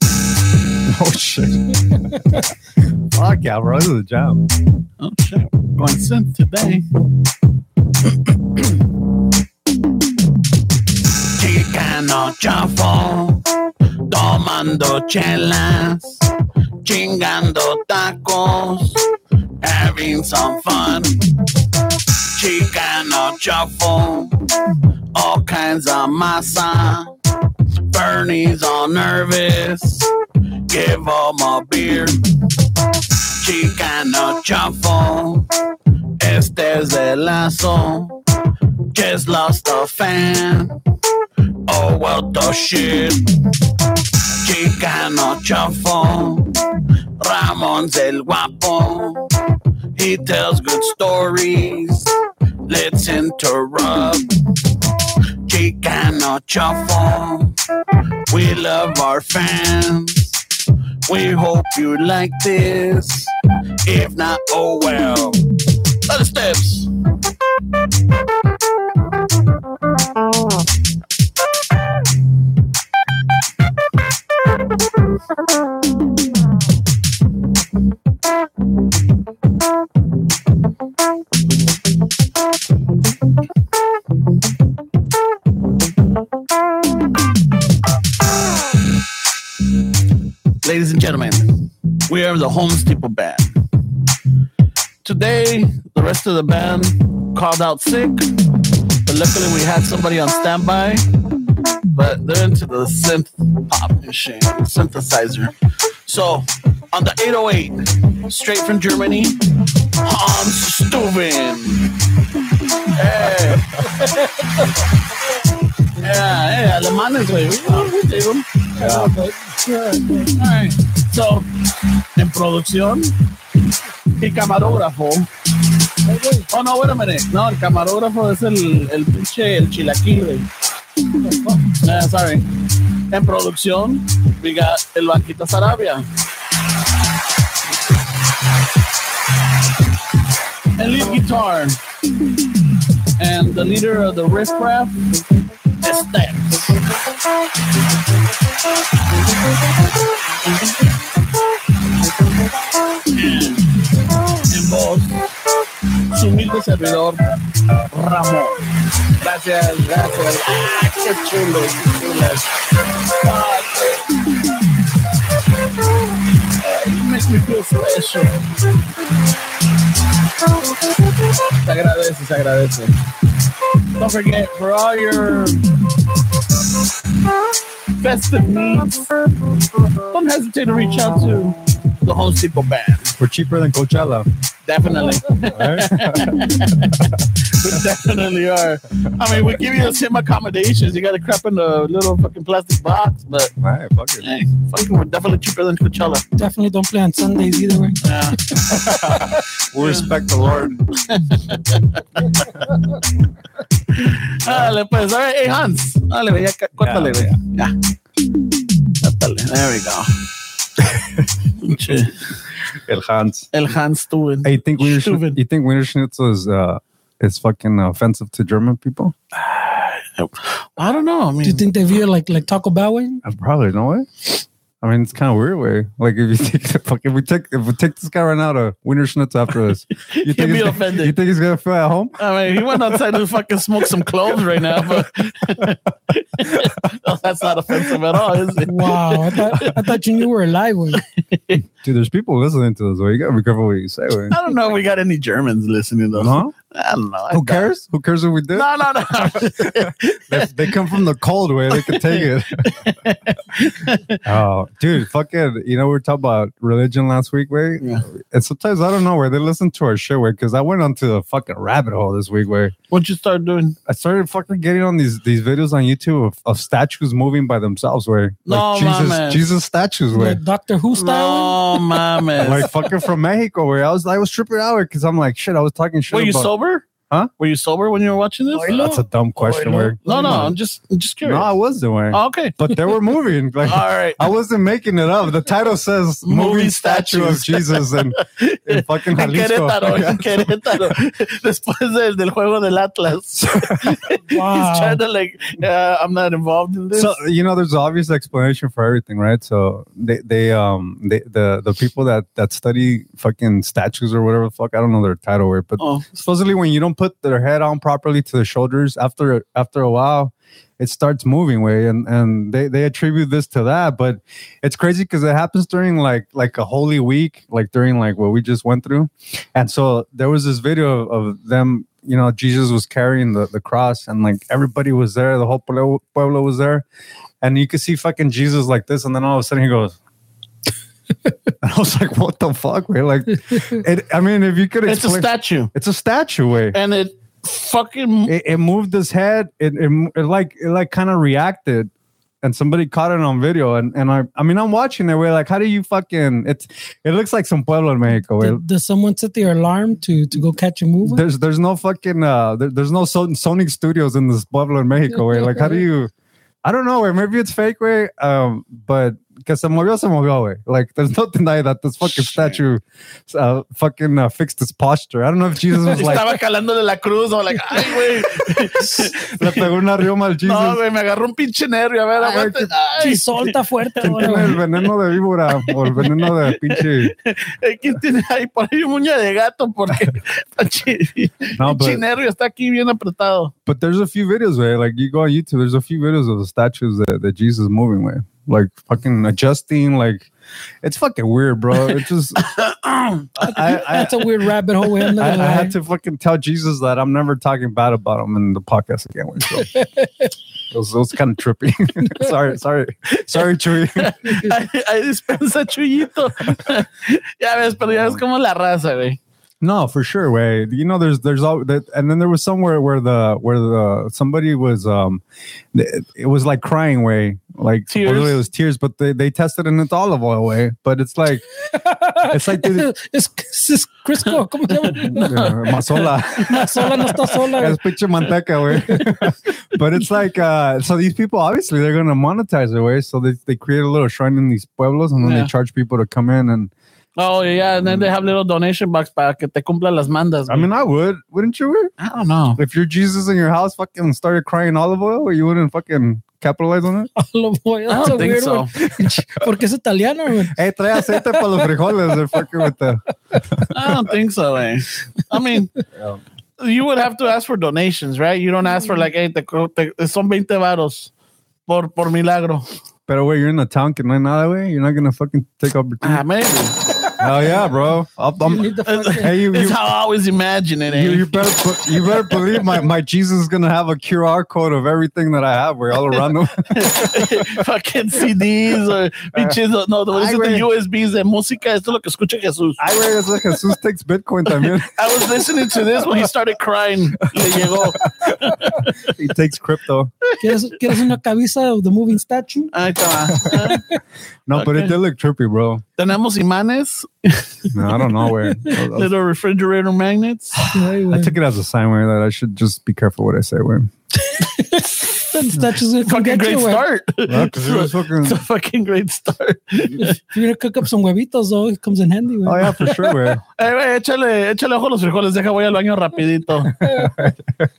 Oh shit! Fuck, Alvaro, this is a job. Oh shit! One cent today. Chicano chafo, tomando chelas, chingando tacos, having some fun. Chicano chafo, all kinds of masa. Bernie's all nervous. Give him a beer. Chicano chafo. Este es el lazo. Just lost a fan. Oh, what the shit. Chicano chafo. Ramon's el guapo. He tells good stories. Let's interrupt. Chicano chafo. We love our fans. We hope you like this. If not, oh well. Other steps. Ladies and gentlemen, we are the Home Steeple Band. Today, the rest of the band called out sick, but luckily we had somebody on standby. But they're into the synth pop machine, synthesizer. So, on the 808, straight from Germany, Hans Stuben. Hey. yeah, hey, Alemanes, güey. We dig 'em. Alright, So, en producción y camarógrafo. Oh, no, wait a minute. No, el camarógrafo es el, el pinche, el chilaquil, güey. Ah, sorry. En producción, we got el Banquita Sarabia. And lead guitar. And the leader of the riff rap is Stan. en voz su humilde servidor Ramón. Gracias, gracias. ¡Ah, qué chulo, qué chulas! Ah, qué- Ah, you make me feel special. Se agradece, se agradece. Don't forget, for all your festive needs, don't hesitate to reach out to the Host People Band. We're cheaper than Coachella. Definitely. all right? we definitely are. I mean, we give you some accommodations. You got to crap in a little fucking plastic box, but all right, fuck it. hey, fucking, we're definitely cheaper than Coachella. Definitely don't play on Sundays either way. Yeah. We'll respect the Lord. Dale, Ah, pues, all right, hey, Hans. Ah, Dale, ve, ya, cá- córtale, güey. Ya. Córtale, there we go. Pinche, El Hans. El Hans Tuben. Hey, you think Wiener Stupid. Schnitzel, you think Wiener Schnitzel is uh is fucking offensive to German people? I don't know. I Do you mean, think they view it like like Taco Bell way? I Uh, probably know it. I mean, it's kind of weird way. Like if you take the fuck, if we take if we take this guy right now to Wiener Schnitzel after this, you He'll think be he's- offended. You think he's gonna feel at home? I mean, he went outside to fucking smoke some cloves right now, but No, that's not offensive at all, is it? Wow, I thought I thought you knew we were alive. Way. Dude, there's people listening to this. Well, you gotta be careful what you say. Way. I don't know if we got any Germans listening though. Huh? I don't know. I Who doubt- cares? Who cares what we do? No, no, no. They, they come from the cold way. They can take it. oh, dude, fucking. You know, we were talking about religion last week, way. Yeah. And sometimes I don't know where they listen to our shit, way. Because I went onto a fucking rabbit hole this week, way. what you start doing? I started fucking getting on these these videos on YouTube of, of statues moving by themselves, way. No, Like Jesus, mames. Jesus statues, way. Like Doctor Who style. Oh, my man. Like fucking from Mexico, where I was, I was tripping out because I'm like, shit, I was talking shit. Were you about- sober? Huh? Were you sober when you were watching this? Oilo. That's a dumb question, Eric. No, no, I'm just, I'm just No, curious. I wasn't wearing. Oh, okay. But they were moving. Like All right. I wasn't making it up. The title says Moving "Moving Statue of statues. Jesus" and in fucking En Jalisco. Querétaro, Yeah. en Querétaro. Después del, del juego del Atlas. Wow. He's trying to like, uh, I'm not involved in this. so you know there's obvious explanation for everything right so they they um they, the the people that that study fucking statues or whatever the fuck i don't know their title word but oh, supposedly when you don't put their head on properly to the shoulders after after a while it starts moving way and and they they attribute this to that but it's crazy because it happens during like like a holy week like during like what we just went through and so there was this video of, of them you know jesus was carrying the, the cross and like everybody was there the whole pueblo, pueblo was there and you could see fucking jesus like this and then all of a sudden he goes and i was like what the fuck man like it, i mean if you could it's a explain- statue. it's a statue way. And it fucking. It, it moved his head. It, it, it like it like kind of reacted, and somebody caught it on video. And and I I mean I'm watching it. We're like, how do you fucking? It's it looks like some pueblo in Mexico. güey. Did, does someone set their alarm to to go catch a movie? There's there's no fucking uh there, there's no Son- Sonic Studios in this pueblo in Mexico. güey. Like how do you? I don't know. güey. Maybe it's fake way. Um, but because se movió se movió way. Like there's no denying that this fucking statue, uh, fucking uh, fixed its posture. I don't know if Jesus was like Estaba calándole la cruz. I'm like, ay, güey. le pegó una rioma al Jesus. No, güey, me agarró un pinche nervio. A ver, Ay, aguante. qué- Ay, Sí, solta fuerte ¿Quién ahora, tiene el güey. veneno de víbora o el veneno de pinche? Eh, ¿Quién tiene ahí por ahí un uña de gato? Porque pinche No, but, nervio está aquí bien apretado. but there's a few videos where, like, you go on YouTube, there's a few videos of the statues that, that Jesus is moving with, like, fucking adjusting. Like, it's fucking weird, bro. It's just, I, I, That's a weird rabbit hole. Way, I'm I, not gonna I lie. had to fucking tell Jesus that I'm never talking bad about him in the podcast again. güey, So. It was, it was kind of trippy. sorry, sorry, sorry, Chewy. Ahí ahí dispensa Chuyito. ya ves, pero ya ves como la raza, güey. No, for sure. Way you know, there's there's all that, and then there was somewhere where the where the somebody was um, th- it was like crying way, like Tears? literally it was tears, but they they tested it and it's olive oil way, but it's like it's like the, es, es, es Crisco. ¿Cómo se llama? uh, masola, No, sola no está sola. güey. es pinche manteca way, but it's like uh, so these people obviously they're gonna monetize it way, so they they create a little shrine in these pueblos and then Yeah. they charge people to come in and Oh, yeah, Mm. and then they have little donation box para que te cumplan las mandas. I güey. Ah, mean I would wouldn't you? Way? I don't know. if you're Jesus in your house fucking started crying olive oil, or you wouldn't fucking capitalize on it? Lo voy a I hacer don't think weird so. one. Porque es italiano, güey. Hey, Eh, trae aceite para los frijoles. They're fucking with the. I don't think so, güey. I mean, Yeah. you would have to ask for donations, right? You don't ask for like, hey, te, co- te, son 20 varos por, por milagro. Better way you're in the town, can I not that way? You're not gonna fucking take Ah, opportunity. maybe. Hell yeah, bro. I'll, You Ah, I'm, need eh, the fucking- hey, you, It's you, how I always imagine it, eh? you, you better put, you better believe my, my Jesus is gonna have a QR code of everything that I have. We're all around him. fucking CDs or pinches, no, what is Ay, it, the güey. USBs de música, esto es lo que escucha Jesús. I read it's like Jesus takes Bitcoin. También. I was listening to this when he started crying. Le llegó. He takes crypto. ¿Quieres, ¿Quieres una cabeza of the moving statue? Ahí está. No, but it Okay. did look trippy, bro. Tenemos imanes, No, I don't know where. little refrigerator magnets. I Ay, güey. took it as a sign where that I should just be careful what I say. Where That statue's gonna come Fucking get great you, güey. start. because it was fucking. It's a fucking great start. If you're gonna cook up some huevitos, though, it comes in handy, Oh güey. yeah, for sure. Way. Eh, güey, échale, échale ojo a los frijoles. Deja, voy al baño rapidito.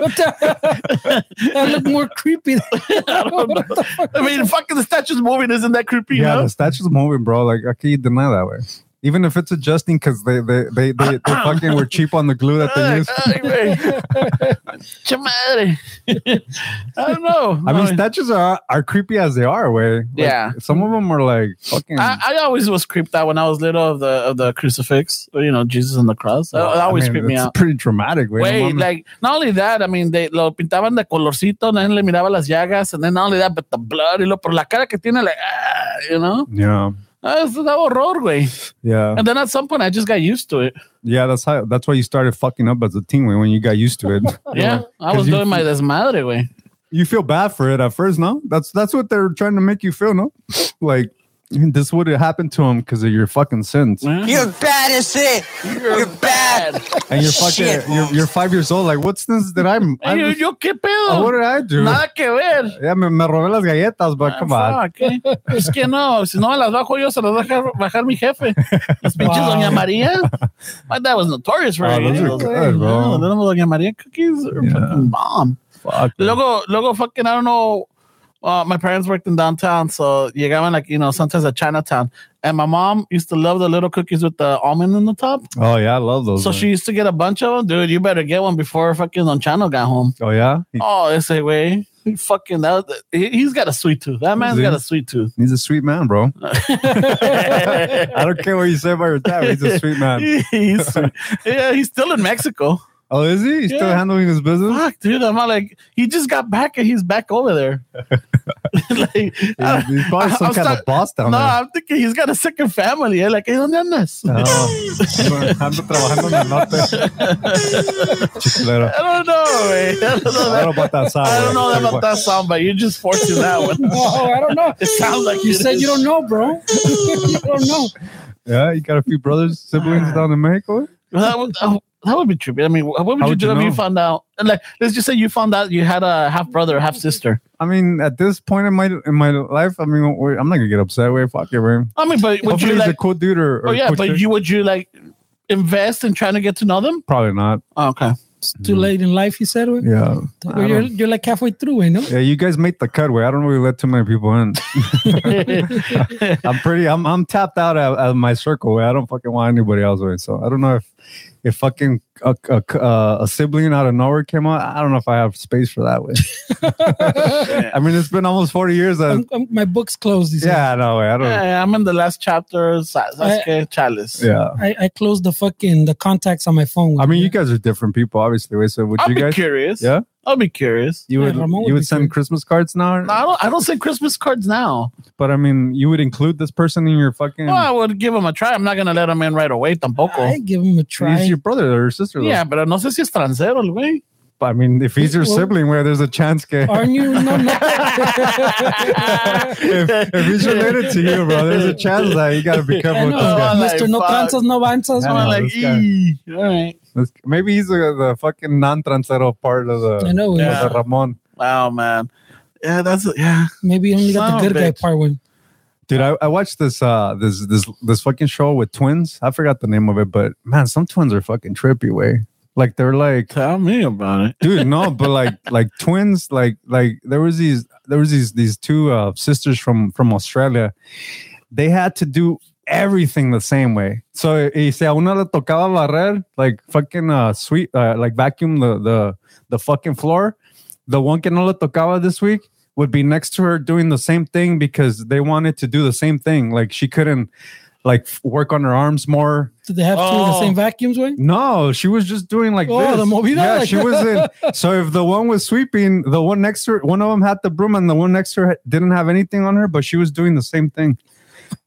What the- that look more creepy. I don't know. I mean, fucking the statue's moving. Isn't that creepy? yeah, huh? the statue's moving, bro. Like, how can you deny that way? Even if it's adjusting, because they they they they, they fucking were cheap on the glue that they Ay, used. ay, güey. Che madre. I don't know. I mean, statues are are creepy as they are. Way, Like, Yeah. Some of them are like fucking. I, I always was creeped out when I was little of the of the crucifix, or, you know, Jesus on the cross. That, that Oh, I always mean, creeped me it's out. Pretty dramatic. Way. Wait, like not only that, I mean, they lo pintaban de colorcito, then le miraba las llagas, and then not only that, but the blood, y lo, por la cara que tiene, like, ah, you know, yeah, ah, eso da horror, güey. yeah, And then at some point, I just got used to it. yeah. That's how. That's why you started fucking up as a team when you got used to it. Yeah, I 'Cause was you- doing my desmadre, güey. You feel bad for it at first, no? That's that's what they're trying to make you feel, no? Like, this would have happened to him because of your fucking sins. Yeah. You're bad as shit. You're bad. And you're fucking, Shit, you're, Holmes. you're five years old. Like, what sins did I? I Ay, yo, yo, qué oh, what pedo. did I do? Nada que ver. Yeah, me, me robé las galletas, but come on. Ah, fuck, eh. Es que no, si no las bajo yo, se las va a dejar bajar mi jefe. Las pinches Wow. Doña María. My dad was notorious for Oh, it. those are Those, good, bro. no, those Doña María cookies are Yeah. fucking bomb. Fuck. Luego, luego fucking, I don't know. Uh, my parents worked in downtown, so llegaban like, you know, sometimes at Chinatown. And my mom used to love the little cookies with the almond in the top. Oh yeah, I love those. So man. she used to get a bunch of them. Dude, you better get one before fucking Donchano got home. Oh yeah, he Oh, ese way. He fucking, that, was- he- he's got a sweet tooth. That man's Is he? got a sweet tooth. he's a sweet man, bro. I don't care what you say about your dad. He's a sweet man. he's, yeah, he's still in Mexico. Oh, is he? He's still Yeah. handling his business. Fuck, dude. I'm not like, he just got back and he's back over there. like, He's, he's probably some I- Ah. I'm kind start- of boss down no, there. I'm thinking he's got a second family. eh, Like, hey, ¿dónde andas? No. Ando trabajando en el norte. Chiclero. I don't know, eh. I I don't know, that, don't know about that sound. I don't know bro. about that song, but you're just forcing that one. Oh, I don't know. It sounds like You it said is. you don't know, bro. you don't know. Yeah, you got a few brothers, Ah. siblings down in Mexico. Well, that would that would- that would be trippy. I mean, what would How you would do you if you know? found out? and, Like, let's just say you found out you had a half brother, half sister. I mean, at this point in my in my life, I mean, wait, I'm not gonna get upset. Wait, fuck it, man. I mean, but would Hopefully, you he's a like? cool dude or, or Oh yeah, cool but chick. you would you like invest in trying to get to know them? Oh, probably not. okay. It's too late in life, you said. güey. Mm. Yeah, I Well, you're, don't- you're like halfway through, you know? yeah. You guys make the cutway. I don't really let too many people in. I'm pretty. I'm I'm tapped out of, of my circle. Way. I don't fucking want anybody else. Way. So I don't know if if fucking a, a, uh, a sibling out of nowhere came out. I don't know if I have space for that. Way. I mean, it's been almost 40 years. That, I'm, I'm, my book's closed. he said. yeah, no way. I don't. Yeah. Yeah, I'm in the last chapter. Sa- Sasuke Chalice. I, I closed the fucking the contacts on my phone. I mean, you can. guys are different people, obviously. Way. So would I'll you be guys? curious. Yeah? I'll be curious. You Yeah, would Ramon you would would be send good. Christmas cards now, No, I don't. I don't send Christmas cards now. but I mean, you would include this person in your fucking. Well, I would give him a try. I'm not gonna let him in right away. Tampoco. I give him a try. He's your brother or sister. Yeah, Yeah. but no sé si es transero, el güey. But I mean, if he's your Well- sibling, where there's a chance, que, Aren't you? No, no. if, if he's related to you, bro, there's a chance that you gotta be I careful know, with this guy. Mr. No Fuck. Tranzas, No Avanzas. Yeah. I'm know, like, this guy. "Ee, all right. This- Maybe he's the, the fucking non-transero part of the, I know. Yeah. of the Ramon. Wow, man. Yeah, that's yeah. Maybe you only Son got the of good a guy bitch. part one. Dude, I, I watched this uh this this this fucking show with twins. I forgot the name of it, but man, some twins are fucking trippy way. Like they're like Tell me about it. dude no but like like twins like like there was these there was these these two uh, sisters from from australia they had to do everything the same way so y si a una le tocaba barrer like fucking uh sweet uh, like vacuum the the the fucking floor the one que no le tocaba this week would be next to her doing the same thing because they wanted to do the same thing like she couldn't like f- work on her arms more Did they have two of the Oh. same vacuums, way? no, she was just doing like Oh, this. the movida, Yeah, like- she was in. So if the one was sweeping, the one next to her, one of them had the broom, and the one next to her didn't have anything on her, but she was doing the same thing.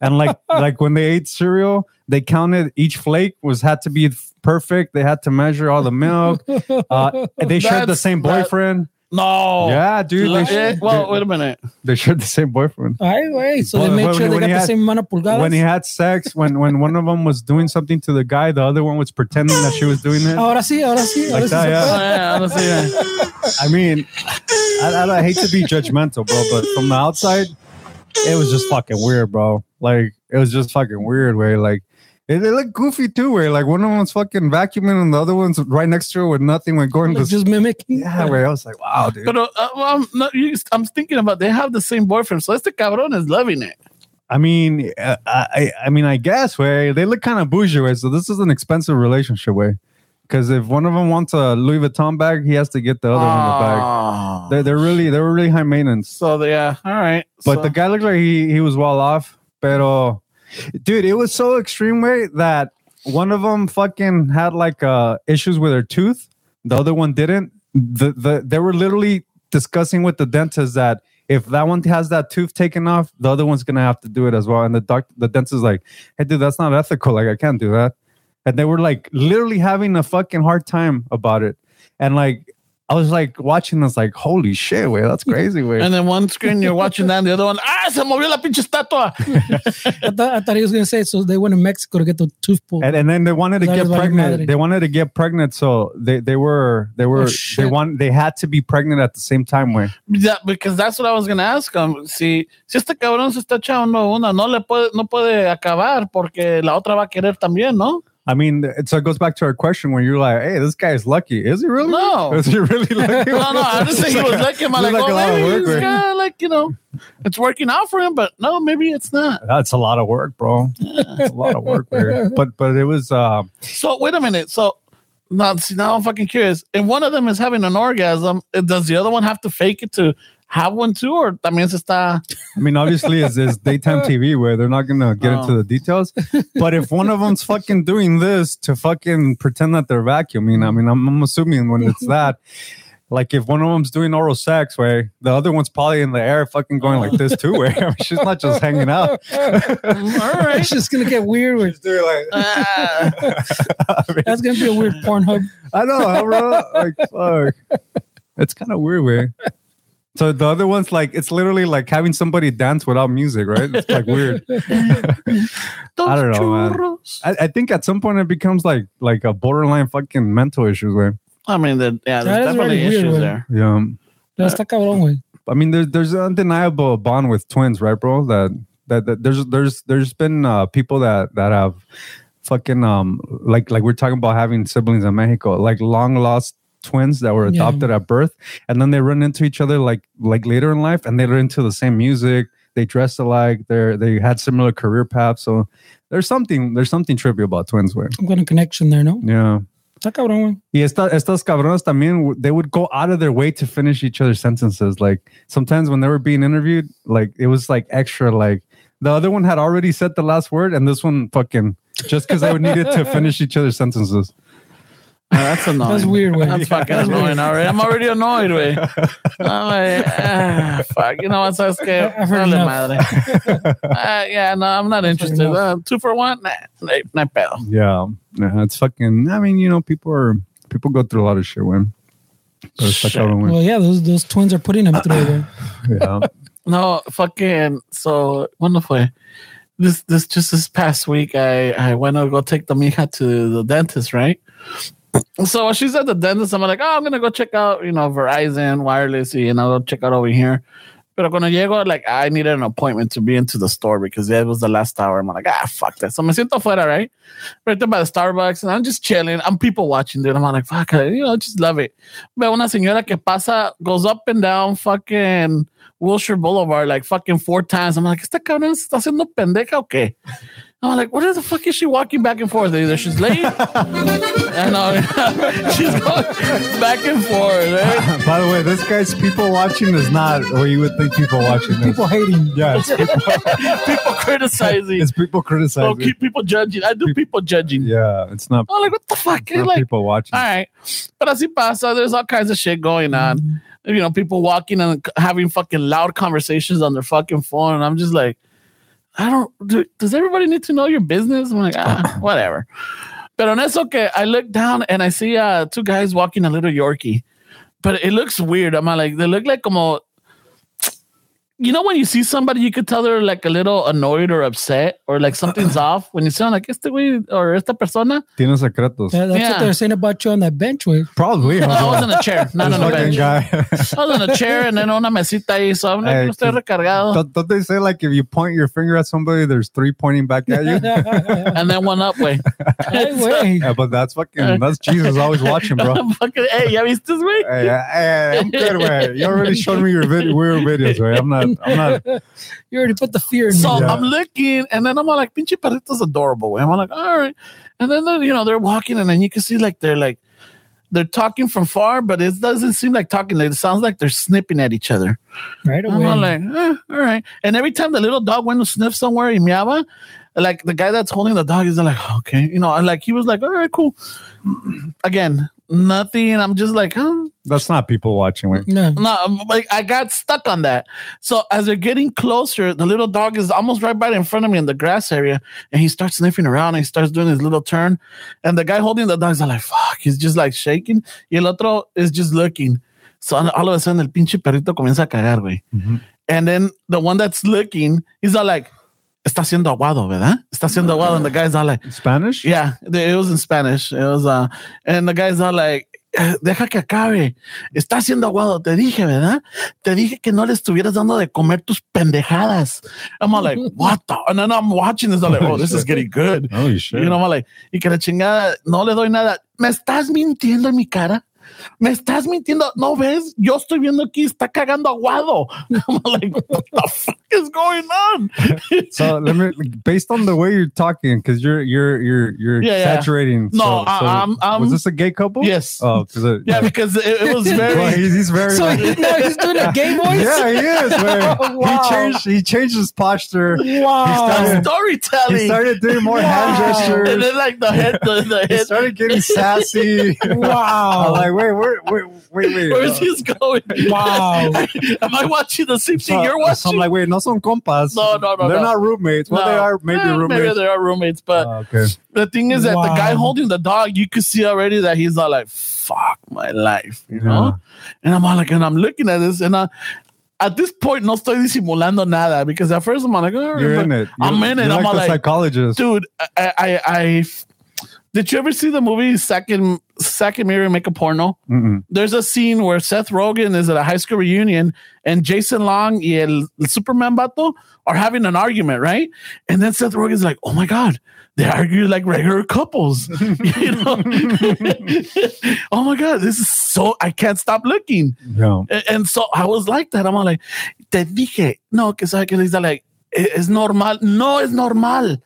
And like like when they ate cereal, they counted each flake was had to be f- perfect. They had to measure all the milk. Uh, and they shared the That's- same that- boyfriend. No. yeah, dude, they, Look, eh, sh- well, they- wait a minute. they shared the same boyfriend. Ay, güey. So Well, they made when- sure they when got he the had- same amount of pulgadas. When he had sex, when when one of them was doing something to the guy, the other one was pretending that she was doing it. ahora sí, ahora sí. Like ahora sí that, se yeah. Oh, puede. yeah, I don't see that. I mean, I, I, I hate to be judgmental, bro, but from the outside, it was just fucking weird, bro. Like it was just fucking weird, way like. They they look goofy too, where like one of them's fucking vacuuming and the other one's right next to her with nothing, like going Like to just mimicking. yeah, where I was like, wow, dude. But uh, uh, well, I'm, not, you, I'm thinking about they have the same boyfriend, so este cabrón is loving it. I mean, uh, I, I mean, I guess way they look kind of bougie, way. So this is an expensive relationship, way. Because if one of them wants a Louis Vuitton bag, he has to get the other one the bag. Ah. They're, they're really, they're really high maintenance. So they, yeah, all right. But so, the guy looked like he, he was well off. Pero, dude, it was so extreme way that one of them fucking had like uh, issues with her tooth. The other one didn't. The, the they were literally discussing with the dentist that if that one has that tooth taken off, the other one's gonna have to do it as well. And the doc, the dentist is like, "Hey, dude, that's not ethical. Like, I can't do that." And they were like literally having a fucking hard time about it. And like I was like watching this, like, holy shit, way, that's crazy, way. And then one screen you're watching that, and the other one, ah, se movió la pinche estatua. I thought, I thought he was gonna say so. They went to Mexico to get the tooth pulled. And, and then they wanted to That get is valiendo madre. pregnant. They wanted to get pregnant, so they, they were Oh, they were they shit. want they had to be pregnant at the same time. Way Yeah, because that's what I was gonna ask him. Si, si este cabrón se está echando una, no le puede, no puede acabar porque la otra va a querer también, ¿no? I mean, it, so it goes back to our question where you're like, hey, this guy is lucky. Is he really? No. Is he really lucky? No, no, I just think he was like him. I'm like, Looks like a oh, lot of maybe work, this right? guy, like, you know, it's working out for him, but no, maybe it's not. That's a lot of work, bro. That's a lot of work, man. But but it was uh, So wait a minute. So now, see, now I'm fucking curious. If one of them is having an orgasm, it- does the other one have to fake it to have one too, or también se está? I mean, obviously it's, it's daytime TV where they're not gonna get Oh. into the details. But if one of them's fucking doing this to fucking pretend that they're vacuuming, I mean, I'm, I'm assuming when it's that. Like if one of them's doing oral sex, way the other one's probably in the air, fucking going like this too. Way she's not just hanging out. Mm, All right. it's just gonna get weird. With, She's doing like Ah. that's gonna be a weird Pornhub. I know, bro. like, fuck. It's kind of weird, weird. So the other one's like, it's literally like having somebody dance without music, right? It's like weird. I don't know, man. Churros. I, I think at some point it becomes like like a borderline fucking mental issues, man. I mean, the, yeah, That there's is definitely really weird, issues man. there. Yeah. No, está cabrón, güey. I mean, there's there's an undeniable bond with twins, right, bro? That that, that there's there's there's been uh, people that that have fucking um like like we're talking about having siblings in Mexico, like long lost twins that were Yeah. adopted at birth, and then they run into each other like like later in life, and they're into the same music, they dress alike, they're they had similar career paths, so there's something there's something trippy about twins, where I'm gonna connection there, no? yeah. Está cabrón, güey. Y esta, estas cabronas también, w- they would go out of their way to finish each other's sentences. Like sometimes when they were being interviewed, like it was like extra, like the other one had already said the last word and this one fucking just because they would need it to finish each other's sentences. Ah, that's annoying. That's weird, güey. That's fucking annoying already. I'm already annoyed, güey. I'm like, ah, fuck. You know what? Sabes que I've heard Dale enough. madre. Ah, yeah, no, I'm not interested. enough. Uh, two for one? Nah, nah, nah pedo. Yeah. yeah. It's fucking, I mean, you know, people are, people go through a lot of shit when. Pero está Shit. cabrón, güey. Well, yeah, those those twins are putting him through, güey. Yeah. No, fucking. So wonderful. This this just this past week, I I went to go take the mija to the dentist, right? So while she's at the dentist, I'm like, oh, I'm gonna go check out, you know, Verizon wireless, and I'll go check out over here. But cuando llego, like, I needed an appointment to be into the store because it was the last hour. I'm like, ah, fuck that. So me siento fuera, right? Right there by the Starbucks, and I'm just chilling. I'm people watching, dude. I'm like, fuck, I, you know, just love it. But una señora que pasa, goes up and down fucking Wilshire Boulevard like fucking four times. I'm like, esta cabrón se está haciendo pendeja o qué? I'm like, what the fuck is she walking back and forth? Either she's late, I know she's going back and forth. eh? Right? By the way, this guy's people watching is not what you would think people watching is. People hating. Yeah. It's people, People criticizing. it's people criticizing. Oh, keep people judging. I do people judging. Yeah. It's not, I'm like, what the fuck? eh?" not like, people watching. all right. But así pasa. There's all kinds of shit going on. You know, people walking and c- having fucking loud conversations on their fucking phone. And I'm just like, I don't, do, does everybody need to know your business? I'm like, ah, whatever. But on eso que I look down and I see uh, two guys walking a little Yorkie. But it looks weird. I'm like, they look like como, you know, when you see somebody, you could tell they're like a little annoyed or upset or like something's off. When you sound like este güey or esta persona, Tiene secretos. Yeah, that's Yeah. what they're saying about you on that bench, güey. Eh, Probably. No, I Jose. was in a chair, not This on a fucking bench. guy. I was in a chair and then una mesita ahí, so I'm like, Hey, no estoy recargado. don't, don't they say like if you point your finger at somebody, there's three pointing back at you? Ay, And then one up, way. güey. yeah, but that's fucking that's Jesus always watching, bro. Fucking, hey, ya viste, güey? Hey, hey, hey, I'm good, way. You already showed me your vid- weird videos, right? I'm not, I'm not. You already put the fear in me. So Yeah. I'm looking, and then I'm all like, pinche perrito's adorable. güey." I'm all like, all right. And then, they're, you know, they're walking, and then you can see like they're like, they're talking from far, but it doesn't seem like talking. It sounds like they're snipping at each other. right I'm away. all like, eh, all right. And every time the little dog went to sniff somewhere in Miaba, like the guy that's holding the dog is like, okay, you know, and like he was like, all right, cool. Again, nothing. I'm just like, huh? That's not people watching. Wait. No. No, I'm like I got stuck on that. So as they're getting closer, the little dog is almost right by in front of me in the grass area, and he starts sniffing around and he starts doing his little turn. And the guy holding the dog's like, fuck, he's just like shaking. Y el otro is just looking. So all of a sudden, el pinche perrito comienza a cagar, güey. Mm-hmm. And then the one that's looking, he's all like, está siendo aguado, ¿verdad? Está siendo aguado. And the guy's all like, Spanish? yeah, the- it was in Spanish. It was, uh, and the guys are like, "Eh, deja que acabe. Está haciendo aguado. Te dije, ¿verdad? Te dije que no le estuvieras dando de comer tus pendejadas. I'm all like, what the? And then I'm watching this. I'm like, oh, this is getting good. Holy shit. You know, I'm like, y que la chingada, no le doy nada. Me estás mintiendo en mi cara. Me estás mintiendo. No ves, yo estoy viendo aquí, está cagando aguado. I'm like, what the fuck is going on? so let me, based on the way you're talking, because you're you're you're you're Yeah, yeah. saturating. No, so, I- so I'm- I'm- was this a gay couple? Yes. Oh, 'cause it- Yeah, because it, it was very. Well, he's, he's very. So like- he, now he's doing a gay voice. yeah, he is. man. Wow. He changed. He changed his posture. Wow, started- storytelling. He started doing more hand And gestures. then like the head, the, the He head. started getting sassy. I'm Wow. like, wait, wait, wait, wait, uh, wait. Where's this going? Wow. Am I watching the same So- thing you're so watching? I'm like, wait, no son compas. No, no, no, uh, They're no. not roommates. Well, they No. are maybe Eh, roommates. Maybe they are roommates, but Oh, okay. the thing is that the guy Wow. holding the dog, you could see already that he's not like, fuck my life, you know? And I'm all like, and I'm looking at this, and I, at this point, no estoy disimulando nada because at first I'm like, all right, You're but in it. I'm You're- in it. You're I'm like all the like, psychologist. dude, I, I, I, did you ever see the movie Second, Second Mirror Make a Porno? Mm-mm. there's a scene where Seth Rogen is at a high school reunion and Jason Long y el el Superman bato are having an argument, right? And then Seth Rogen's like, oh my God, they argue like regular couples. you know? oh my God, this is so, I can't stop looking. Yeah. A- Eh, And so I was like that. I'm all like, te dije, no, que sabe que le dice, like, "E- es normal. No es normal.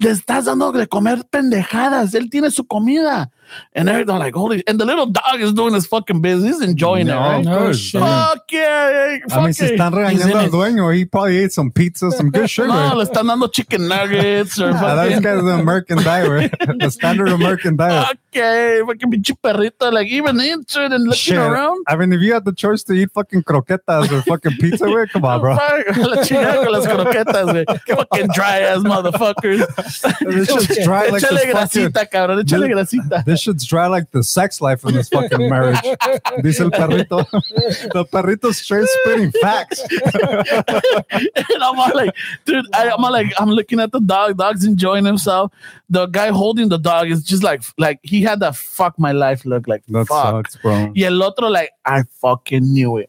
Le estás dando de comer pendejadas. Él tiene su comida. And everything like, holy. And the little dog is doing his fucking business. He's enjoying it, No, right? of No course. shit. I mean- Fuck yeah. Fuck I mean, si yeah. están He's in regañando al it. dueño, he probably ate some pizza, some good sugar. No, le están dando chicken nuggets or Ah, fucking. that's kind of the American diet, right? the standard American diet. Okay, fucking pinche perrito, like even into it and looking Shit. around. I mean, if you had the choice to eat fucking croquetas or fucking pizza, güey, come on, Ah, bro. Fuck, la chingada con las croquetas, güey. Fucking dry ass motherfuckers. This shit's dry like Échale this fucking. grasita, cabrón. Échale grasita. This shit's dry like the sex life in this fucking marriage. Dice el perrito. the perrito's straight spitting facts. And I'm all like, dude, I, I'm all like, I'm looking at the dog. Dog's enjoying himself. The guy holding the dog is just like, like he had that fuck my life look. Like, That fuck. sucks, bro. Y el otro, like, I fucking knew it.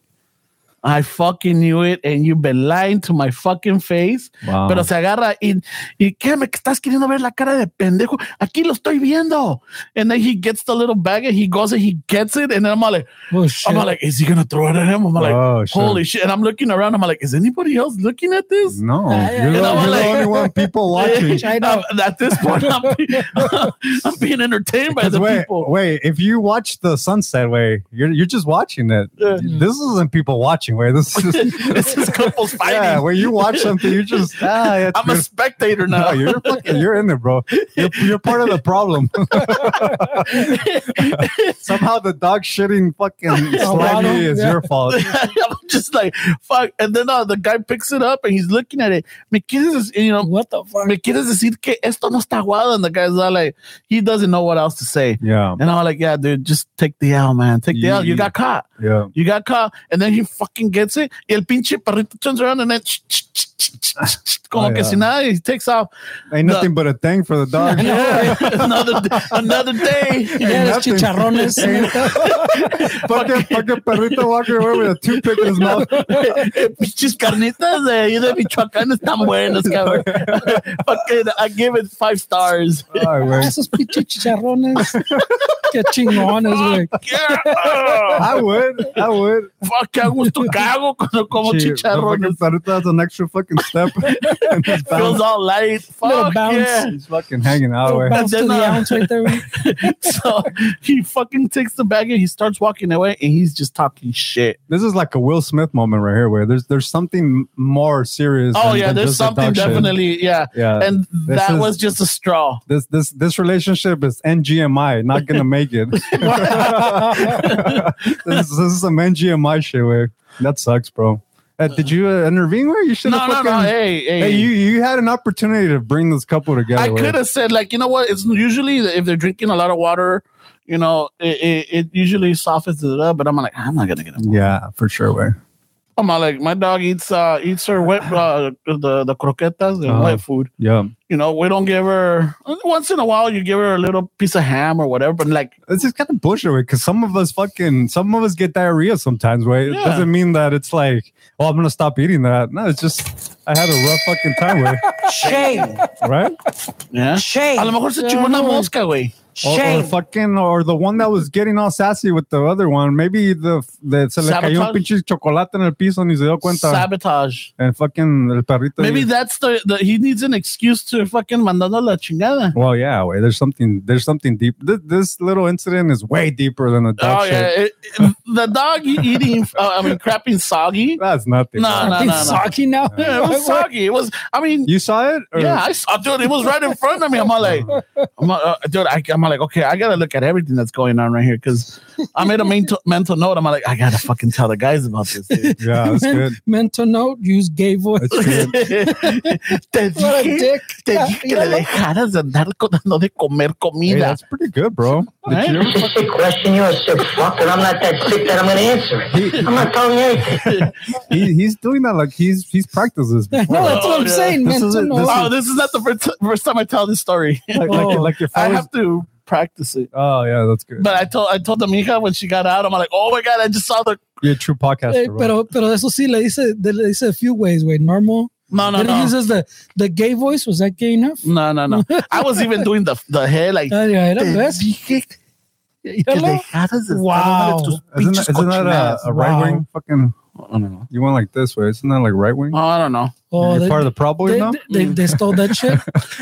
I fucking knew it, and you've been lying to my fucking face. Wow. Pero se agarra y, y créeme que estás queriendo ver la cara de pendejo. Aquí lo estoy viendo. And then he gets the little bag and he goes and he gets it. And then I'm all like, Bullshit. I'm all like, is he gonna throw it at him? I'm like, Oh, shit. holy shit! And I'm looking around. I'm like, is anybody else looking at this? No, Ah, you're, yeah. the, And I'm you're like- the only one people watching. I know. I'm- at this point, I'm, be- I'm being entertained by Because the wait, people. wait, if you watch the sunset way, you're you're just watching it. Yeah. This isn't people watching way. This is this is couples fighting. yeah, where you watch something, you're just ah, yeah, it's I'm a beautiful. spectator no, now. you're fucking, you're in it, bro. You're, you're part of the problem. Somehow the dog shitting fucking slimy bottom, is yeah. your fault. I'm just like fuck, and then uh, the guy picks it up and he's looking at it. Me quieres, dec- you know, What the fuck? me quieres decir que esto no está aguado, and the guy's all like, he doesn't know what else to say. Yeah, And I'm like, yeah, dude, just take the L, man. Take the L. You Yeah. got caught. yeah. You got caught. And then he fucking gets it. Y el pinche perrito turns around and then ch- ch- ch- ch- ch- ch- como Oh, que yeah. si nada, he takes off. Ain't No. nothing but a thing for the dog. another d- another day. Yeah, los nothing. chicharrones. fucking fucking perrito walking away with a toothpick in his mouth. eh, Pinches carnitas de ahí de Michoacán están buenas, cabrón. Fucking, I give it five stars. All right, Ah, wait. Esos pinches chicharrones. Qué chingones, güey. Yeah. I would. would. I would. Fuck, qué a gusto cago cuando como Shit, the fucking chicharrones. Sarita has an extra fucking step. and he's Feels bouncing. all light. Little Fuck bounce. yeah. He's fucking hanging out. Little güey. bounce to That's the not- ounce right there. güey. so he fucking takes the bag and he starts walking away and he's just talking shit. This is like a Will Smith moment right here, where there's there's something more serious. Oh than- yeah, than there's just the something dog shit. definitely yeah. Yeah, And that Uh, is- was just a straw. this this this relationship is NGMI, not gonna make it. this, is- this is some NGMI shit, way. That sucks, bro. Uh, did you uh, intervene? Where you should No, have no, fucking. no. Hey, hey. Hey, you you had an opportunity to bring this couple together. I way. could have said like, you know what? It's usually that if they're drinking a lot of water, you know, it, it, it usually softens it up. But I'm like, I'm not gonna get him. Yeah, for sure. Way. I'm not like my dog eats uh eats her wet uh, the the croquetas and Uh-huh. wet food. Yeah. You know, we don't give her once in a while. You give her a little piece of ham or whatever, but like It's just kind of bullshit, way, because some of us fucking, some of us get diarrhea sometimes, way. It Yeah. doesn't mean that it's like, oh, I'm gonna stop eating that. No, it's just I had a rough fucking time, way. Shame. Right? yeah. A lo Shame. mejor se chingó una mosca, güey. Or, or Shame. fucking, or the one that was getting all sassy with the other one. Maybe the the se le cayó un Sabotage. pinche chocolate en el piso ni se dio cuenta. Sabotage. and fucking el perrito. Maybe that's the, the he needs an excuse to fucking mandando la chingada. Well, yeah, wait. There's something. There's something deep. This, this little incident is way deeper than the dog Oh shit. yeah, it- it- the dog e- eating. Uh, I mean, crapping soggy. That's nothing. No, no, Fucking no, no. Saki now. Yeah, it was soggy. It was. I mean, You saw it? Or- Oh, yeah, I saw, dude. It was right in front of me. I'm all like, I'm all, uh, dude. I, I'm all like, okay, I gotta look at everything that's going on right here because I made a mental mental note. I'm all like, I gotta fucking tell the guys about this. Dude. yeah, that's good. Mental note: use gay voice. That's good. te What a dije, dick. te dije que le dejaras de andar co- dando de comer Hey, comida. that's pretty good, bro. Did Right? you ever fuck- Stupid question. You're a sick fuck, and I'm not that sick that I'm going to answer it. I'm not telling you anything. he, he's doing that like he's he's practiced this No, that's before. like, what I'm yeah. saying. Oh, This is it. Mental This note. is- Wow, this is not the first, first time I tell this story. like, Oh, like, like your I father's. have to practice it. oh yeah, that's good. But I told I told Amika when she got out, I'm like, oh my god, I just saw the You're a true podcaster. Hey, bro. Eh, pero, pero eso sí le dice, de- le dice a few ways, wait, normal. no no Then he no uses the, the gay voice. Was that gay enough? Mm. no no no. I was even doing the the hair like. Ah, ya, era, "Te ¿ves? dije que Hello? dejaras de estar Wow. dando de tus isn't pinches that, isn't that a, cochinadas." a right wing Wow. fucking? I don't know. You went like this way. Isn't that like right wing? Oh, I don't know. Oh, You're they, part of the Proud Boys they, now? they, they stole that shit.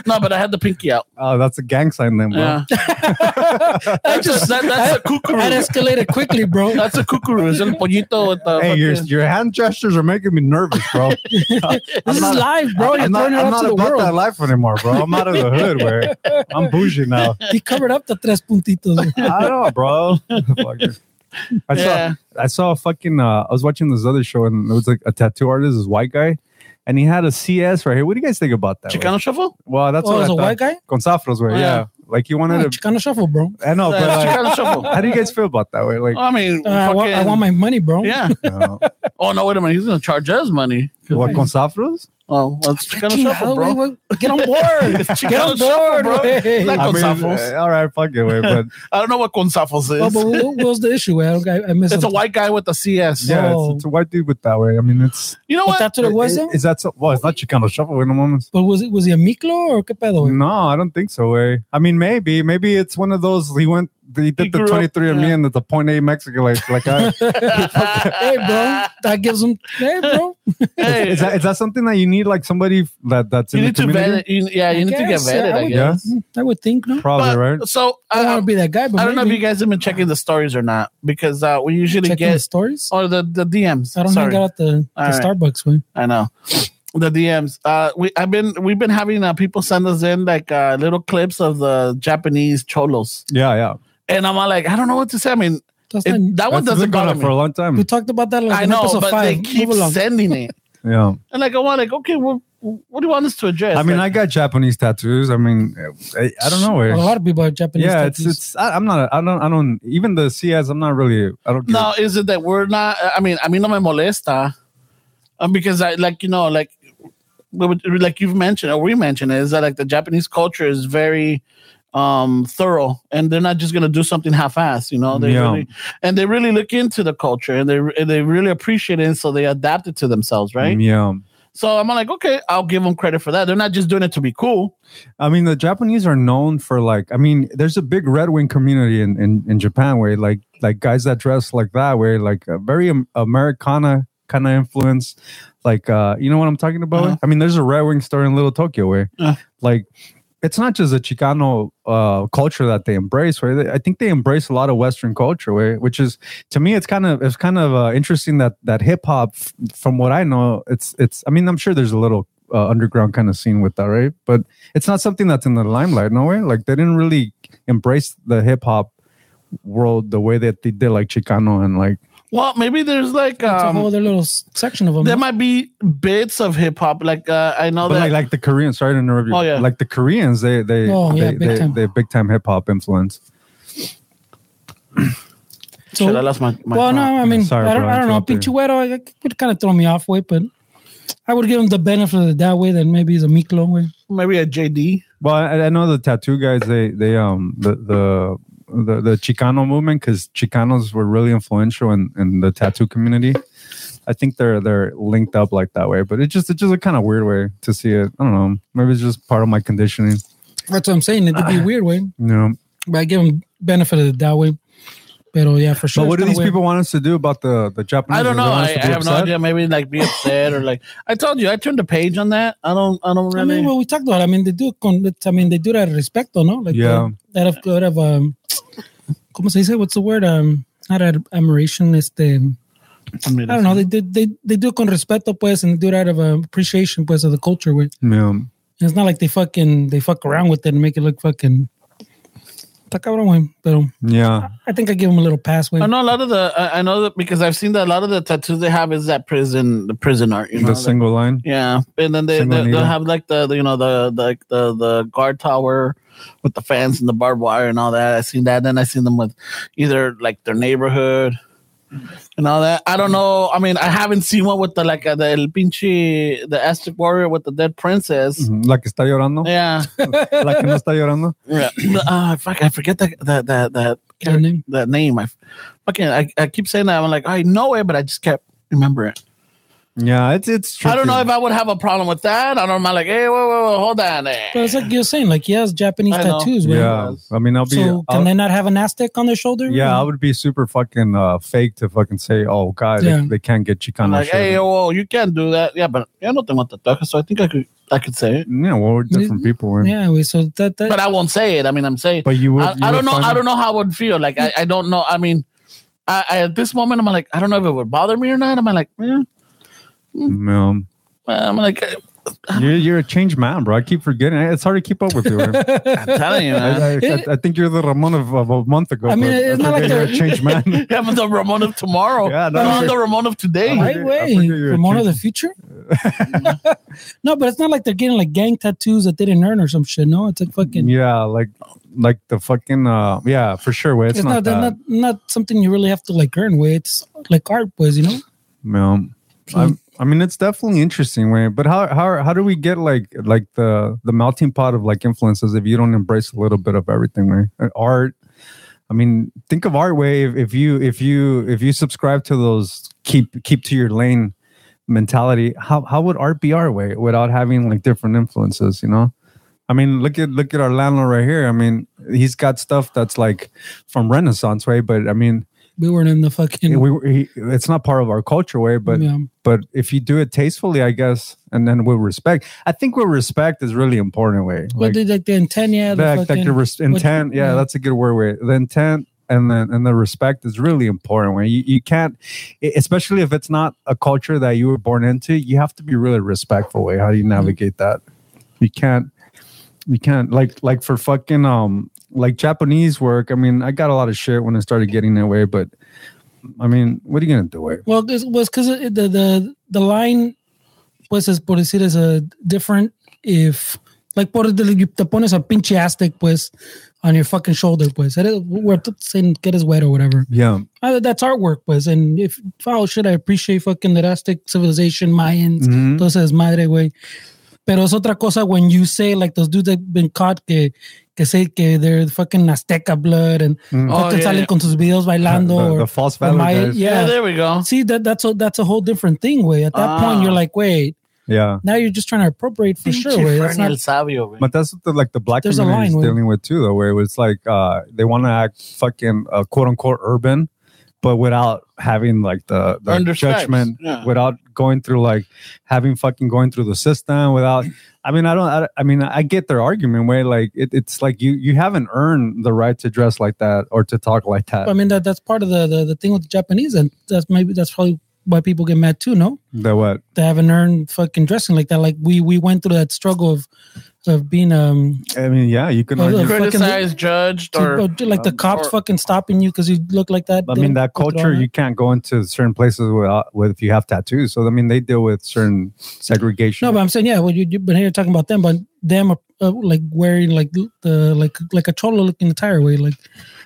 No, but I had the pinky out. Oh, that's a gang sign then, bro. Yeah. I That's a- just that- that's a cuckoo. that escalated quickly, bro. That's a cuckoo. It's el pollito with the. Hey, your, fucking- your hand gestures are making me nervous, bro. This is not- live, bro. You're I'm not, throwing it I'm out not to the about that world. life anymore, bro. I'm out of the hood, where I'm bougie now. He covered up the tres puntitos. güey. I don't know, bro. Fucker. I saw, Yeah. I saw a fucking. Uh, I was watching this other show, and it was like a tattoo artist, this white guy, and he had a CS right here. What do you guys think about that? Chicano shuffle. Well, that's Oh, what I as a thought. white guy? Con Safros, way, Oh, yeah. yeah. Like he Oh, wanted to. Chicano shuffle, bro. I know, but Uh, like, Chicano shuffle. how do you guys feel about that? Way, like, I mean, Uh, I, want, I fucking- want my money, bro. Yeah. you know, Oh no, wait a minute. He's gonna charge us money. what con Safros? Oh, that's Chicano Chingado, shuffle, bro. güey, güey. Get on board. Get on board, bro. güey. Like- I Con mean, Safros. uh, all right, fuck it, way, but I don't know what consafos Oh, is. but what, what was the issue? güey? I, don't- I, I missed it's a something. white guy with a CS. yeah, Oh. it's, it's a white dude with that way. I mean, it's eh, You know But what? that's what it was, though? Is, that so? Well, it's not Chicano shuffle in the moment. But was it was he a Miklo or qué pedo? güey? No, I don't think so. Eh? I mean, maybe, maybe it's one of those. He went, he did He the grew up- twenty three and me yeah. and the point eight Mexican, like, like I. hey, bro, that gives him. Hey, bro, Hey, is that is that something that you need? Like somebody that that's you in need the to vet community, it. You, yeah, you need to get guess, yeah, vetted. I would- guess. guess. I would think no. probably But- right. So I don't want I, to be that guy, but I don't know if maybe. you guys have been checking the stories or not because uh, we usually checking the get stories. or the the DMs. I don't Sorry, hang out at the, the All right. Starbucks one. I know the DMs. Uh, we I've been we've been having uh, people send us in like uh, little clips of the Japanese cholos, Yeah, yeah. and I'm all like, I don't know what to say. I mean, That's it, not, that one That's doesn't been going bother on for a me. long time. we talked about that like I in know, episode but five. they keep Move along. sending it. Yeah. And like, I want like, okay, well, what do you want us to address? I mean, I Like, got Japanese tattoos. I mean, I, I don't know. a eh. lot of people have Japanese. Yeah, it's tattoos. it's. I, I'm not. I don't. I don't. Even the CS. I'm not really. I don't. give now is it that we're not? I mean, I mean, no me molesta, um, because I like you know like. we would- Like you've mentioned, or we mentioned, is that like the Japanese culture is very um thorough, and they're not just gonna do something half-assed, you know. They Yeah. really and they Mm-hmm. really look into the culture, and they and they really appreciate it, and so they adapt it to themselves, a- right? Yeah. So I'm like, okay, I'll give them credit for that. They're not just doing it to be cool. I mean, the Japanese are known for like. I mean, there's a big Red Wing community in, in, in Japan where like like guys that dress like that, where like a very Am- Americana kind of influence. Like, uh, you know what I'm talking about? Uh-huh. I mean, there's a Red Wing store in Little Tokyo where Uh. like it's not just a Chicano uh, culture that they embrace. Where they, I think they embrace a lot of Western culture, where, which is to me, it's kind of it's kind of uh, interesting that that hip hop, f- from what I know, it's it's. I mean, I'm sure there's a little uh, underground kind of scene with that, right? But it's not something that's in the limelight, no way. Like they didn't really embrace the hip hop world the way that they did, like Chicano and like Well, maybe there's like It's a whole um, other little s- section of them. there might be bits of hip hop. Like uh, I know but that like like the Koreans. Sorry to interrupt you. Oh, yeah. Like the Koreans, they they Oh, they, yeah, big they, time. they big time hip hop influence. so, Shit, I lost my, my well, no, thought. I mean, Sorry, I don't, bro, I don't know. interrupted. Pinchuero it would kind of throw me off way, but I would give him the benefit of the doubt way than maybe the Miklo way. maybe a JD. Well, I, I know the tattoo guys. They they um the the the, the Chicano movement because Chicanos were really influential in, in the tattoo community. I think they're they're linked up like that way, but it just it's just a kind of weird way to see it. I don't know. Maybe it's just part of my conditioning. That's what I'm saying. It could be weird way, You know. but I give him benefit of the doubt way. Pero yeah, for sure. But what it's do kinda these weird. people want us to do about the the Japanese? I don't Do they know. want us I, to I be have no upset? idea. Maybe like be upset or like I told you, I turned the page on that. I don't. I don't I really. mean, what we talked about. I mean, they do. Con, it's- I mean, they do that respecto, no? Like Yeah. That of that of um, ¿cómo se dice? What's the word? Um, not ad- admiration. Este, I don't know. They did. They, they do it con respeto, pues, and do it out of um, appreciation, pues, of the culture. Way. Yeah. And It's not like they fucking they fuck around with it and make it look fucking. Está cabrón, güey. Pero Yeah. I think I give him a little pass. Way. I know a lot of the. I, I know that because I've seen that a lot of the tattoos they have is that prison, the prison art. You know, The that- single line. yeah, and then they, they single they'll needle. have like the, the you know the the, the the guard tower with the fence and the barbed wire and all that. I seen that. Then I seen them with either like their neighborhood and all that. I don't know. I mean, I haven't seen one with the like uh, the El Pinche the Aztec warrior with the dead princess. Mhm. La que está llorando. Yeah, La que no está llorando. yeah. uh, fuck, I forget that that that that Their name. that name. I fucking I, I keep saying that. I'm like, I know it, but I just can't remember it. Yeah. It's it's. Tricky. I don't know if I would have a problem with that. I don't mind like, hey, whoa, whoa, whoa, hold on. eh. But it's like you're saying, like he has Japanese I know. tattoos. Way. Yeah. I mean, I'll be. So I'll- can they not have an Aztec on their shoulder? Yeah, I would be super fucking uh, fake to fucking say, "Oh God, Yeah. they, they can't get Chicano." I'm like, shit. hey, whoa, you can't do that. Yeah, but I don't think want the talk, so I think I could I could say it, yeah, well, we're different people. We're, Mm-hmm. Yeah. Way. So that that. but I won't say it. I mean, I'm saying. But you would. I, you I would don't know. find I it- don't know how I would feel. Like I, I don't know. I mean, I, I at this moment I'm like I don't know if it would bother me or not. I'm like, eh. No. I'm like, eh, Mm, You're, you're a changed man, bro. I keep forgetting. It's hard to keep up with you. man. I'm telling you, I, man. I, I, I think you're the Ramon of, of a month ago. I mean, but it's I not like forget you're a they're- changed man. Yeah, but the Ramon of tomorrow. Yeah, Yeah, no, not no. the Ramon of today. I Right figured- I way figured you were from one of kidding. the future. no, but it's not like they're getting like gang tattoos that they didn't earn or some shit. No, it's like fucking. yeah, like like the fucking uh, yeah, for sure. Way it's, It's, not, not, that's that. not not something you really have to like earn. Way it's like art, boys. You know. No. I'm- I mean, it's definitely interesting, way. But how how how do we get like like the the melting pot of like influences if you don't embrace a little bit of everything, way? Uh, Art. I mean, think of art way if, if you if you if you subscribe to those keep keep to your lane mentality. How how would art be our way without having like different influences? You know. I mean, look at look at our landlord right here. I mean, he's got stuff that's like from Renaissance way, but I mean, We weren't in the fucking. we he, it's not part of our culture way, but yeah. but if you do it tastefully, I guess, and then with respect, I think with respect is really important. Way what like did like the intent? Yeah, the that, like fucking, the res- intent. yeah, yeah. that's a good word. Way the intent and then and the respect is really important. Way you, you can't, e- especially if it's not a culture that you were born into, you have to be really respectful. Way how do you navigate that? You can't, you can't like like for fucking um like Japanese work. I mean, I got a lot of shit when I started getting that way, but. I mean, what are you gonna do? Way? well, it was because the the the line pues es por decir is a different if like por de- you te pones a pinche aztec pues on your fucking shoulder pues Eres- we're t- saying get his wet or whatever. Yeah, Uh, that's artwork pues and if oh shit I appreciate fucking that aztec civilization Mayans Mm-hmm. Mhm. entonces madre güey. Pero es otra cosa when you say like those dudes that been caught que que say que they're fucking Azteca blood and mm-hmm. Oh, fucking yeah, salen yeah. con sus videos bailando The- or, the false or valor Maya- guys. Yeah, yeah. there we go. See that that's a that's a whole different thing. Way at that Ah. point you're like, wait, yeah. Now you're just trying to appropriate for sure. Way. That's Fernie not, El Sabio, güey. But that's what the, like the black There's a community is line, dealing with too, though, where it was like uh, they want to act fucking uh, quote unquote urban, but without having like the, the Under stripes, judgment, yeah. without going through like having fucking going through the system, without. I mean, I don't. I, I mean, I get their argument. Way like it, it's like you you haven't earned the right to dress like that or to talk like that. I mean that that's part of the, the the thing with the Japanese, and that's maybe that's probably why people get mad too. No, the what? they haven't earned fucking dressing like that. Like we we went through that struggle of of being um I mean, yeah, you can. Well, argue- the fucking- Criticized, judged, or like the um, cops or- fucking stopping you because you look like that. I They mean, don't that go through all culture, that. you can't go into certain places without, with if you have tattoos. So, I mean, they deal with certain segregation. No, but I'm saying yeah. Well, you, you but here you're talking about them, but them uh, uh, like wearing like the like like a cholo looking attire way like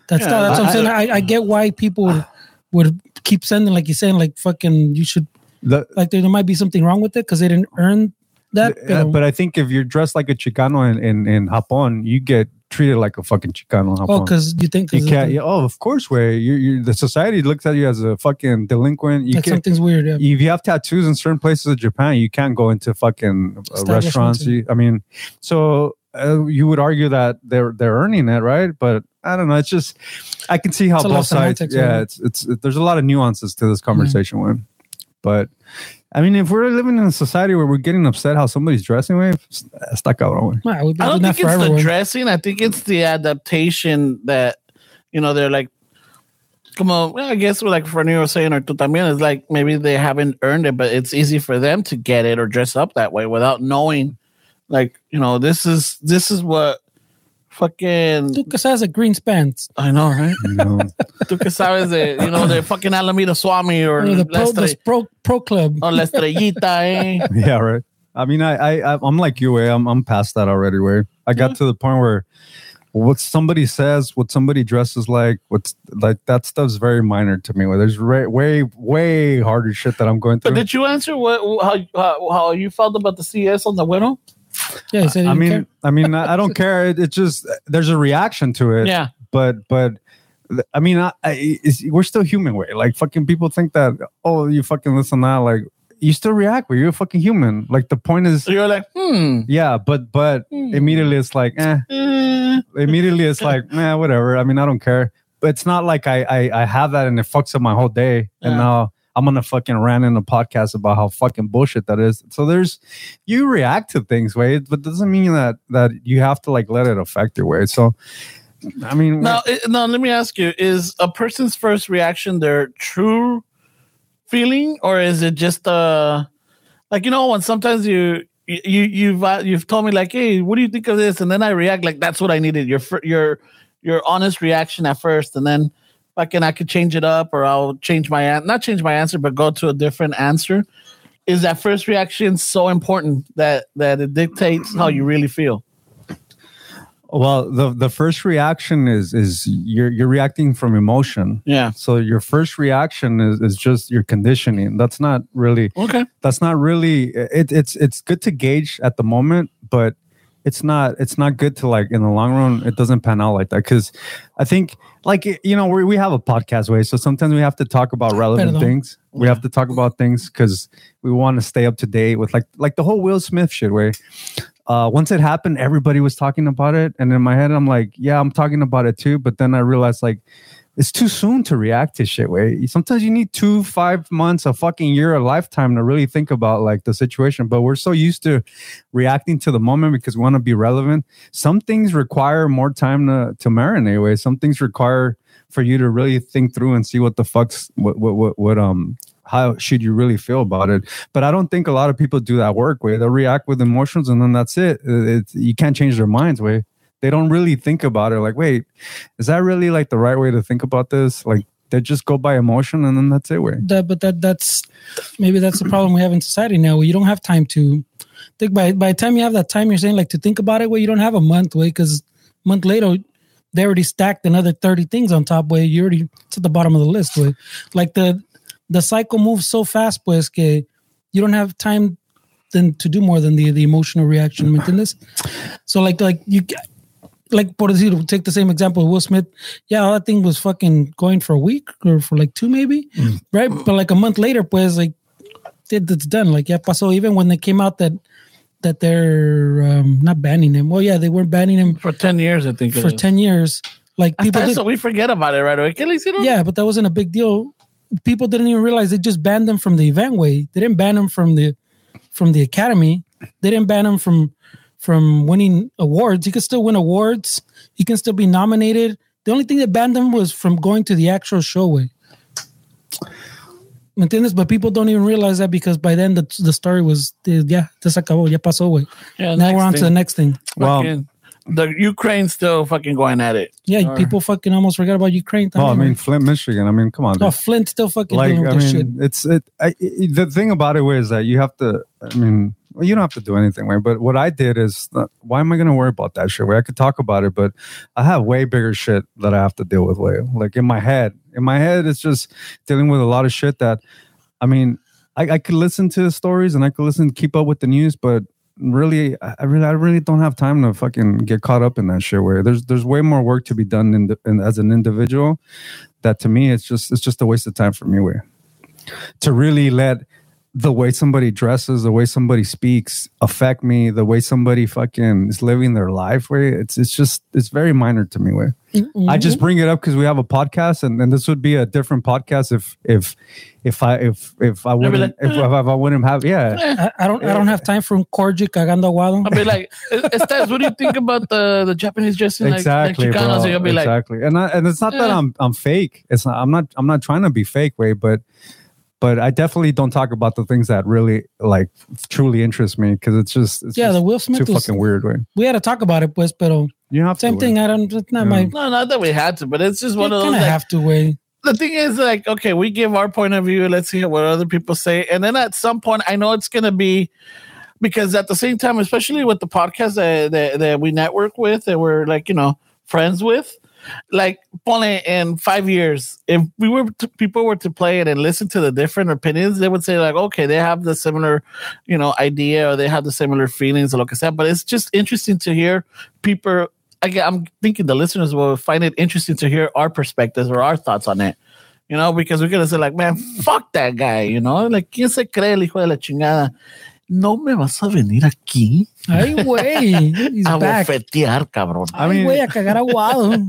that's Yeah, not, that's what I'm I- saying. I, I get why people would, would keep sending like you're saying like fucking you should The- like there, there might be something wrong with it because they didn't earn that. Yeah, pero- uh, but I think if you're dressed like a Chicano in, in, in Japón, you get treated like a fucking Chicano in oh, Japón. because you think you 'cause can't. it- yeah, oh, of course, way you, you the society looks at you as a fucking delinquent. You like can't. something's weird. Yeah. If you have tattoos in certain places of Japan, you can't go into fucking uh, Establishments restaurants. and- You, I mean, so uh, you would argue that they're they're earning it, right? But I don't know. It's just I can see how It's a lot both of sides. semantics, yeah, right? it's it's there's a lot of nuances to this conversation, with. But I mean, if we're living in a society where we're getting upset how somebody's dressing, way está cabrón. güey. Nah, we've been I don't doing that think it's forever. the way. dressing. I think it's the adaptation that you know they're like, come on. Well, I guess we're like Fernie was saying or tú también is like maybe they haven't earned it, but it's easy for them to get it or dress up that way without knowing, like you know this is this is what fucking Lucas has a green pants. I know right. You know? Tú que sabes de you know the fucking Alameda Swami or Or the pro, Lestre, the pro, pro club. Uh, or La Estrellita, eh? yeah, right. I mean, I, I, I'm like you, way. I'm, I'm past that already. Where I got to the point where what somebody says, what somebody dresses like, what's like that stuff's very minor to me. Where there's re- way, way harder shit that I'm going But through. did you answer what how, how how you felt about the CS on the widow? yeah, he said he I didn't mean, care. I mean, I I don't care. It, it's just there's a reaction to it. Yeah. but but th- I mean, I, I it's, we're still human. Way like fucking people think that oh, you fucking listen that like you still react. Where you're a fucking human. Like the point is. So you're like, hmm. Yeah, but but Mm. Hmm. immediately it's like, eh, eh. immediately it's like, man, whatever. I mean, I don't care. But it's not like I I, I have that and it fucks up my whole day. And Yeah. now I'm gonna fucking rant in a podcast about how fucking bullshit that is. So there's you react to things, Wade, but doesn't mean that that you have to like let it affect your way. So I mean Now, it, now, let me ask you: Is a person's first reaction their true feeling, or is it just uh like you know when sometimes you you you've uh, you've told me like, hey, what do you think of this? And then I react like that's what I needed. Your fir- your your honest reaction at first, and then fucking I could change it up, or I'll change my an- not change my answer, but go to a different answer. Is that first reaction so important that that it dictates how you really feel? well the the first reaction is is you're you're reacting from emotion. Yeah. So your first reaction is, is just your conditioning. That's not really Okay. that's not really it, it's it's good to gauge at the moment but it's not it's not good to like in the long run it doesn't pan out like that because i think like you know we, we have a podcast way so sometimes we have to talk about relevant Perdón. things we have to talk about things because we want to stay up to date with like like the whole will smith shit way uh, once it happened, everybody was talking about it, and in my head, I'm like, "Yeah, I'm talking about it too." But then I realized, like, it's too soon to react to shit. Way sometimes you need two, five months, a fucking year, a lifetime to really think about like the situation. But we're so used to reacting to the moment because we want to be relevant. Some things require more time to to marinate. Way some things require for you to really think through and see what the fucks what what what, what um how should you really feel about it but i don't think a lot of people do that work way they react with emotions and then that's it it's, you can't change their minds way they don't really think about it like wait is that really like the right way to think about this like they just go by emotion and then that's it way that but that that's maybe that's the problem we have in society now where you don't have time to think by by the time you have that time you're saying like to think about it where you don't have a month way because month later they already stacked another 30 things on top way you already it's at the bottom of the list way like the the cycle moves so fast pues que you don't have time then to do more than the the emotional reaction ¿me entiendes? so like like you like por decir, take the same example of Will Smith. Yeah, all that thing was fucking going for a week or for like two maybe, right? But like a month later, pues like it, it's done. Like yeah, pasó. Even when they came out that that they're um, not banning him. Well, yeah, they weren't banning him for ten years, I think. it for is. ten years. Like people, That's did, so we forget about it right away. ¿Qué le hicieron? yeah, but that wasn't a big deal. People didn't even realize they just banned them from the event. Way they didn't ban him from the from the academy. They didn't ban him from from winning awards. He could still win awards. He can still be nominated. The only thing that banned him was from going to the actual show. Way. ¿Me entiendes? But people don't even realize that because by then the, the story was, yeah, ya se acabó, ya pasó, güey. Yeah, now next we're on to thing. the next thing. Well, Fucking- the Ukraine's still fucking going at it. Yeah, Or- people fucking almost forgot about Ukraine. oh, I mean Flint, Michigan. I mean, come on. oh, dude. Flint still fucking like dealing with I this mean, shit. it's it. I, i the thing about it is that you have to. I mean, well, you don't have to do anything, right? But what I did is, uh, why am I going to worry about that shit? Where I could talk about it, but I have way bigger shit that I have to deal with. Way like in my head, in my head, it's just dealing with a lot of shit that, I mean, I, I could listen to the stories and I could listen, keep up with the news, but really, I I really, I really don't have time to fucking get caught up in that shit. Where there's there's way more work to be done in, the, in as an individual. That to me, it's just it's just a waste of time for me. Where to really let the way somebody dresses, the way somebody speaks affect me, the way somebody fucking is living their life. Way it's it's just it's very minor to me. Way I just bring it up because we have a podcast, and, and this would be a different podcast if if if I if if I be wouldn't like, if, if I wouldn't have yeah. I, I don't. I don't have time for un corgi cagando aguado. I'll be like, Estes, what do you think about the, the Japanese dressing like- Exactly, like, Chicanos? bro. And you'll be like, exactly, and I, and it's not that Eh. I'm I'm fake. It's not I'm not I'm not trying to be fake, way, but but I definitely don't talk about the things that really like truly interest me because it's just it's Yeah, just the Will too Smith. Was, fucking weird, way. we had to talk about it, pues, pero You have same to, thing. I don't. It's not my. no, not that we had to, but it's just Mm. one you of those. kind of like, have to wait. the thing is, like, okay, we give our point of view. Let's see what other people say, and then at some point, I know it's gonna be because at the same time, especially with the podcast that that, that we network with, that we're like, you know, friends with. Like only in five years, if we were to, people were to play it and listen to the different opinions, they would say like, okay, they have the similar, you know, idea or they have the similar feelings or like I said. But it's just interesting to hear people. Again, I'm thinking the listeners will find it interesting to hear our perspectives or our thoughts on it you know, because we're gonna say like, man, fuck that guy, you know, like, ¿quién se cree el hijo de la chingada? No me vas a venir aquí Ay, güey, he's a back. bofetear, cabrón. I Ay, mean- güey, a cagar aguado.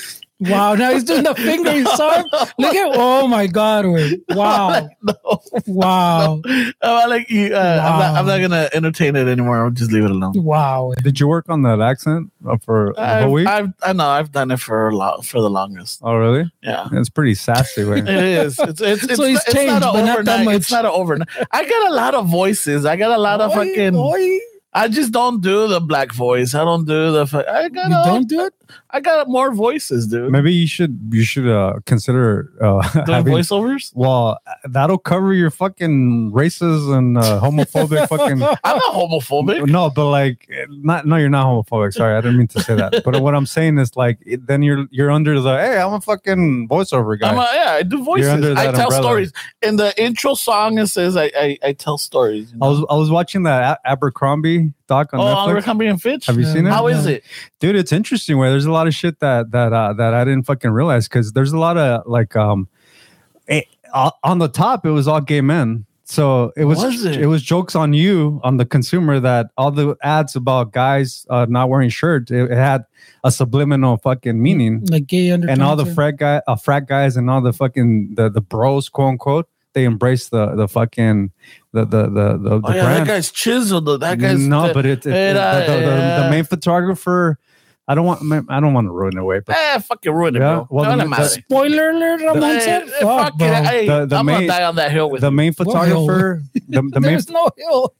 Yeah, Wow, now he's doing the finger. He's sorry. Look at. Oh my god, güey. Wow, No, wow, I'm like, you, uh, I'm, not, I'm not gonna entertain it anymore. I'll just leave it alone. wow. güey. did you work on that accent uh, for a I've, whole week? I've, I know I've done it for a lot for the longest. oh, really? Yeah. It's pretty sassy. Right? It is. It's, it's, it's, So he's it's changed, not a but not that overnight. It's much. not an overnight. I got a lot of voices. I got a lot of Oy, fucking. oy. I just don't do the black voice. I don't do the. fu- I got. You a- don't do it. I got more voices, dude. Maybe you should you should uh, consider uh, doing having. voiceovers. Well, that'll cover your fucking racist and uh, homophobic fucking. I'm not homophobic. No, but like, not no, you're not homophobic. Sorry, I didn't mean to say that. But what I'm saying is like, it- then you're you're under the hey, I'm a fucking voiceover guy. I'm a, yeah, I do voices. I You're tell under that umbrella. stories. In the intro song, it says I I, I tell stories. you I know? was I was watching that A- Abercrombie doc Oh, on oh, Netflix. Abercrombie and Fitch. Have you Yeah. seen it? How is Yeah. it? dude it's interesting where there's a lot of shit that that uh, that i didn't fucking realize because there's a lot of like um it, o- on the top it was all gay men so it was, Was it? it? was jokes on you on the consumer that all the ads about guys uh, not wearing shirts it, it had a subliminal fucking meaning Like gay under. and all the frat guy uh, frat guys and all the fucking the, the bros quote unquote they embrace the the fucking the the the the, the Oh, yeah, that brand guy's chiseled. though. That guy's no, the- but it, it, it, it- the, the- the- uh, the main photographer. I don't want. I don't want to ruin it away, but eh, fucking ruined it, Yeah, bro. Eh, well, Well, the- the, the, Spoiler alert, Eh, Ramon said. Fuck, bro. The- the I'm main- gonna die on that hill with the you. main Well, photographer, the, the main There's no hill.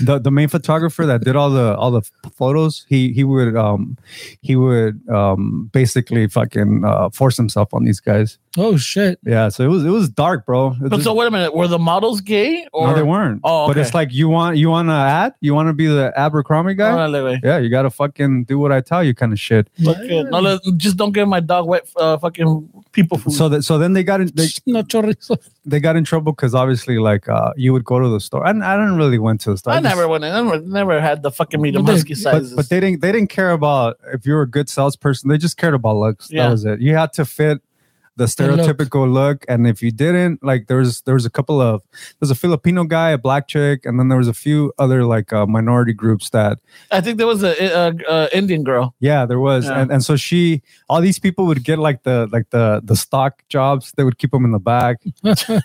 the, the main photographer that did all the all the f- photos, he he would um he would um basically fucking uh, force himself on these guys. Oh shit. Yeah, so it was it was dark, bro. It But was- so wait a minute, were the models gay or? no, they weren't. Oh, but it's okay. like you want you want to ad, you want to be the Abercrombie guy. Órale, güey. yeah, you gotta fucking do what I tell you, kind of shit. Fucking- no, let- just don't give my dog wet uh, fucking people food. So that so then they got in, they, No chorizo. they got in trouble because obviously like uh you would go to the store. I, I didn't really went to the store. I just- never went in. I never, never had the fucking medium But- husky sizes. But, but they didn't they didn't care about if you were a good salesperson. They just cared about looks. Yeah. That was it. You had to fit the stereotypical look. And if you didn't, like there was there was a couple of there's a Filipino guy, a black chick, and then there was a few other like uh, minority groups that I think there was a, a, a Indian girl. yeah, there was. Yeah. And and so she all these people would get like the like the the stock jobs. They would keep them in the back.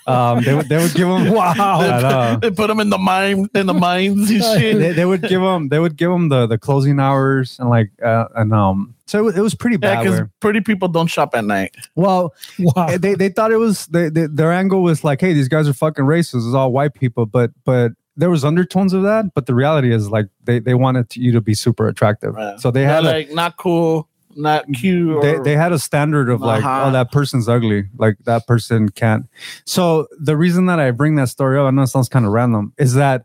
um, they would they would give them I know. they put them in the mine in the mines and they, shit. they would give them they would give them the the closing hours and like uh, and um so it, wa- it was pretty Yeah, Ah. bad because where- pretty people don't shop at night. well Wow. they, they thought it was they, they, their angle was like hey these guys are fucking racist it's all white people but but there was undertones of that but the reality is like they they wanted you to be super attractive Yeah. so they They are had like not cool, not cute. a Or, they, they had a standard of like Uh-huh. oh that person's ugly like that person can't so the reason that i bring that story up i know it sounds kind of random is that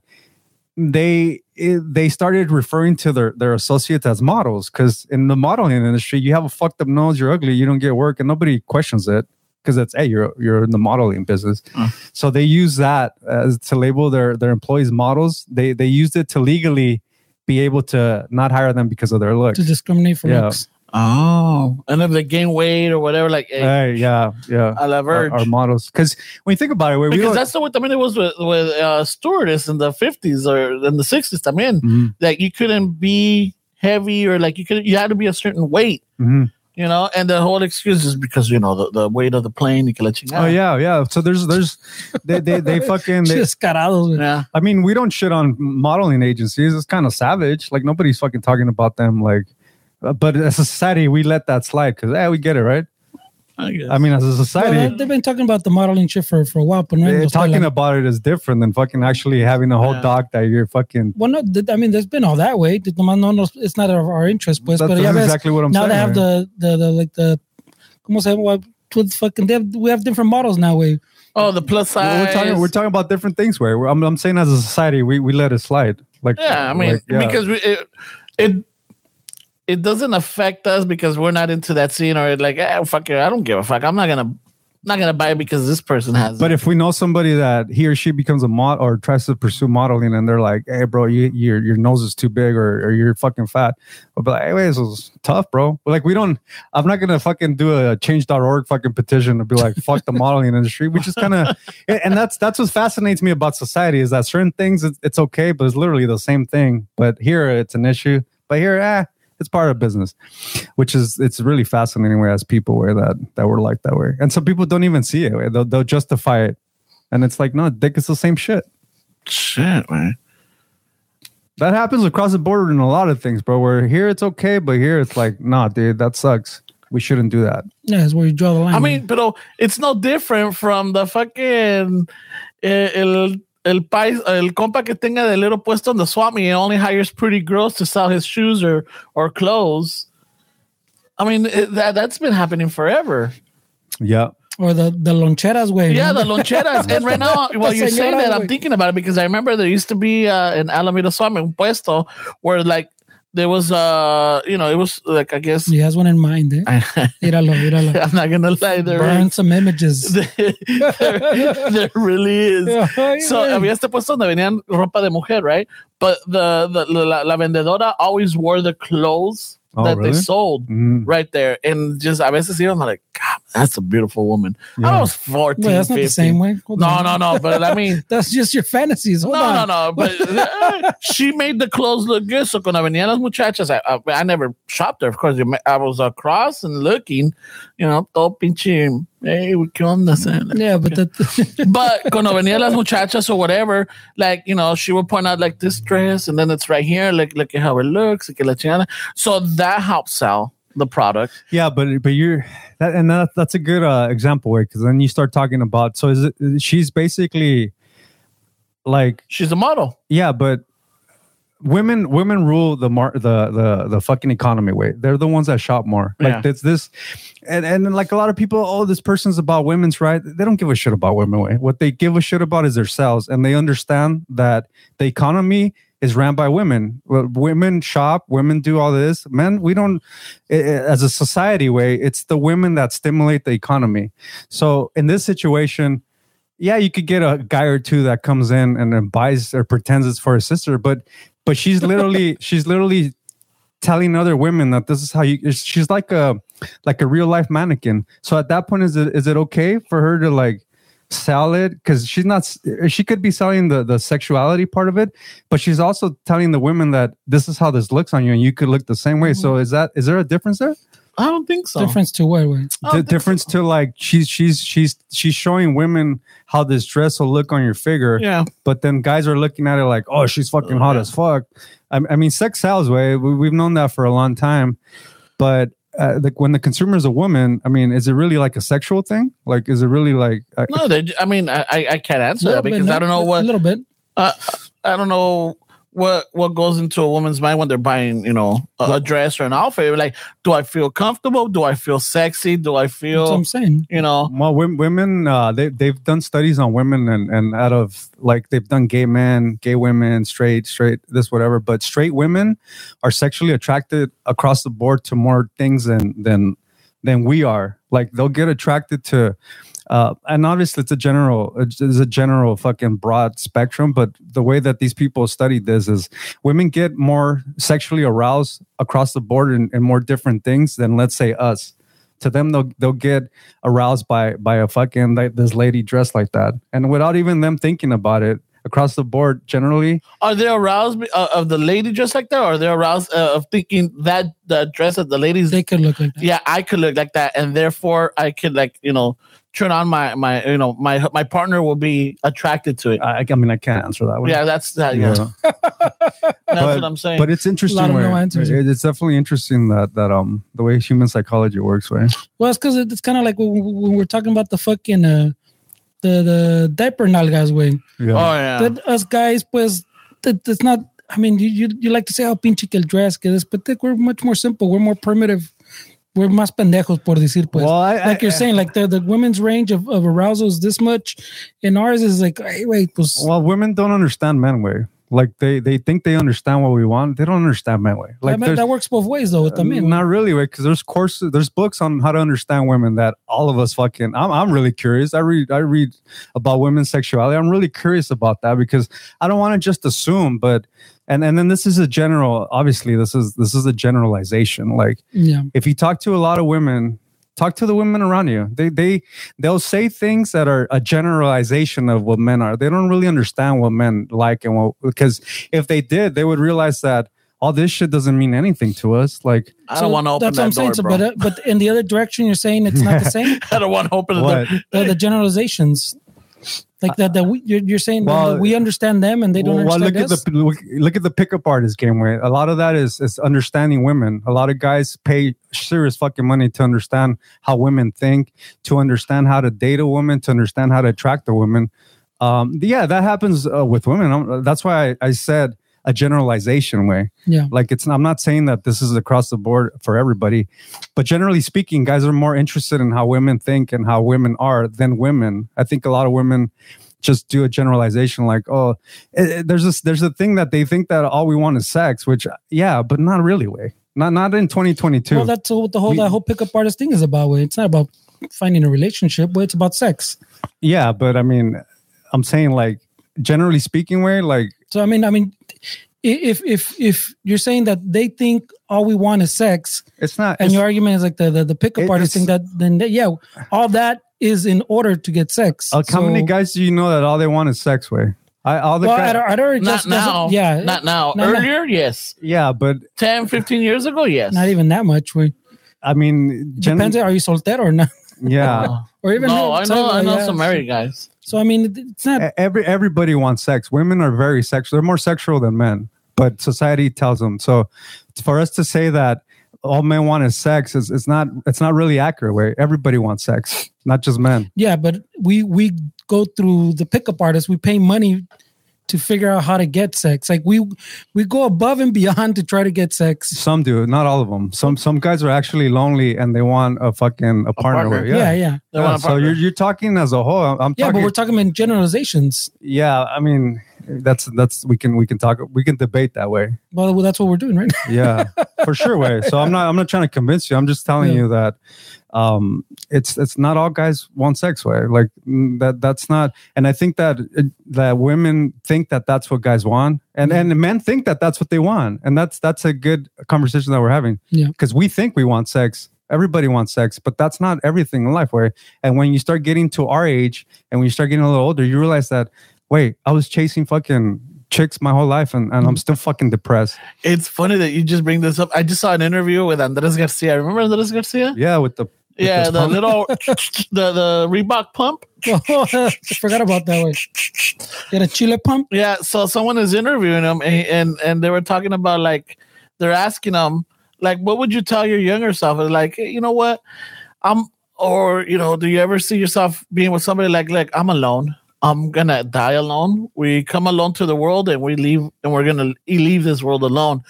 they it, they started referring to their their associates as models because in the modeling industry you have a fucked up nose you're ugly you don't get work and nobody questions it because that's hey you're you're in the modeling business Mm. so they use that as to label their their employees models they they used it to legally be able to not hire them because of their looks to discriminate for Yeah. looks. oh, and if they gain weight or whatever, like hey, hey yeah yeah I love her. our, our models. Because when you think about it, where we because don't, that's the what I mean. It was with with uh, stewardess in the fifties or in the sixties. I mean, Mhm, like you couldn't be heavy or like you could you had to be a certain weight. mhm. You know, and the whole excuse is because you know the, the weight of the plane. You can let you know. oh yeah, yeah. So there's there's they they, they fucking. They, Descarados. güey. yeah. I mean, we don't shit on modeling agencies. It's kind of savage. Like nobody's fucking talking about them. Like, uh, but as a society, we let that slide because yeah, we get it, right? I guess. I mean, as a Well, society. they've been talking about the modeling shit for, for a while, but no, eh, no, talking like- about it is different than fucking actually having a whole Yeah. doc that you're fucking. Well, no, th- I mean, there's been all that way. Th- nomás No, no, it's not of our interest, pues. That's, but yeah, that's ves, exactly what I'm now saying. they have man. the, the, the, like the, ¿cómo se llama? With fucking, they have, we have different models now, way. oh, the plus Well, size. we're talking. We're talking about different things. Where we're- I'm, I'm saying, as a society, we, we let it slide. Like Yeah, I mean, like, yeah. because we, it, it it doesn't affect us because we're not into that scene or like, eh, fuck it, I don't give a fuck. I'm not gonna not gonna buy it because this person has. But it. if we know somebody that he or she becomes a mod or tries to pursue modeling, and they're like, "Hey, bro, you, your your nose is too big, or, or you're fucking fat," I'll be like, "Hey, wait, this is tough, bro." Like, we don't. I'm not gonna fucking do a change.org fucking petition to be like, "Fuck the modeling industry." We just kind of, and that's that's what fascinates me about society is that certain things it's, it's okay, but it's literally the same thing. But here it's an issue. But here, ah, it's part of business which is it's really fascinating way as people wear that that were like that way and some people don't even see it way. They'll, they'll justify it and it's like no dick is the same shit shit, man. that happens across the border in a lot of things bro where here it's okay but here it's like nah dude that sucks we shouldn't do that Yeah, that's where you draw the line. I mean, but oh, it's no different from the fucking eh, el el pais el compa que tenga de little puesto on the swap meet and only hires pretty girls to sell his shoes or or clothes. I mean it, that that's been happening forever. yeah or the, the loncheras, way. Yeah, the loncheras. and right now, while you're saying that, I'm Señora, thinking about it because I remember there used to be uh, in Alameda Swami, un puesto, where like there was, uh, you know, it was like, I guess, He has one in mind, eh? Míralo, míralo. I'm not going to lie, there, Burn some images. there, there really is. So había este puesto donde venían ropa de mujer, right? But the, the la, la vendedora always wore the clothes Oh, that they really? sold Mm, right there. And just a veces iba, I'm like, God, that's a beautiful woman. I Yeah. was 14, Wait, that's not the 15. same way. Hold No, on. no, no. But I mean, That's just your fantasies. Hold no, on. no, no. But eh, she made the clothes look good. So cuando venían las muchachas, I, I, I never shopped there. Of course, you ma- I was across and looking, you know, todo pinche, hey, ¿qué onda? Sam?" Yeah, but that, But cuando venían las muchachas or whatever, like, you know, she would point out like this dress and then it's right here. Like, look at how it looks. y que la chingada. So that helps sell the product. yeah but but you're that and that, that's a good uh, example way because then you start talking about so is it, she's basically like She's a model. Yeah, but women women rule the mar- the the the fucking economy way. They're the ones that shop more. Like Yeah. that's this and and then, like a lot of people, oh, this person's about women's right. They don't give a shit about women way. What they give a shit about is themselves and they understand that the economy is ran by women. Well, Women shop, women do all this. Men, we don't i- i- as a society way, it's the women that stimulate the economy. So in this situation, yeah, you could get a guy or two that comes in and then buys or pretends it's for his sister, but but she's literally she's literally telling other women that this is how you. She's like a like a real life mannequin. So at that point, is it is it okay for her to like sell it? Because she's not. s- She could be selling the the sexuality part of it, but she's also telling the women that this is how this looks on you, and you could look the same way. So is that is there a difference there? I don't think so. Difference to what? I wait. don't the think difference to like she's she's she's she's showing women how this dress will look on your figure, so. Yeah. but then guys are looking at it like, oh, she's fucking hot yeah. as fuck. I, I mean, sex sells, way we, we've known that for a long time, but uh, like when the consumer is a woman, I mean, is it really like a sexual thing? Like, is it really like? I, No, they, I mean, I, I I can't answer Little that bit, because no? I don't know A what uh, little bit. I don't know what what goes into a woman's mind when they're buying, you know, a, a dress or an outfit. Like, do I feel comfortable? Do I feel sexy? Do I That's what feel, I'm saying. you know? Well, wom- women, uh, they they've done studies on women, and and out of like they've done gay men, gay women, straight, straight, this whatever. But straight women are sexually attracted across the board to more things than than than we are. Like they'll get attracted to, uh, and obviously it's a general, it's a general fucking broad spectrum. But the way that these people studied this is women get more sexually aroused across the board in, in more different things than let's say us. To them, they'll they'll get aroused by by a fucking like this lady dressed like that, and without even them thinking about it. Across the board, generally, Are they aroused be- uh, of the lady dress like that? Or are they aroused uh, of thinking that the dress that the ladies, They could look like that. yeah, I could look like that. And therefore I could like, you know, turn on my, my, you know, my, my partner will be attracted to it. Uh, I, I mean, I can't answer that one. yeah. That's that. Yeah. Yeah. That's But- what I'm saying. but it's interesting. no where- answers. it- it's definitely interesting that that um the way human psychology works, right? Well, it's because it's kind of like when, when we're talking about the fucking uh, the the diaper nalgas way. Yeah. oh yeah. That us guys, pues, that, that's not. I mean, you, you you like to say how pinche que el dress que this, but like, we're much more simple. We're more primitive. We're más pendejos por decir pues. Well, I- like I- you're eh, saying, like the, the women's range of, of arousal is this much, and ours is like, hey, wait, pues, Well, women don't understand men way. Like they they think they understand what we want. They don't understand men way. Like that, there's- that works both ways though. I mean, not really way because there's courses, there's books on how to understand women that all of us fucking. I'm I'm really curious. I read I read about women's sexuality. I'm really curious about that because I don't want to just assume, but. And, and then this is a general obviously this is this is a generalization like yeah, if you talk to a lot of women talk to the women around you they they they'll say things that are a generalization of what men are they don't really understand what men like and what because if they did they would realize that all this shit doesn't mean anything to us like I don't want to open that's that what I'm door, saying. So, bro. but uh, but in the other direction, you're saying it's not the same. I don't want to open the door. what the, the generalizations, like that. That we, you're, you're saying Well, that we understand them and they don't well, understand look at us. the look, look at the pickup artist game where a lot of that is is understanding women a lot of guys pay serious fucking money to understand how women think to understand how to date a woman to understand how to attract a woman um yeah that happens uh, with women Um, that's why I, I said a generalization way yeah, like it's i'm not saying that this is across the board for everybody but generally speaking guys are more interested in how women think and how women are than women i think a lot of women just do a generalization like oh eh, eh, there's this there's a thing that they think that all we want is sex which yeah but not really way not not in 2022 well, that's what the whole We- that whole pickup artist thing is about. Way it's not about finding a relationship, but it's about sex. yeah but i mean i'm saying like generally speaking way like So I mean, I mean, i- if if if you're saying that they think all we want is sex, it's not and it's- your argument is like the the, the pickup it- artist thing, that then that, yeah, all that is in order to get sex. like, how many So- guys do you know that all they want is sex way i all the Well, guy- I don't, I don't Not just now. Yeah, Not now. No, no. Earlier, yes. yeah but 10, 15 years ago, yes. not even that much. We i mean gen- depends. Are you soltero or not? yeah No, Or even Oh, no I know. I know yeah. some married guys. So I mean, it- it's not. E- every everybody wants sex. Women are very sexual. They're more sexual than men, but society tells them. So for us to say that all men want is sex is it's not it's not really accurate. Way everybody wants sex, not just men. Yeah, but we we go through the pickup artist. We pay money to figure out how to get sex. Like we we go above and beyond to try to get sex. Some do, not all of them. Some some guys are actually lonely and they want a fucking a partner. partner. way. Yeah, yeah, Yeah. yeah. They Yeah, want a so partner. you're, you're talking as a whole. I'm, I'm but talking. we're talking in generalizations. yeah, I mean, that's that's we can we can talk we can debate that way. Well, that's what we're doing right now. yeah for sure way so i'm not i'm not trying to convince you i'm just telling Yeah. you that um it's it's not all guys want sex way like mm, that that's not and i think that it, that women think that that's what guys want and Yeah. and men think that that's what they want and that's that's a good conversation that we're having Yeah. because we think we want sex Everybody wants sex, but that's not everything in life. Where and when you start getting to our age and when you start getting a little older, you realize that wait, I was chasing fucking chicks my whole life and, Mm. and I'm still fucking depressed. It's funny that you just bring this up. I just saw an interview with Andres Garcia. Remember Andres Garcia? Yeah, with the with Yeah, this the pump. little the the Reebok pump. I forgot about that one. Get a chile pump. Yeah, so someone is interviewing him, and and, and they were talking about like they're asking him like, what would you tell your younger self? And like, hey, you know what, I'm or you know, do you ever see yourself being with somebody like like I'm alone. I'm gonna die alone. We come alone to the world, and we leave, and we're gonna leave this world alone.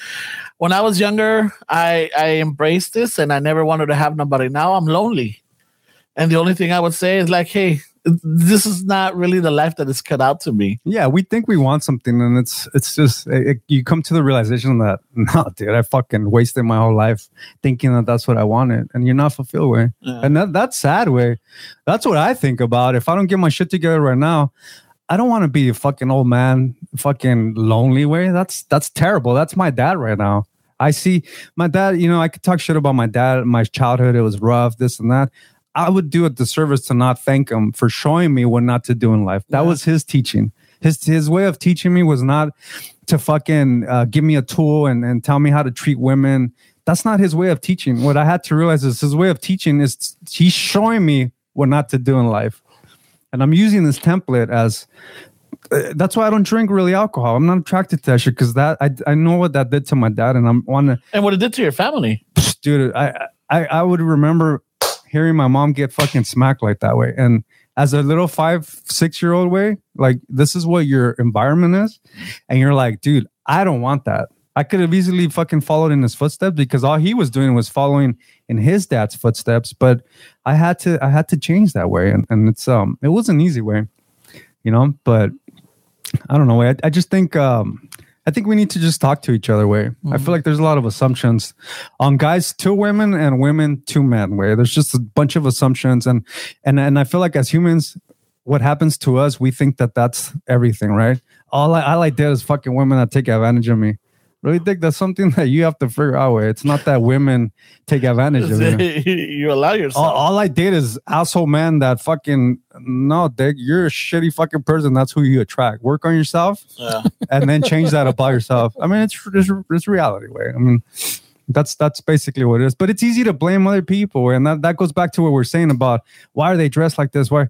When I was younger, I I embraced this, and I never wanted to have nobody. Now I'm lonely, and the only thing I would say is like, hey, this is not really the life that is cut out to me. yeah, we think we want something, and it's it's just it, it- you come to the realization that no, dude, I fucking wasted my whole life thinking that that's what I wanted, and you're not fulfilled way, Yeah. and that that's sad way. That's what I think about. If I don't get my shit together right now, I don't want to be a fucking old man, fucking lonely way. That's that's terrible. That's my dad right now. I see my dad. You know, I could talk shit about my dad, my childhood. It was rough, this and that. I would do a disservice to not thank him for showing me what not to do in life. That Yeah. was his teaching. His his way of teaching me was not to fucking uh, give me a tool and, and tell me how to treat women. That's not his way of teaching. What I had to realize is his way of teaching is he's showing me what not to do in life. And I'm using this template as uh, that's why I don't drink really alcohol. I'm not attracted to that shit because that I, I know what that did to my dad, and I'm want to and what it did to your family. Psh, dude, I, I I would remember hearing my mom get fucking smacked like that way. And as a little five, six year old way, like this is what your environment is. And you're like, dude, I don't want that. I could have easily fucking followed in his footsteps because all he was doing was following in his dad's footsteps. But I had to I had to change that way. And, and it's um it was an easy way, you know, but I don't know. I, I just think um I think we need to just talk to each other way. I feel like there's a lot of assumptions on guys to women and women to men way. There's just a bunch of assumptions and and and I feel like as humans what happens to us we think that that's everything, right? All I, all I did is fucking women that take advantage of me. Really think that's something that you have to figure out way. It's not that women take advantage of you. you allow All, yourself. all I did is asshole man that fucking no, dick. You're a shitty fucking person. That's who you attract. Work on yourself Yeah. and then change that about yourself. I mean, it's it's, it's reality, way. I mean, that's that's basically what it is. But it's easy to blame other people, and that that goes back to what we're saying about why are they dressed like this? Why,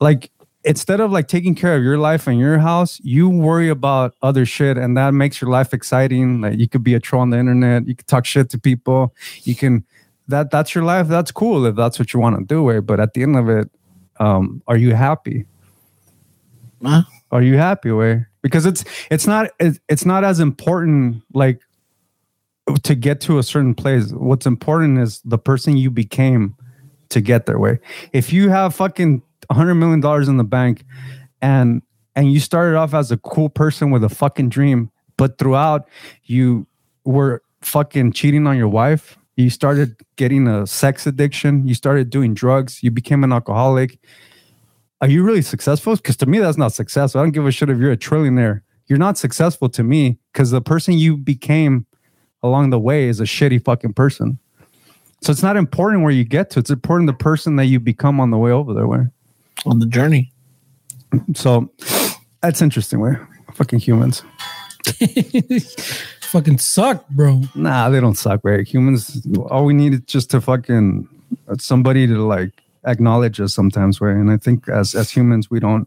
like. Instead of like taking care of your life and your house, you worry about other shit, and that makes your life exciting. Like you could be a troll on the internet, you could talk shit to people, you can that that's your life. That's cool if that's what you want to do. Way, but at the end of it, um, are you happy? Huh? Are you happy way? Because it's it's not it's it's not as important like to get to a certain place. What's important is the person you became to get there way. If you have fucking 100 million dollars in the bank and and you started off as a cool person with a fucking dream, but throughout you were fucking cheating on your wife, you started getting a sex addiction, you started doing drugs, you became an alcoholic, are you really successful? Because to me, that's not successful. I don't give a shit if you're a trillionaire. You're not successful to me because the person you became along the way is a shitty fucking person. So it's not important where you get to. It's important the person that you become on the way over there. Where On the journey. so that's interesting. Where fucking humans? Fucking suck, bro. Nah, they don't suck. Right? Humans. All we need is just to fucking uh, somebody to like acknowledge us sometimes. Where and I think as as humans we don't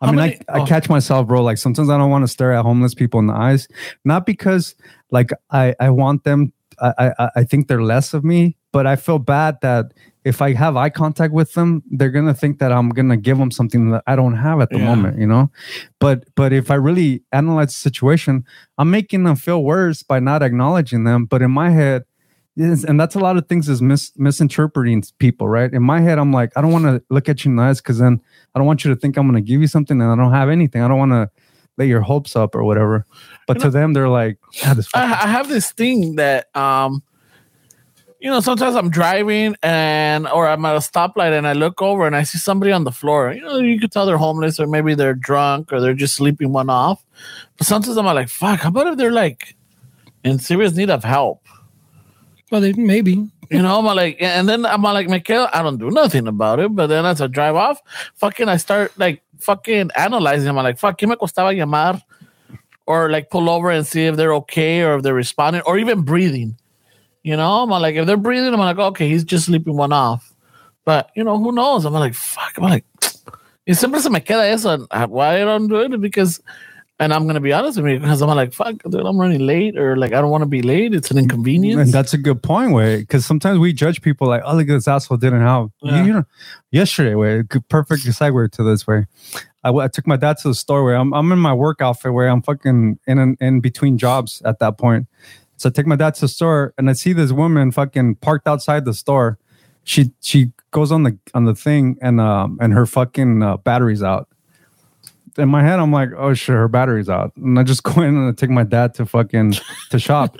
I How mean, many- I, oh. I catch myself, bro. Like sometimes I don't want to stare at homeless people in the eyes, not because like I I want them. I I- I, I think they're less of me, but I feel bad that if I have eye contact with them, they're gonna think that I'm gonna give them something that I don't have at the Yeah. moment, you know. But but if I really analyze the situation, I'm making them feel worse by not acknowledging them. But in my head, Yes, and that's a lot of things is mis- misinterpreting people, right? In my head, I'm like, I don't want to look at you in the eyes because then I don't want you to think I'm going to give you something and I don't have anything. I don't want to lay your hopes up or whatever. But to them, they're like, ah, this I, fucking- I have this thing that um, you know, sometimes I'm driving and or I'm at a stoplight and I look over and I see somebody on the floor. You know, you could tell they're homeless or maybe they're drunk or they're just sleeping one off. But sometimes I'm like, fuck, how about if they're like in serious need of help? Well, they, maybe. You know, I'm like, and then I'm like, Michael, I don't do nothing about it. But then as I drive off, fucking, I start like fucking analyzing. I'm like, fuck, ¿qué me costaba llamar? Or like pull over and see if they're okay or if they're responding or even breathing. You know, I'm like, if they're breathing, I'm like, okay, he's just sleeping one off. But you know, who knows? I'm like, fuck, I'm like, y siempre se me queda eso. And I- Why I don't do it? Because, and I'm gonna be honest with you, because I'm like, fuck, dude, I'm running late, or like, I don't want to be late. It's an And inconvenience. that's a good point, way, because sometimes we judge people like, oh, look, this asshole didn't help. You- Yeah. You, know, yesterday, way, good- perfect segue to this way. I, w- I took my dad to the store where I'm, I'm in my work outfit where I'm fucking in an, in between jobs at that point. So I take my dad to the store and I see this woman fucking parked outside the store. She she goes on the on the thing and um and her fucking uh, battery's out. In my head, I'm like, oh shit, her battery's out, and I just go in and I take my dad to fucking to shop.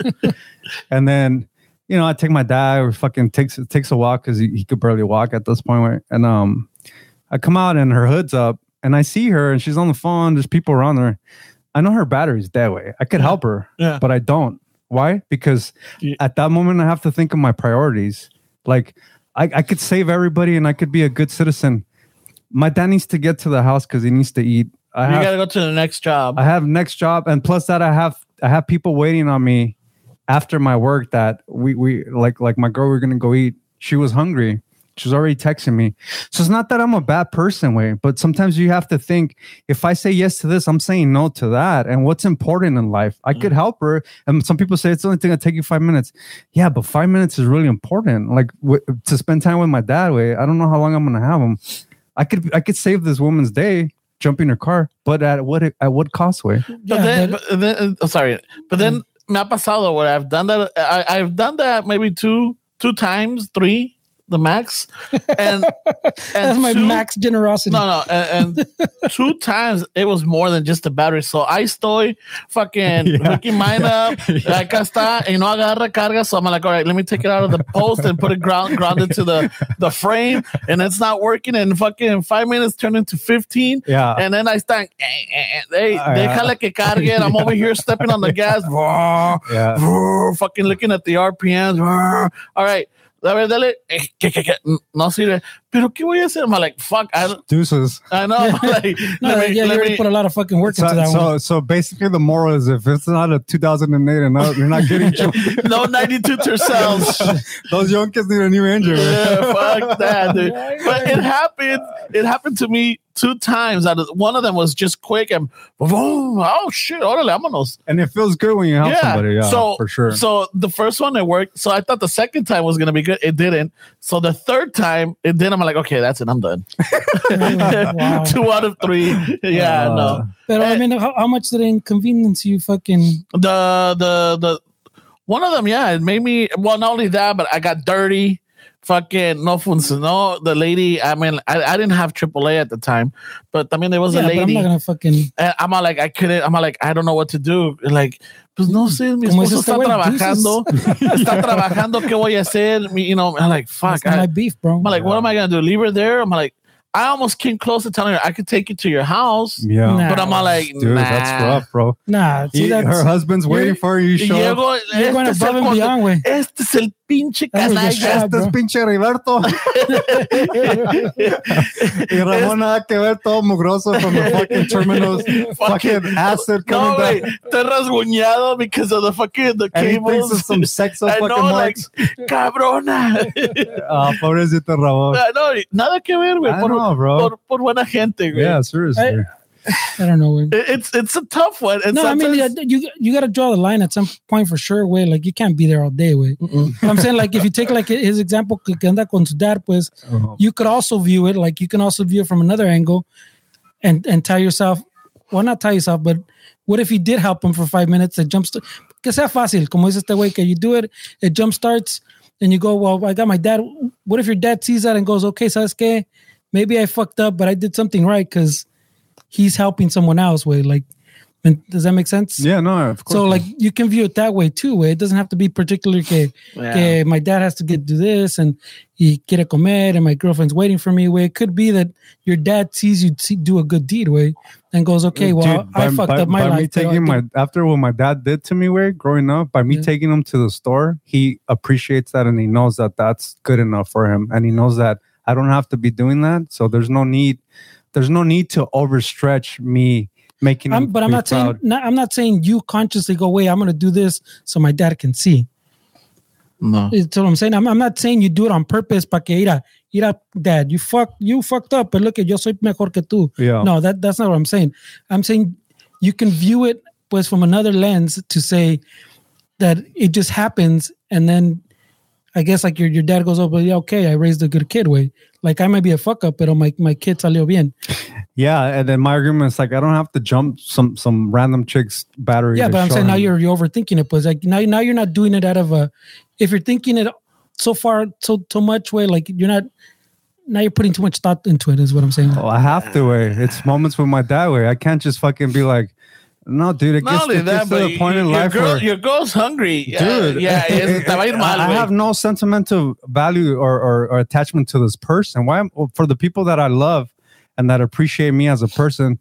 And then, you know, I take my dad or fucking takes it takes a walk because he, he could barely walk at this point. Right? And um, I come out and her hood's up, and I see her and she's on the phone. There's people around her. I know her battery's dead. Way I could help her, Yeah. but I don't. Why? Because Ye- at that moment, I have to think of my priorities. Like I, I could save everybody and I could be a good citizen. My dad needs to get to the house because he needs to eat. I you have- gotta go to the next job. I have next job, and plus that I have I have people waiting on me after my work that we we like like my girl we are gonna go eat. She was hungry. She was already texting me. So it's not that I'm a bad person, way, but sometimes you have to think if I say yes to this, I'm saying no to that. And what's important in life? I could help her. And some people say it's the only thing that take you five minutes. Yeah, but five minutes is really important. Like w- to spend time with my dad, way. I don't know how long I'm gonna have him. I could I could save this woman's day jumping her car, but at what at what cost way? But Yeah, then, but- but then oh, sorry. But then me ha pasado where I've done that. I, I've done that maybe two, two times, three, the max. And, and That's my two- max generosity. No, no, and, and two times it was more than just the battery. So I estoy fucking Yeah. hooking mine up. Like I está, y no agarra carga. So I'm like, all right, let me take it out of the post and put it ground grounded to the the frame, and it's not working. And fucking five minutes turned into fifteen. Yeah. And then I stand, eh, eh, eh, hey, Ah, yeah. déjale que cargue. And I'm over here stepping on the gas. Yeah. fucking looking at the RPMs. all right. A ver, dale. Eh, que, que, que. No sirve. Pero, ¿qué voy a hacer? I'm like, fuck, I, don't- Deuces. I know. like, No, let me, yeah, you let already me- put a lot of fucking work into So, that one. so, so basically, the moral is if it's not a 2008 and up, you're not getting junk. no 92 yourselves. Those young kids need a new engine. man. yeah, fuck that, dude. But it happened. It happened to me two times. Out of, one of them was just quick and boom. Oh shit! Órale, vámonos. And it feels good when you help somebody. Yeah, so for sure. So the first one it worked. So I thought the second time was gonna be good. It didn't. So the third time it did. I'm like, okay, that's it. I'm done. wow. Two out of three. Yeah, Uh, no. But I Eh. mean, how, how much did it inconvenience you fucking? the the the one of them, yeah, it made me well not only that, but I got dirty. Fucking no funcionó. The lady, I mean, I, I didn't have AAA at the time, but I mean, there was Yeah, a but I'm lady. not gonna fucking. and Eh, I'm all like, I couldn't, I'm all like, I don't know what to do. Like, pues no sé, mi Como esposo dice este está güey, trabajando, está trabajando, ¿qué voy a hacer? Me- You know, I'm like, That's fuck. not I, my beef, bro. I'm like, what am I going to do? Leave her there? I'm like, I almost came close to telling her, I could take you to your house. yeah. Nah. But I'm all like, Dude, that's nah. rough, bro. Nah, see, He- that's, her husband's waiting for you. You Y show up. llego, you're going este es el above and conde- beyond, way. Este es el pinche That was a canalla. shot. Este es bro. pinche Heriberto. y Ramon ha que ver todo mugroso from the fucking terminals. fucking acid coming No, down. güey, está rasguñado because of the fucking the And he thinks cables. it's some sexo I fucking know, like, marks. cabrona. Ah, pobrecito Ramon. I know, nada que ver, güey. I Por, know, bro. por, por buena gente, güey. yeah, seriously. I- I don't know. Way. It- It's it's a tough one. And No, I mean, sometimes- yeah, you you got to draw the line at some point for sure. Way, like you can't be there all day. Way, But I'm saying like if you take like his example, que anda con su dad, pues Oh. you could also view it like you can also view it from another angle, and and tell yourself, well, not tell yourself, but what if you did help him for five minutes? It jumps. Que sea fácil, como dice este way, que you do it, it jump starts, and you go, well, I got my dad. What if your dad sees that and goes, okay, sabes que, maybe I fucked up, but I did something right because he's helping someone else. Way like And Does that make sense? Yeah, no, of course. So like you can view it that way too. güey. It doesn't have to be particular que, Yeah. que my dad has to get do this and he quiere comer and my girlfriend's waiting for me. Way it could be that your dad sees you t- do a good deed way and goes, okay, well Dude, I fucked up my by life. me but I taking think- my after what my dad did to me, way growing up, by me Yeah. taking him to the store, he appreciates that and he knows that that's good enough for him, and he knows that I don't have to be doing that. So there's no need, there's no need to overstretch me making. I'm, him but I'm be not saying proud. not, I'm not saying you consciously go, wait, I'm gonna do this so my dad can see. No. That's what I'm saying. I'm, I'm not saying you do it on purpose para que ira, ira, dad, you fuck, you fucked up, but look at yo soy mejor que tú. Yeah. No, that that's not what I'm saying. I'm saying you can view it pues from another lens to say that it just happens and then I guess like your, your dad goes, Oh, but yeah, okay, I raised a good kid way. Like I might be a fuck up, but my my kid salió bien. Yeah, and then my argument is like I don't have to jump some some random chick's battery. Yeah, to but I'm show saying now him. you're you're overthinking it, but like now now you're not doing it out of a. If you're thinking it so far so so much way, like you're not. Now you're putting too much thought into it. Is what I'm saying. Oh, I have to way. It's moments with my dad way. I can't just fucking be like, no, dude. It Not gets, only it that, gets but to the point your, in life girl, where your girl's hungry. Yeah, dude. yeah, es- te va a ir mal, I, I güey. have no sentimental value or, or, or attachment to this person. Why? am- For the people that I love and that appreciate me as a person,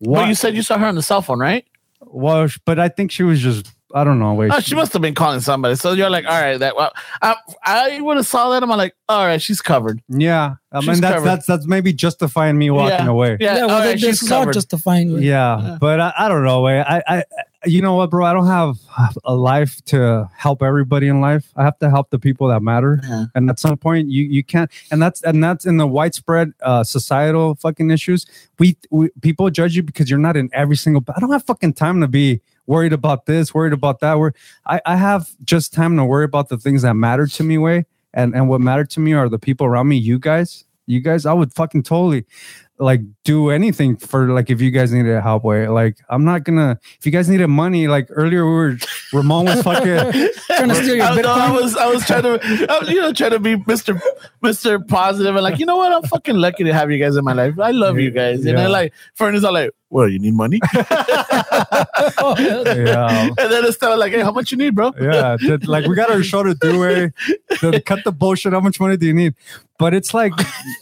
But why? you said you saw her on the cell phone, right? well, sh- but I think she was just. I don't know. Wait, Oh, she must have been calling somebody. So you're like, all right, that. Well, I, I would have saw that. I'm like, all right, she's covered. yeah. I She's mean, that's covered. that's that's maybe justifying me walking away. Yeah, all well, right, th- this she's is all covered. justifying. it. yeah, but I, I don't know. Way I, I, you know what, bro? I don't have a life to help everybody in life. I have to help the people that matter. Yeah. And at some point, you you can't. And that's and that's in the widespread uh, societal fucking issues. We, we people judge you because you're not in every single. I don't have fucking time to be worried about this, worried about that. Where I, I have just time to worry about the things that matter to me. Way and and what mattered to me are the people around me. You guys, you guys, I would fucking totally like do anything for like if you guys needed help way like i'm not gonna if you guys needed money like earlier we were ramon was fucking Trying to steal your I, no, I Bitcoin? was, I was trying to, I was, you know, trying to be Mister, Mister Positive, and like, you know what? I'm fucking lucky to have you guys in my life. I love you guys, and Yeah. Uh-huh. then like, Fernand's all like, well, you need money, yeah and then it's like, hey, how much you need, bro? yeah that- like we got our show to do way to cut the bullshit how much money do you need but it's like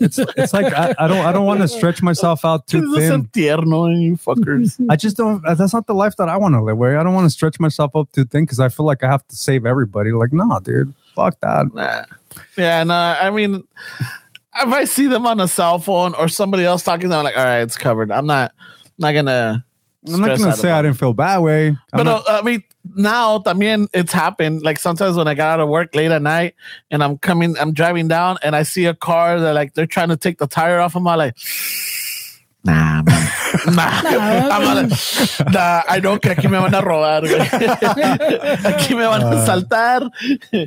it's it's like i, I don't i don't want to stretch myself out This too is so thin tierno, and you fuckers. i just don't that's not the life that i want to live where i don't want to stretch myself up too thin because i feel like i have to save everybody like nah dude fuck that Nah. Yeah, no, I mean, if I see them on a cell phone or somebody else talking, I'm like, all right, it's covered. I'm not, not gonna. i'm not stress gonna out say about i it. didn't feel bad way I'm But not- uh, I mean, now también it's happened. Like sometimes when I got out of work late at night and I'm coming, I'm driving down and I see a car that like they're trying to take the tire off of my like. Nah, man. nah. I'm like, nah, I know que aquí me van a robar. güey. aquí me van Ah. a saltar.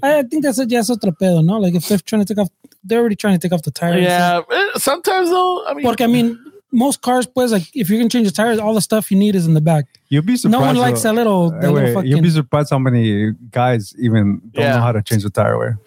I I think that's a, yeah, it's otro pedo, no? Like if they're trying to take off, they're already trying to take off the tires. Yeah, eh, sometimes though, I mean, Porque I mean, most cars, pues, like if you're gonna change the tires, all the stuff you need is in the back. you'd be surprised No one likes though. that little, Hey, that little wait, you'd fucking. be surprised how many guys even don't Yeah. know how to change the tire wear.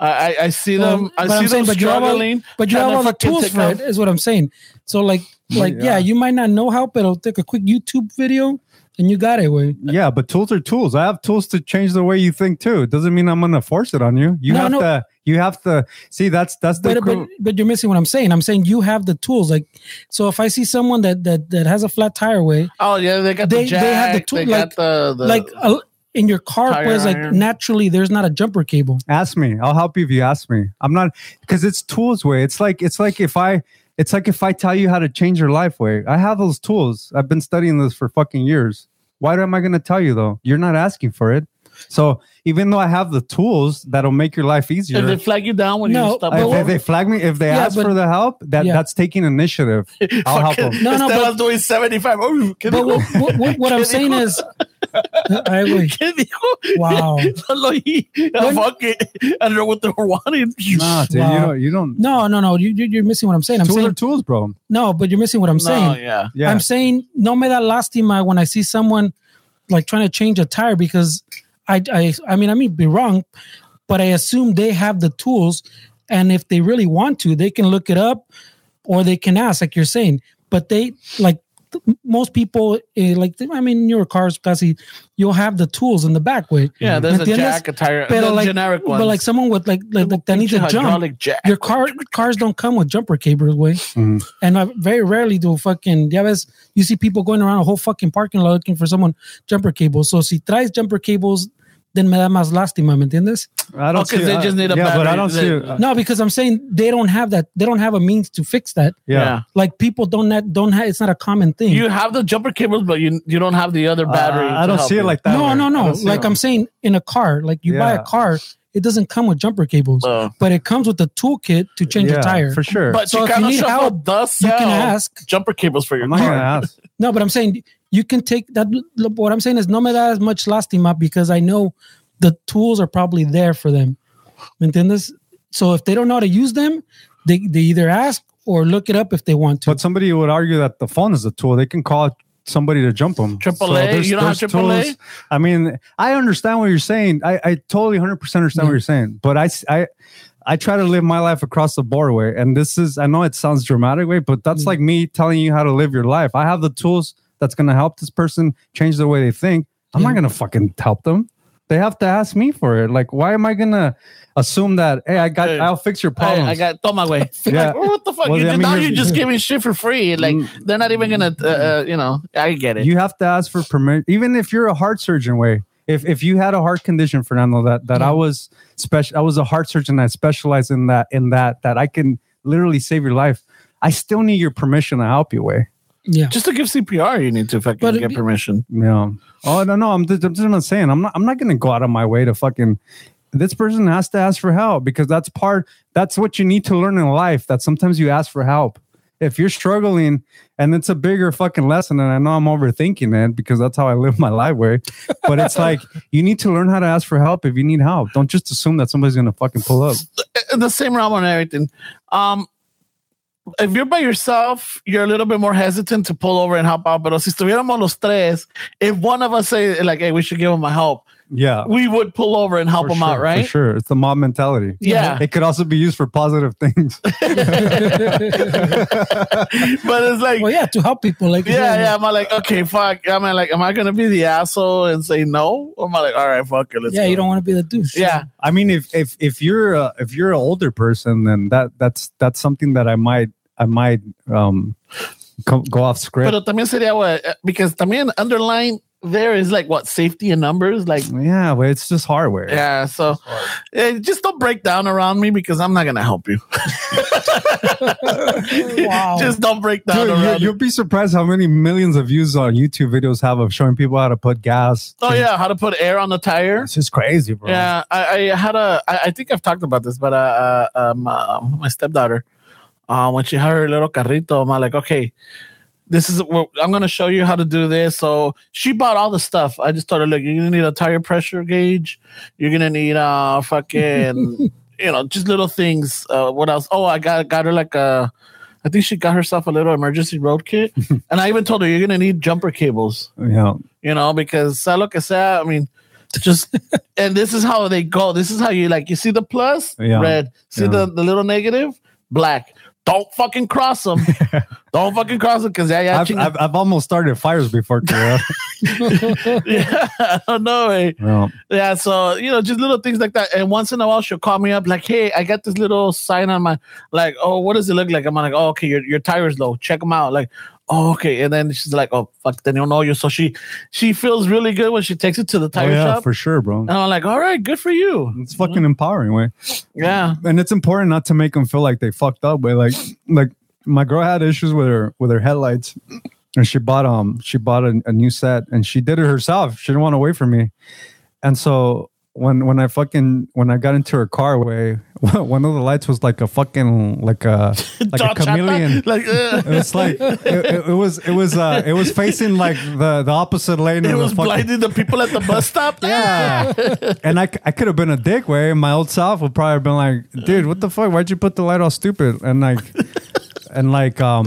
I, I- I see them. Well, I but see I'm them saying, but you have all- struggling. But you have trying to all the fucking tools take for it, off. is what I'm saying. So like, like yeah. yeah. you might not know how, but it'll take a quick YouTube video and you got it. Way Yeah, but tools are tools. I have tools to change the way you think too. It doesn't mean I'm gonna force it on you. You No, have no. to you have to see that's that's the but, but equiv- but you're missing what I'm saying. I'm saying you have the tools. Like, so if I see someone that that that has a flat tire, way Oh yeah, they got They- the they jack. have the They, tool, got like- the, the like a, in your car, Tire was like iron. naturally there's not a jumper cable. ask me. I'll help you if you ask me. I'm not because it's tools way. It's like it's like if I it's like if I tell you how to change your life way. I have those tools. I've been studying this for fucking years. Why am I gonna tell you though? You're not asking for it. So even though I have the tools that'll make your life easier, Did they flag you down when No, you stop? Uh, but if what- they, they flag me, if they Yeah, ask but- for the help, that yeah. that's taking initiative. I'll help them. No, no, but- Esteban's doing seventy-five. Oh, ¿qué But dijo? what, what, what, what I'm saying is, I wait. ¿Qué dijo? Wow. Solo he- When- fuck it. I don't know what they're wanting. Nah, dude, Wow. you don't. You don't. No, no, no. You, you- you're missing what I'm saying. I'm tools are saying tools, bro. no, but you're missing what I'm No, saying. yeah. Yeah, I'm saying no me da lástima when I see someone like trying to change a tire because I I I mean I may be wrong, but I assume they have the tools and if they really want to, they can look it up or they can ask, like you're saying. But they like most people, eh, like, I mean, your cars, casi, you'll have the tools in the back way. Mm-hmm. Yeah, there's ¿Me a entiendes? jack, a tire, Pero the like, generic ones. but like someone with like like, like that needs a jump. hydraulic jack. Your car cars don't come with jumper cables, way. Mhm. And I very rarely do fucking. Ya ves, you see people going around a whole fucking parking lot looking for someone jumper cables. So si traes jumper cables, then me da más lástima, ¿me entiendes? I Oh, 'cause they I- just need a yeah, but I battery. don't They- see. uh, No, because I'm saying they don't have that. They don't have a means to fix that. yeah. Like people don't not, don't have. It's not a common thing. You have the jumper cables, but you you don't have the other battery. Uh, I to don't help see it you. like that. no, way. no, I no. don't see Like it. I'm saying, in a car, like you buy Yeah. a car, it doesn't come with jumper cables, Uh, but it comes with the toolkit to change Yeah, a tire. for sure. but So you if you cannot need shove help, up the you can cell ask. jumper cables for your I'm not gonna car. ask. No, but I'm saying you can take that. look, What I'm saying is, no me da as much lástima because I know the tools are probably there for them. ¿Me entiendes? So if they don't know how to use them, they, they either ask or look it up if they want to. But somebody would argue that the phone is the tool. They can call somebody to jump them. AAA? You don't have AAA? I mean, I understand what you're saying. I, I totally 100% understand what Yeah. you're saying. But I, s- I, I try to live my life across the board way. And this is, I know it sounds dramatic way, but that's Mm. like me telling you how to live your life. I have the tools that's going to help this person change the way they think. I'm not Yeah. going to fucking help them. They have to ask me for it. Like, why am I going to assume that, hey, I got, Hey, I'll fix your I, problem? I got throw my way. Yeah. Like, what the fuck? Well, you I did, mean, now you're- you're just giving shit for free. Like Mm. they're not even gonna, uh, uh, you know. I get it. You have to ask for permission, even if you're a heart surgeon. Way, if if you had a heart condition, Fernando, that that I was special, I was a heart surgeon that specialized in that in that that I can literally save your life. I still need your permission to help you. Way, yeah. just to give CPR, you need to fucking But it get be- permission. you know. Oh no, no, I'm just, I'm just not saying. I'm not. I'm not going to go out of my way to fucking. This person has to ask for help because that's part. That's what you need to learn in life. That sometimes you ask for help. If you're struggling, and it's a bigger fucking lesson, and I know I'm overthinking it because that's how I live my life way. But it's like you need to learn how to ask for help if you need help. Don't just assume that somebody's gonna fucking pull up. Uh, The same realm on everything. Um, if you're by yourself, you're a little bit more hesitant to pull over and help out. But si estuviéramos los tres, if one of us say like, "Hey, we should give him a help," Yeah, we would pull over and help for him sure, out, right? For sure, it's the mob mentality. Yeah. It could also be used for positive things. but it's like, Well, yeah, to help people. Like, yeah, yeah. I'm like, okay, fuck. I'm like, am I gonna be the asshole and say no? Or am I like, all right, fuck it, let's Yeah, go. you don't want to be the douche. Yeah, I mean, if if if you're a, if you're an older person, then that that's that's something that I might I might um co- go off script. pero también sería what eh, because también underline there is like what safety in numbers, like yeah, but it's just hardware. yeah. So eh, just don't break down around me because I'm not gonna help you. Wow. Just don't break down Dude, around. you, me. you'll be surprised how many millions of views on YouTube videos have of showing people how to put gas. Oh yeah, how to put air on the tire. It's just crazy, bro. Yeah, I, I had a. I, I think I've talked about this, but uh, uh, um, uh, my stepdaughter, uh, when she had her little carrito, I'm like, okay, this is. what- I'm gonna show you how to do this. So she bought all the stuff. I just told her, look, you're gonna need a tire pressure gauge. You're gonna need uh fucking, you know, just little things. Uh, what else? Oh, I got got her like a. I think she got herself a little emergency road kit, and I even told her you're gonna need jumper cables Yeah. you know, because sea lo que sea, I mean, just and this is how they go. This is how you like you see the plus Yeah. red, see Yeah. the, the little negative black. Don't fucking cross them. Don't fucking cross them because yeah, yeah, I've, I've, I've almost started fires before. Kira. yeah, I don't know. eh. yeah. Yeah, so you know, just little things like that. And once in a while, she'll call me up like, "Hey, I got this little sign on my like, oh, what does it look like?" I'm like, "Oh, okay, your your tire's low. Check them out." Like, "Oh, okay." And then she's like, "Oh, fuck, then you'll know you." So she she feels really good when she takes it to the Oh, tire yeah, shop. Uh-huh. for sure, bro. And I'm like, all right, good for you. It's fucking empowering, way. Yeah. and it's important not to make them feel like they fucked up. But like, like my girl had issues with her with her headlights, and she bought um she bought a, a new set, and she did it herself. She didn't want to wait for me, and so when when I fucking when I got into her car way, one of the lights was like a fucking like a like a Don't shut that- chameleon. Like, uh, It was like it, it- it was it was uh it was facing like the the opposite lane. it of was the fucking, blinding the people at the bus stop. yeah. and I, c- I could have been a dick way. My old self would probably have been like, dude, what the fuck? Why'd you put the light all stupid? And like, and like, um,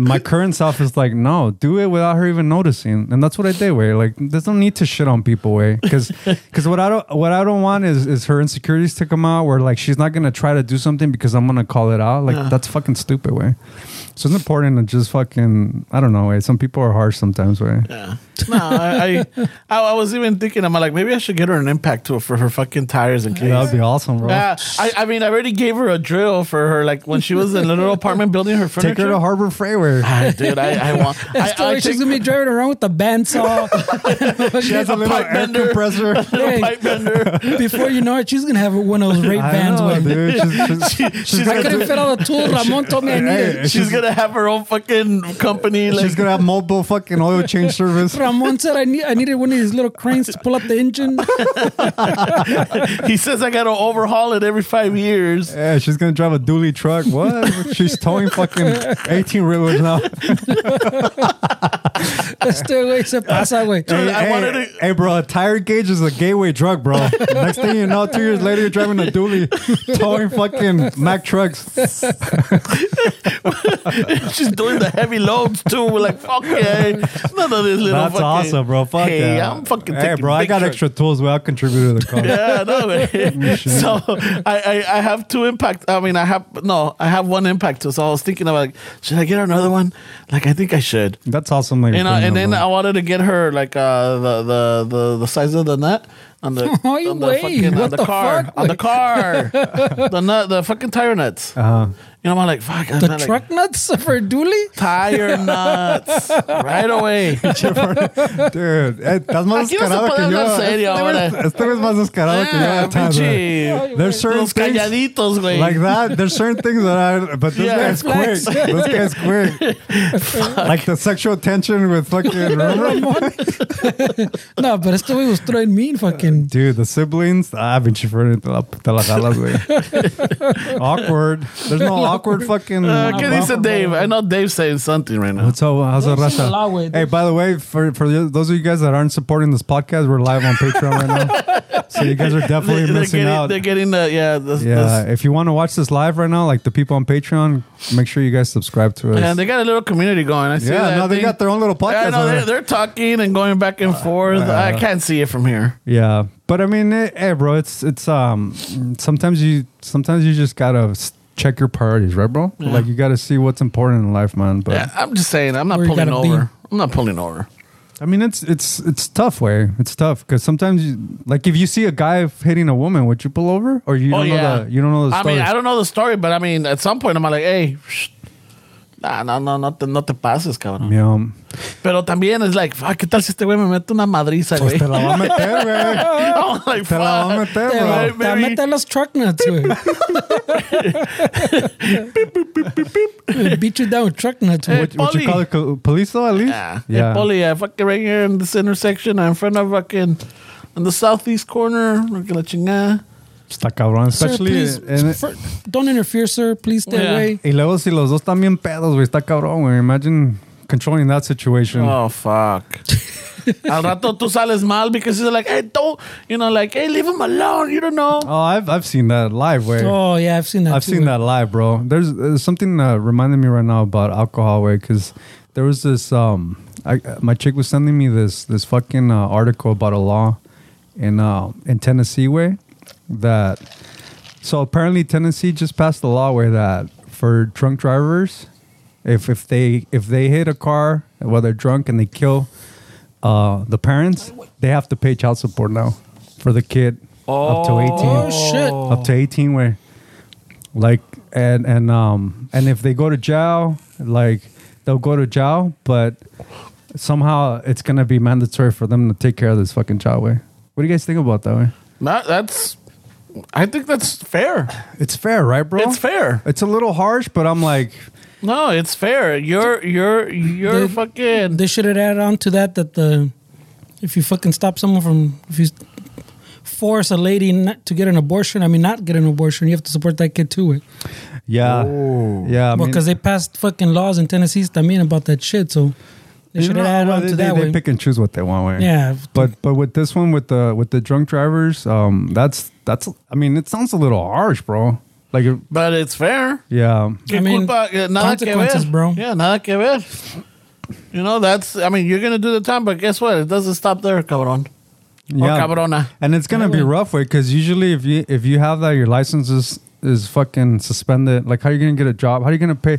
my current self is like, no, do it without her even noticing. And that's what I did way. Like, there's no need to shit on people way. Cause, cause what I don't, what I don't want is, is her insecurities Uh. to come out where like, she's not going to try to do something because I'm going to call it out. Like, that's fucking stupid way. So it's important to just fucking I don't know. Way some people are harsh sometimes. Way Yeah. No, I, I, I I was even thinking, I'm like, maybe I should get her an impact tool for her fucking tires in case. that would be awesome, bro. Yeah, I, I mean, I already gave her a drill for her, like when she was in the little apartment building her furniture. Take her to Harbor Freeway. Ah, dude, I, I want. I, That's the I way she's think gonna be driving around with the bandsaw. She has a little pipe air bender. compressor. little pipe bender. Before you know it, she's gonna have one of those rape I bands. know, with- dude. She's, she's, she's, she's I gonna, couldn't do- fit all the tools. Ramon told me I needed. Hey, She's, gonna have her own fucking company. Like, she's gonna have multiple fucking oil change service. Ramon said I need I needed one of these little cranes to pull up the engine. he says, I gotta overhaul it every five years. Yeah, she's gonna drive a dually truck. What? she's towing fucking eighteen rivers now. That's the way se pasa, güey. Dude, I hey, wanted to- hey, bro, a tire gauge is a gateway drug, bro. Next thing you know, two years later, you're driving a dually, towing fucking Mack trucks. She's doing the heavy loads too. We're like, fuck yeah, none of this little. That's fucking, awesome, bro. Fuck hey, yeah. I'm fucking. Hey, taking bro, I got pictures. extra tools. Well, I'll contribute to the cause. Yeah, no way. so I, I, I have two impact. I mean, I have no, I have one impact. So I was thinking about like, should I get her another one? Like, I think I should. That's awesome. Like, You know, and then I I'll, wanted to get her like uh, the, the the the size of the nut on the Ay, on the güey, fucking on what the, the car fuck, on the car the nut the fucking tire nuts. uh, You know, I'm like fuck I'm The not, like, truck nuts for Dooley? tire nuts right away. dude, eh, that's más Aquí no se descarado puede que yo. hablar serio, Este güey ahora. es- este güey es más descarado que yo. Yeah, at times, güey. pinche- There's certain Los things calladitos, güey. like that. There's certain things that I, but this Yeah. guy's Flex. quick. This guy's quick. like the sexual tension with fucking Ramon. No, pero este güey was throwing me in fucking. Dude, the siblings, ah, pinche Fernie, te la, te la jalas, güey. awkward. There's no awkward fucking. Uh, ¿Qué dice Dave? I know Dave's saying something right now. What's up? How's the There's a lot, raza? güey. Hey, by the way, for, for the- those of you guys that aren't supporting this podcast, we're live on Patreon right now. So you guys are definitely They, are missing getting, out. they're getting the yeah, this, Yeah, this- if you want to watch this live right now, like the people on Patreon, make sure you guys subscribe to us. and they got a little community going. I see yeah, that no, they thing. got their own little Yeah, I podcast. know on they're, there. Uh, they're talking and going back and forth. I can't see it from here. Yeah, but I mean, eh, eh, bro, it's it's um sometimes you sometimes you just gotta s- check your priorities, right, bro? Like you gotta see what's important in life, man. But Yeah, I'm just saying, I'm not Where you pulling gotta be. over. I'm not pulling over. I mean, it's it's it's tough, way it's tough because sometimes you, like if you see a guy f- hitting a woman, would you pull over or you oh don't yeah, know the you don't know the I story? mean, I don't know the story, but I mean, at some point, I'm like, hey, shh, nah, no, no, no, te, no te pases, cabrón. Yeah. Pero también it's like, fuck, ¿qué tal si este güey me mete una madriza, güey? Te la va a meter, güey. I'm like, Te la va a fuck. meter, Te bro. Maybe- te meten los truck nuts, güey. Beat you down with truck nuts, Eh, güey. What, what you call it, co- police though? At least, Yeah, yeah. yeah. Bully, I fucking right here in this intersection, I'm in front of fucking in the southeast corner. Like la chingada. Está cabrón, Sir, especially. please, in- fir- don't interfere, sir. Please stay Yeah. away. y luego si los dos están bien pedos, güey, está cabrón, güey. Imagine controlling that situation. Oh fuck. Al rato tú sales mal because he's like, hey, don't, you know, like, hey, leave him alone. You don't know. Oh, I've I've seen that live. Where Oh yeah, I've seen that. I've too, seen güey. that live, bro. There's uh, something uh, reminding me right now about alcohol, way because there was this. Um, I my chick was sending me this this fucking uh, article about a law in uh, in Tennessee, way that. So apparently, Tennessee just passed a law where that for drunk drivers, if if they if they hit a car while they're drunk and they kill uh, the parents, they have to pay child support now for the kid up to eighteen Oh shit! up to 18 where like and and um and if they go to jail like they'll go to jail but somehow it's gonna be mandatory for them to take care of this fucking child way what do you guys think about that way That- that's, I think that's fair. it's fair right bro It's fair. it's a little harsh but i'm like No, it's fair. You're, you're, you're They- fucking. They should have added on to that that the if you fucking stop someone from if you force a lady not to get an abortion, I mean not get an abortion, you have to support that kid too. It yeah Oh. yeah I mean- because they passed fucking laws in Tennessee también about that shit, so they You should know, have added well, on they, to they- that. they way. pick and choose what they want. Right? Yeah. But but with this one with the with the drunk drivers, um, that's that's. I mean, it sounds a little harsh, bro. Like, it- but it's fair. yeah, ¿Qué I mean, culpa? Eh, Nada que consequences, ver. bro. Yeah, nada que ver. You know, that's, I mean, you're going to do the time, but guess what? It doesn't stop there, cabrón. Oh, yeah. cabrona. And it's gonna Oh. be rough, way because usually if you if you have that, your license is is fucking suspended. Like, how you gonna get a job? How you gonna pay?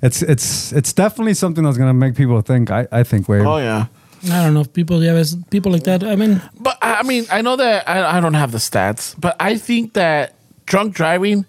it's it's it's definitely something that's gonna make people think. I I think way. Oh yeah. I don't know if people, yeah, there's people like that. I mean, But I I mean, I know that I, I don't have the stats, but I think that drunk driving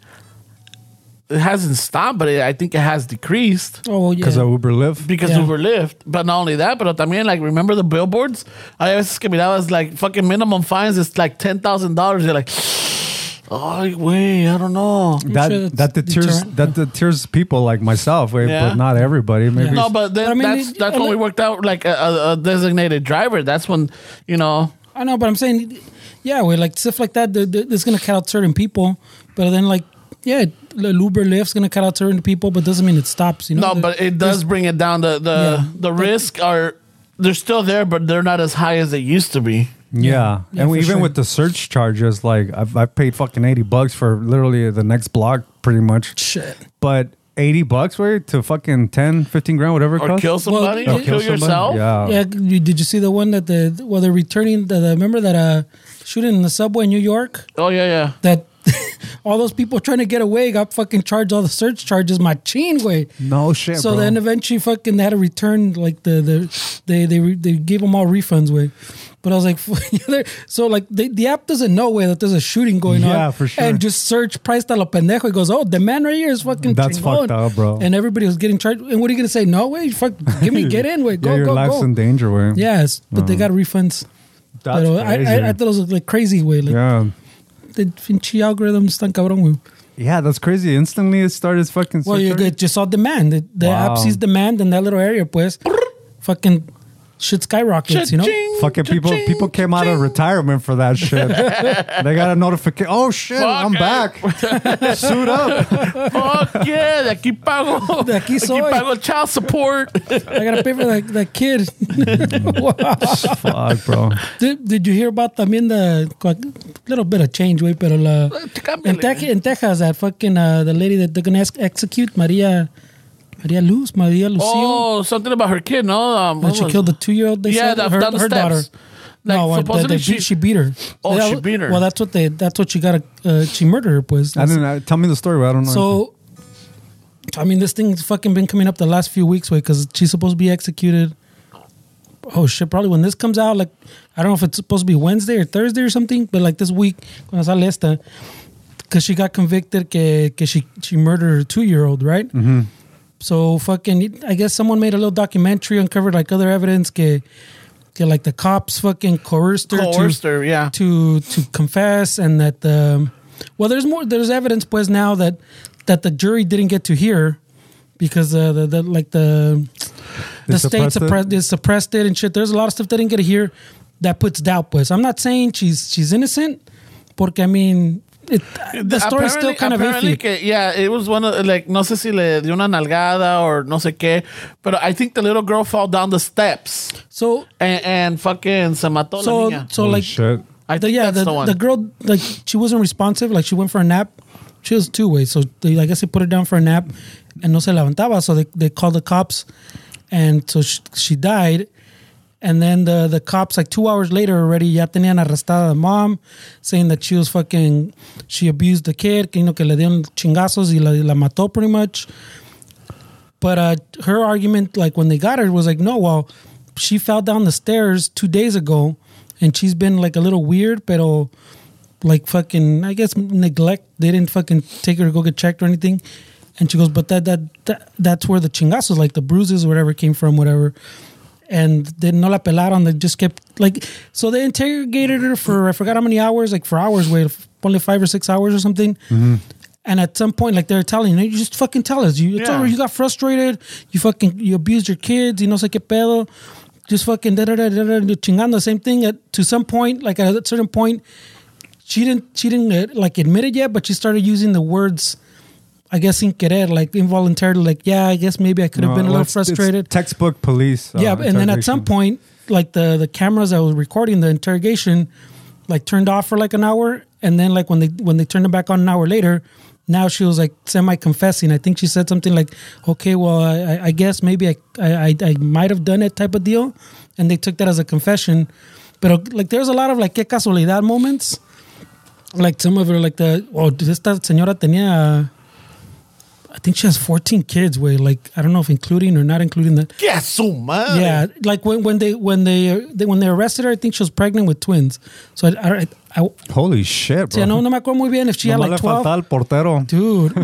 it hasn't stopped, but it, I think it has decreased oh yeah, because of Uber Lyft. because Yeah. Uber Lyft. But not only that, but también like remember the billboards? I veces que miraba es like fucking minimum fines. It's like ten thousand dollars. You're like, oh wait, I don't know. that sure that's that deters deterrent. that deters people like myself, way, Yeah. but not everybody. Maybe No, but then But I mean, that's it- that's when we worked out like a, a, a designated driver. That's when you know. I know, but I'm saying, yeah, we like stuff like that. th- th- It's gonna cut out certain people, but then like, yeah, the Uber Lyft's gonna cut out certain people, but doesn't mean it stops. You know, No, but it does bring it down. The the Mm-hmm. Yeah. the risk are they're still there, but they're not as high as they used to be. Yeah, Yeah, and for even sure. with the search charges, like I've, I paid fucking eighty bucks for literally the next block, pretty much. shit. But eighty bucks, wait, to fucking 10, 15 grand, whatever. it Or costs? kill somebody, Or or kill, somebody? yourself. Yeah. yeah, you, did you see the one that the well they're returning? The, the- remember that uh shooting in the subway in New York? Oh yeah, yeah. That all those people trying to get away got fucking charged all the search charges. My chin way. No shit. So bro. then eventually, fucking, they had to return like the the they they re, they gave them all refunds way. But I was like, they're- so like the, the app doesn't know way that there's a shooting going on. Yeah, for sure. And just search price de la pendejo. It goes, oh, the man right here is fucking. That's chingón." fucked up, bro. And everybody was getting charged. And what are you gonna say? No way, fuck, give me get in way, go yeah, your go life's go. in danger, way. yes, but Mm. they got refunds. That's Pero I, crazy. I, I thought it was like crazy way. Like yeah, the finchi algorithm están cabrón. güey. yeah, that's crazy. Instantly, it started fucking. Well, search you already. get just saw demand. The, the Wow. app sees demand in that little area, pues. fucking shit skyrockets, you know? Cha-ching, Fucking people, cha-ching, people came out of cha-ching. retirement for that shit. they got a notification. Oh shit, I'm back. Suit up. Fuck yeah, de aquí pago. De aquí soy. pago child support. I gotta pay for that, that kid. Wow. Fuck, bro. did, did you hear about también the like, little bit of change, way, pero la. Eh, In, Tex in Texas, that fucking uh, the lady that they're gonna ex- execute, Maria, Maria Luz, Maria Lucio, Oh, something about her kid, no? Um, when what she was- killed the two-year-old. They Yeah, said the- her, down the her daughter. steps. Like, no, that- supposedly that she, she- she beat her. Oh, That she was- beat her. Well, that's what they. That's what she got. Uh, she murdered her, pues. I didn't. I, tell me the story. I don't know. So, I mean, this thing's fucking been coming up the last few weeks, way, because she's supposed to be executed. Oh shit! Probably when this comes out, like I don't know if it's supposed to be Wednesday or Thursday or something, but like this week, cuando sale esta, because she got convicted que, que she she murdered her two year old, right? Mm-hmm. So fucking, I guess someone made a little documentary, uncovered like other evidence que, que like the cops fucking coerced her, Coerced to, her, yeah. to to confess, and that the well, there's more, there's evidence, pues now that that the jury didn't get to hear because uh, the, the like the They the suppressed state it? suppressed they suppressed it and shit. There's a lot of stuff they didn't get to hear that puts doubt, pues. I'm not saying she's she's innocent, porque I mean. It, the story's still Apparently- kind of apparently iffy. que- yeah, it was one of like no sé si le dio una nalgada or no sé qué, but I think the little girl fell down the steps So and, and fucking se mató la so niña. so Holy like shit. I the, think yeah that's the, the one. the girl like she wasn't responsive like she went for a nap she was two ways so they, I guess they put her down for a nap and no se levantaba so they, they called the cops and so she, she died and then the the cops like two hours later already ya tenían arrestada the mom saying that she was fucking she abused the kid que, you know que le dieron chingazos y la, y la mató pretty much but uh, her argument, like when they got her, was like, no, well, she fell down the stairs two days ago, and she's been like a little weird, pero like fucking, I guess neglect. They didn't fucking take her to go get checked or anything. And she goes, but that that, that that's where the chingazos, like the bruises, or whatever, came from, whatever. And then no la pelaron. They just kept like so they interrogated her for I forgot how many hours, like for hours, wait, only five or six hours or something. And at some point, like they're telling you, you just fucking tell us. You, it's Yeah. over. You got frustrated. You fucking you abused your kids. You know, sé qué pedo. Just fucking da da da da da. Chingando the same thing. At, to some point, like at a certain point, she didn't she didn't uh, like admit it yet, but she started using the words. I guess in querer, like involuntarily, like yeah, I guess maybe I could have No, been a little it's- it's frustrated. textbook police. uh, Yeah, and then interrogation. at some point, like the the cameras that was recording the interrogation, like turned off for like an hour, and then like when they when they turned it back on an hour later, now she was like semi confessing. I think she said something like, "Okay, well, I, I- I guess maybe I I, I, I might have done it," type of deal, and they took that as a confession. But like, there's a lot of like que casualidad moments. Like some of her, like the oh, esta señora tenía I think she has 14 kids. Way like I don't know if including or not including that. ¿Qué a su madre? Yeah, like when, when they when they, uh, they when they arrested her, I think she was pregnant with twins. So I I, I, I Holy shit, bro. sí, no no me acuerdo muy bien if she Nomás had le like faltaba 12. el portero. Dude,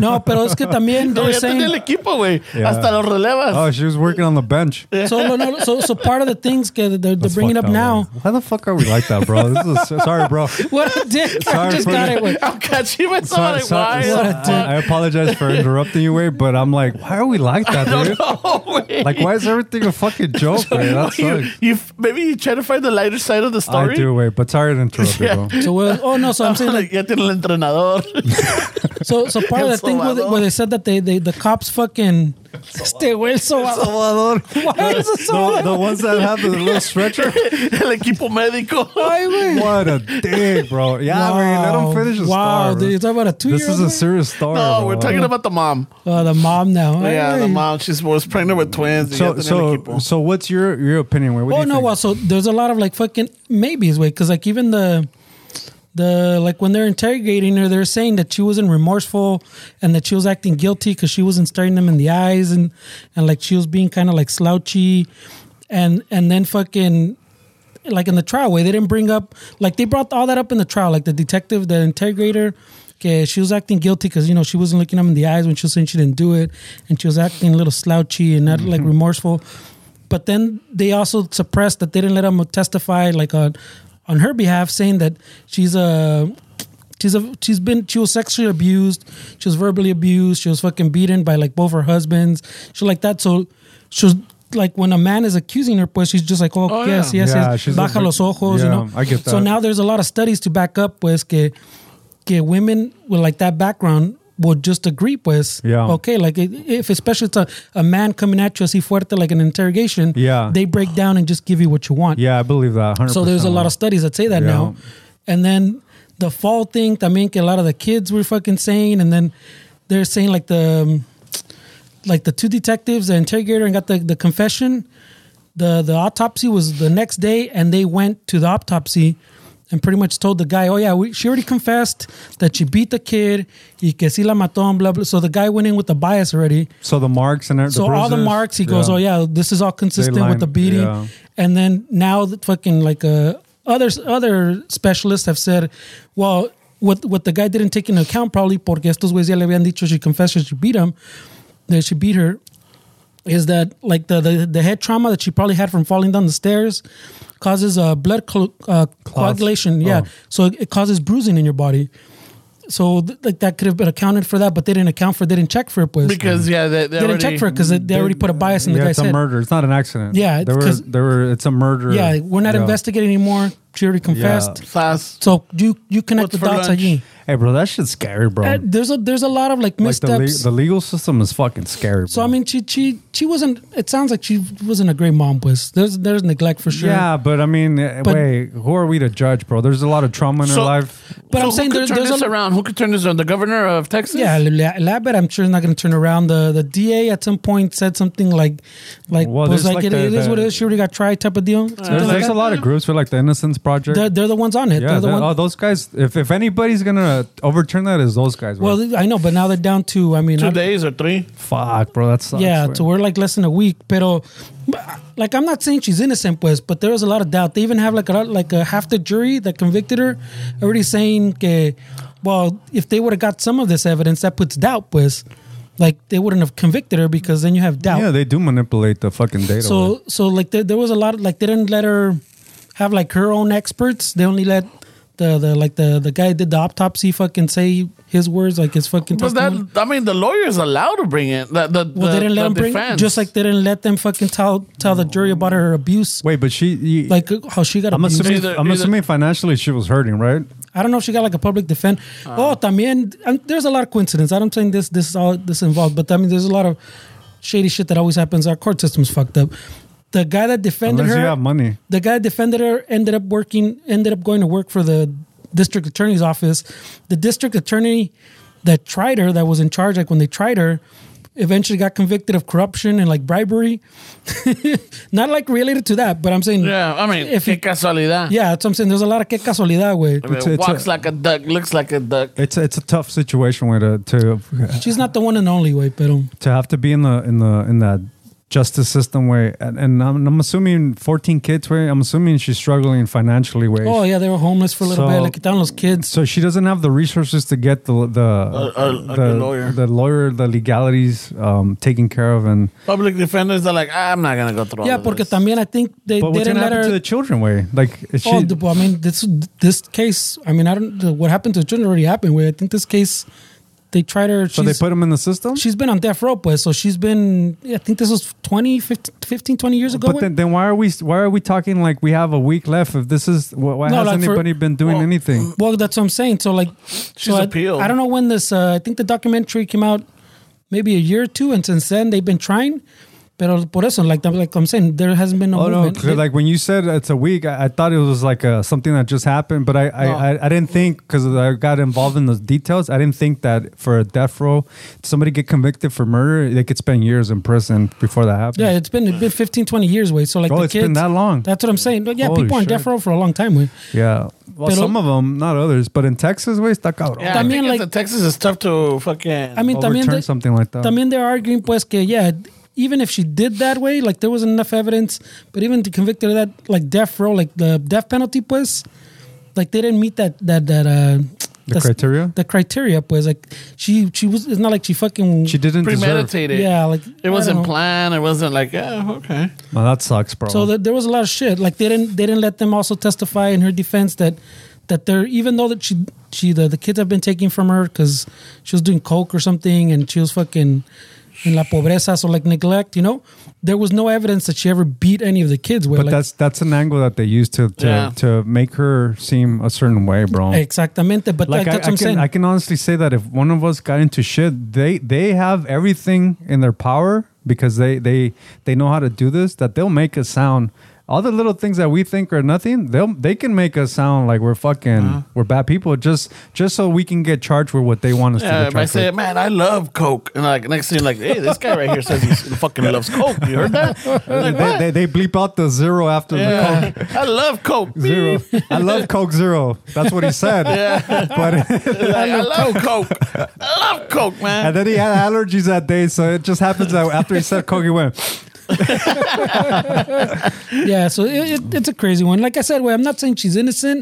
no, pero es que también No, they're ya tenía el saying equipo, güey. Yeah. Hasta los relevas. Oh, she was working on the bench. so no, no, so so part of the things that they're, they're That's bringing up fucked now. man. Why the fuck are we like that, bro? This is sorry, bro. What a dick! Sorry I just for got the- it. Wait. Aunque así me estaba Sorry, like, sorry, why? sorry. I apologize for interrupting you, Wade, but I'm like, why are we like that, dude? No, Oh, güey. Like, why is everything a fucking joke, man? That you, sucks. you, maybe you try to find the lighter side of the story. I do, Wade, but sorry to interrupt you, bro. So well, oh no, so I'm saying like ya tiene el entrenador. so so part of the thing where they, where they said that they, they the cops fucking stay away so why is it The, so the ones that have the little stretcher. el equipo médico. Oh, Why, güey? What a dick, bro. Yeah, Wow. man, let him finish the Wow, star. dude, bro. you're talking about a two This is a serious star. No, bro. we're talking about the mom. Oh, the mom now. yeah, Ay, the güey. mom. She was pregnant with twins. y ya So, tenía el so, equipo. so, what's your your opinion? Wade? What do Oh you no, think? well, so there's a lot of like fucking maybes, wait, because like even the the like when they're interrogating her, they're saying that she wasn't remorseful and that she was acting guilty because she wasn't staring them in the eyes and and like she was being kind of like slouchy, and and then fucking like in the trial way they didn't bring up like they brought all that up in the trial like the detective the interrogator okay she was acting guilty because you know she wasn't looking him in the eyes when she was saying she didn't do it and she was acting a little slouchy and not like remorseful but then they also suppressed that they didn't let him testify like on on her behalf saying that she's a she's a she's been she was sexually abused she was verbally abused she was fucking beaten by like both her husbands she like that so she was like when a man is accusing her pues she's just like oh, Oh, yes yeah. yes Yeah, yes she's a baja big- los ojos you yeah, know I get so that. now there's a lot of studies to back up pues que que women with like that background would just agree pues Yeah. okay like i- if especially it's a, a man coming at you así fuerte like an interrogation Yeah. they break down and just give you what you want yeah, I believe that. 100 so there's a lot of studies that say that Yeah. now. And then the fall thing, I mean, a lot of the kids were fucking saying, and then they're saying like the um, like the two detectives, the interrogator, and got the, the confession. The the autopsy was the next day, and they went to the autopsy and pretty much told the guy, "Oh yeah, we, she already confessed that she beat the kid, y que si la mató, and blah blah." So the guy went in with the bias already. So the marks and the So all the bruises, marks, he goes, "Oh yeah, this is all consistent line- with the beating." yeah. And then now, the fucking like uh, others, other specialists have said, "Well, what what the guy didn't take into account probably porque estos güeyes ya le habían dicho she confessed that she beat him, that she beat her, is that like the the, the head trauma that she probably had from falling down the stairs." Causes uh, blood clo- uh, coagulation, yeah. Oh. So it causes bruising in your body. So th- like that could have been accounted for that, but they didn't account for, they didn't check for it. Pues. because yeah, they, they They already didn't check for it because they, they already put a bias in the yeah, guy's it's a head. murder. It's not an accident. Yeah, there were, 'cause- there were. It's a murder. Yeah, we're not Yeah. investigating anymore. She already confessed. Fast. So you you What's connect the for dots lunch? again. Hey, bro, that shit's scary, bro. Uh, There's a there's a lot of like like the, le- missteps. the legal system is fucking scary. Bro. so I mean, she she she wasn't. It sounds like she wasn't a great mom. Was there's there's neglect for sure. yeah, but I mean, eh, But- wait, who are we to judge, bro? There's a lot of trauma in So- her uh, life. But I'm who saying could there- turn there's a this lo- around. Who could turn this around? The governor of Texas. Yeah, La- Labbit, I'm sure is not going to turn around. The the DA at some point said something like, like Well, there's was like, like it, the- it is the- what it is. She already got tried type of deal. Something There's, like there's that. a lot of groups with like the Innocence Project. They're, they're the ones on it. yeah, they're the that- ones. oh, those guys. If if anybody's gonna overturn that, is those guys. Bro. well, I know, but now they're down to. I mean, Two I- days or three. fuck, bro, that sucks. Yeah, man. so we're like less than a week. Pero, like, I'm not saying she's innocent, pues, but there was a lot of doubt. They even have like a lot, like a half the jury that convicted her already saying, que, well, if they would have got some of this evidence, that puts doubt, pues, like they wouldn't have convicted her because then you have doubt. yeah, they do manipulate the fucking data. so, bro. so like there, there was a lot of, like they didn't let her have like her own experts. They only let. The, the like the the guy who did the autopsy fucking say his words like his fucking But testimony. that I mean, the lawyer's allowed to bring it. The, the, Well, the, they didn't let the them bring defense. just like they didn't let them fucking tell tell the jury about her abuse, wait, but she, you, like uh, how she got I'm abused. assuming, Either- I'm either- assuming financially she was hurting, right? I don't know if she got like a public defense. Uh. oh, también, and there's a lot of coincidence. I don't think this this is all this involved, but I mean, there's a lot of shady shit that always happens. Our court system's fucked up. The guy that defended Unless her, you have money. the guy that defended her ended up working, ended up going to work for the district attorney's office. The district attorney that tried her, that was in charge, like when they tried her, eventually got convicted of corruption and like bribery. Not like related to that, but I'm saying Yeah, I mean, if If you- qué casualidad. yeah, that's what I'm saying. There's a lot of que casualidad, I way. mean, It's- it's walks a- like a duck, looks like a duck. It's it's a tough situation where to to She's not the one and only way, pero to have to be in the in the in that justice system way, and, and I'm, I'm assuming 14 kids way. I'm assuming she's struggling financially way. oh yeah, they were homeless for a little So- bit. Like quitaron los kids. So she doesn't have the resources to get the the a- a the, good lawyer. the lawyer, the legalities um, taken care of, and Public defenders are like, "Ah, I'm not gonna go through. Yeah, all of porque this. también I think they but what's didn't gonna let happen to her. the children? Way like is she, Oh, the- well, I mean this this case. I mean, I don't. the- What happened to the children already happened. Way I think this case, they tried her. so they she's- put them in the system. she's been on death row, pues. So she's been, yeah, I think this was 20, 15, 15 20 years ago. But then, then why are we why are we talking like we have a week left? If this is why, why No, has like for- anybody been doing well, anything? well, that's what I'm saying. So, like, she's so I- appealed. I, don't know when this, uh, I think the documentary came out maybe a year or two, and since then they've been trying. Pero por eso, like, I'm- like I'm saying, there hasn't been no Oh no! movement. 'cause Like when you said it's a week, I, I thought it was like uh something that just happened, but I I, I, I didn't think because I got involved in those details. I didn't think that for a death row, somebody get convicted for murder, they could spend years in prison before that happens. yeah, it's been, it's been 15, 20 years, way. So, like, Oh, the it's kids, been that long. That's what I'm saying. Like, yeah, Holy people on shit. death row for a long time, way. Yeah. Well, Pero- some of them, not others, but in Texas, way stuck out. Yeah, I También, think it's like- the Texas is tough to fucking. I mean, también. Overturn they- something like that. También they're arguing, pues, que yeah, even if she did that way, like there wasn't enough evidence. But even to convict her of that, like death row, like the death penalty, pues, like they didn't meet that that that uh The criteria? The criteria, pues, like she she was. It's not like she fucking. she didn't deserve. premeditated. Yeah, like it I wasn't don't know. planned. It wasn't like, yeah, okay. Well, that sucks, bro. So there, there was a lot of shit. Like they didn't they didn't let them also testify in her defense that that they're even though that she she the, the kids have been taken from her because she was doing coke or something and she was fucking in la pobreza so like neglect you know there was no evidence that she ever beat any of the kids with but like, that's that's an angle that they use to to, Yeah. to make her seem a certain way, bro. exactamente but like like, I, that's I can what I'm saying I can honestly say that if one of us got into shit, they they have everything in their power because they they they know how to do this. That they'll make us sound all the little things that we think are nothing. They'll they can make us sound like we're fucking Uh-huh. we're bad people just just so we can get charged with what they want us to Yeah, get if Um, I charged say, with. man, I love Coke, and like next thing, like, hey, this guy right here says he fucking loves Coke. You heard that? I'm like, They, what? they, they bleep out the zero after the coke. Yeah. I love Coke. Zero. I love Coke Zero. That's what he said. But Like, I love Coke. I love Coke, man. and then he had allergies that day, so it just happens that after he said Coke, he went. yeah so it, it, it's a crazy one like I said well, I'm not saying she's innocent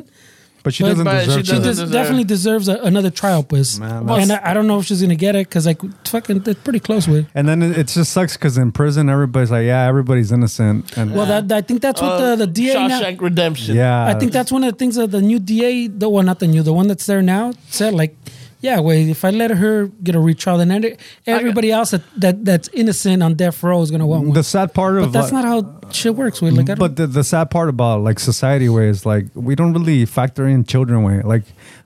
But she But- doesn't but she deserve. to. she doesn't des- deserve- definitely deserves a, another trial pues Man, and I, I don't know if she's gonna get it because like fucking they're pretty close with And then it, it just sucks because in prison, everybody's like, "Yeah, everybody's innocent." And well that I think that's what Uh, the the DA now- Shawshank Redemption. yeah, I think that's one of the things that the new DA, the one not the new, the one that's there now said like, yeah, wait, if I let her get a retrial, then every- everybody else that, that that's innocent on death row is gonna want one. the sad part But of that's uh, not how shit works. With like, I But don't, the, the sad part about like society where is like we don't really factor in children way. Like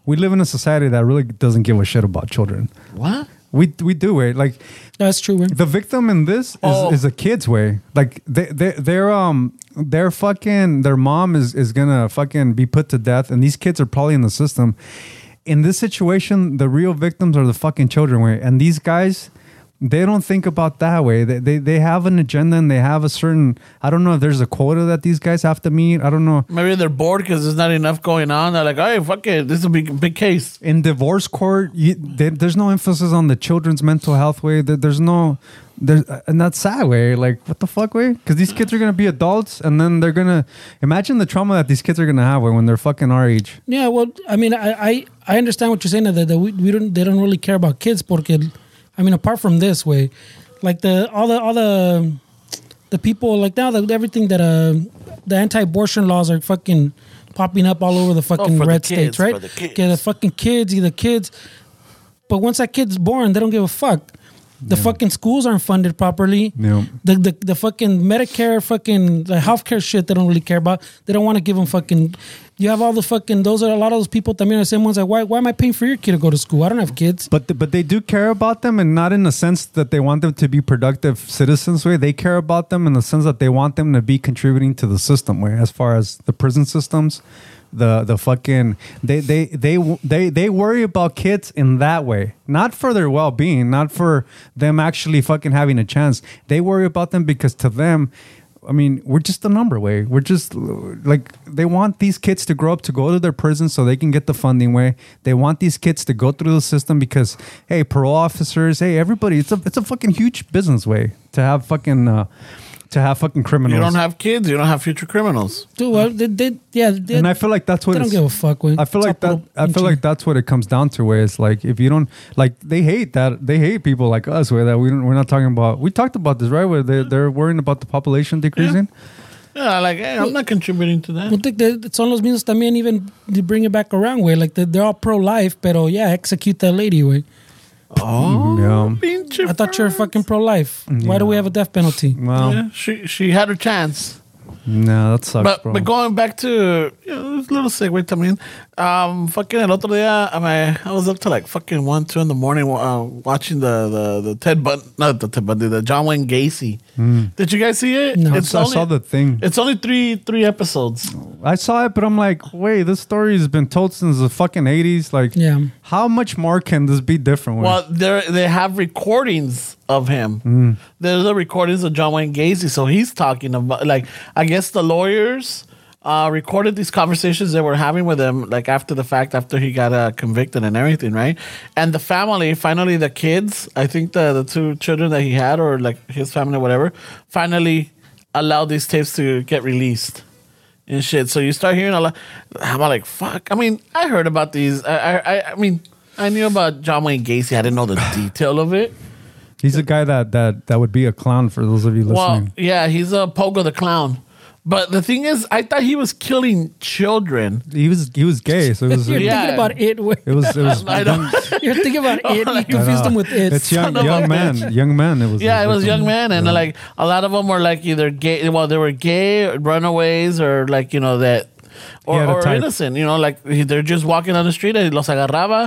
we live in a society that really doesn't give a shit about children. What? We we do way like that's true. we're- the victim in this is, Oh. is a kid's way. Like they they they're um their fucking their mom is is gonna fucking be put to death, and these kids are probably in the system. In this situation, the real victims are the fucking children way, and these guys. They don't think about that way. They, they they have an agenda and they have a certain. I don't know if there's a quota that these guys have to meet. I don't know. Maybe they're bored because there's not enough going on. They're like, hey, fuck it. This is a big, big case. in divorce court you, there, there's no emphasis on the children's mental health way there, there's no there's uh, and that's sad way like what the fuck way because these kids are gonna be adults and then they're gonna imagine the trauma that these kids are gonna have when they're fucking our age Yeah, well, I mean, I I, I understand what you're saying that, that we, we don't they don't really care about kids porque, I mean, apart from this way, like the all the all the the people like now that everything that uh the anti-abortion laws are fucking popping up all over the fucking Oh, for the red kids, states, right? for the kids. Okay, the fucking kids, either kids. But once that kid's born, they don't give a fuck. The fucking schools aren't funded properly. Yeah. The, the the fucking Medicare, fucking the healthcare shit, they don't really care about. They don't want to give them fucking. You have all the fucking. Those are a lot of those people. También are the same ones. Like, why why am I paying for your kid to go to school? I don't have kids. but th- but they do care about them and not in the sense that they want them to be productive citizens way they care about them in the sense that they want them to be contributing to the system way as far as the prison systems the the fucking they they they they they worry about kids in that way, not for their well being, not for them actually fucking having a chance. They worry about them because to them. I mean, we're just a number way. We're just like they want these kids to grow up to go to their prison so they can get the funding way. They want these kids to go through the system because hey, parole officers, hey, everybody, it's a it's a fucking huge business way to have fucking uh, to have fucking criminals. You don't have kids. You don't have future criminals. Dude, well, they, they, yeah, they, and I feel like that's what they don't it's- give a fuck, güey. I feel like that. Chapo, I feel pinche. like that's what it comes down to. Where it's like if you don't like, they hate that. They hate people like us. Where that we don't, we're not talking about. We talked about this right. Where they they're worrying about the population decreasing. Yeah, like hey, I'm not contributing to I that. think that son los mismos también even they bring it back around way like they- they're all pro life pero yeah execute that lady way Yeah. Pinche I thought you were fuck. fucking pro life why do we have a death penalty Well, Yeah, she she had her chance. no, that sucks, But bro. but going back to you know, this little segue también. Um, fucking el otro día, I, mean, I was up to like fucking one, two in the morning uh, watching the the the Ted Bun not the Ted Bundy, the John Wayne Gacy. Did you guys see it? No. Mm. I saw the thing. It's only three three episodes. I saw it, but I'm like, wait, this story has been told since the fucking 80s. Like, Yeah. how much more can this be different? Well, they they have recordings of him. There's the recordings of John Wayne Gacy, so he's talking about like I guess the lawyers uh, recorded these conversations they were having with him, like after the fact, after he got uh, convicted and everything, right? And the family, finally, the kids, I think the the two children that he had, or like his family, or whatever, finally allowed these tapes to get released and shit. So you start hearing a lot. I'm like, fuck. I mean, I heard about these. I, I, I- I mean, I knew about John Wayne Gacy. I didn't know the detail of it. He's a guy that, that, that would be a clown for those of you Well, listening. yeah, he's a Pogo the clown. But the thing is, I thought he was killing children. he was he was gay, so it was you're it Yeah. thinking about it way was it was I don't. you're thinking about it you confused them with it it's young of a young man, young man. It was Yeah, his it was victim. young men, and like a lot of them were like either gay. Well, they were gay, or runaways, or like you know that, or, had a or type. innocent. You know, like he- they're just walking on the street and los agarraba,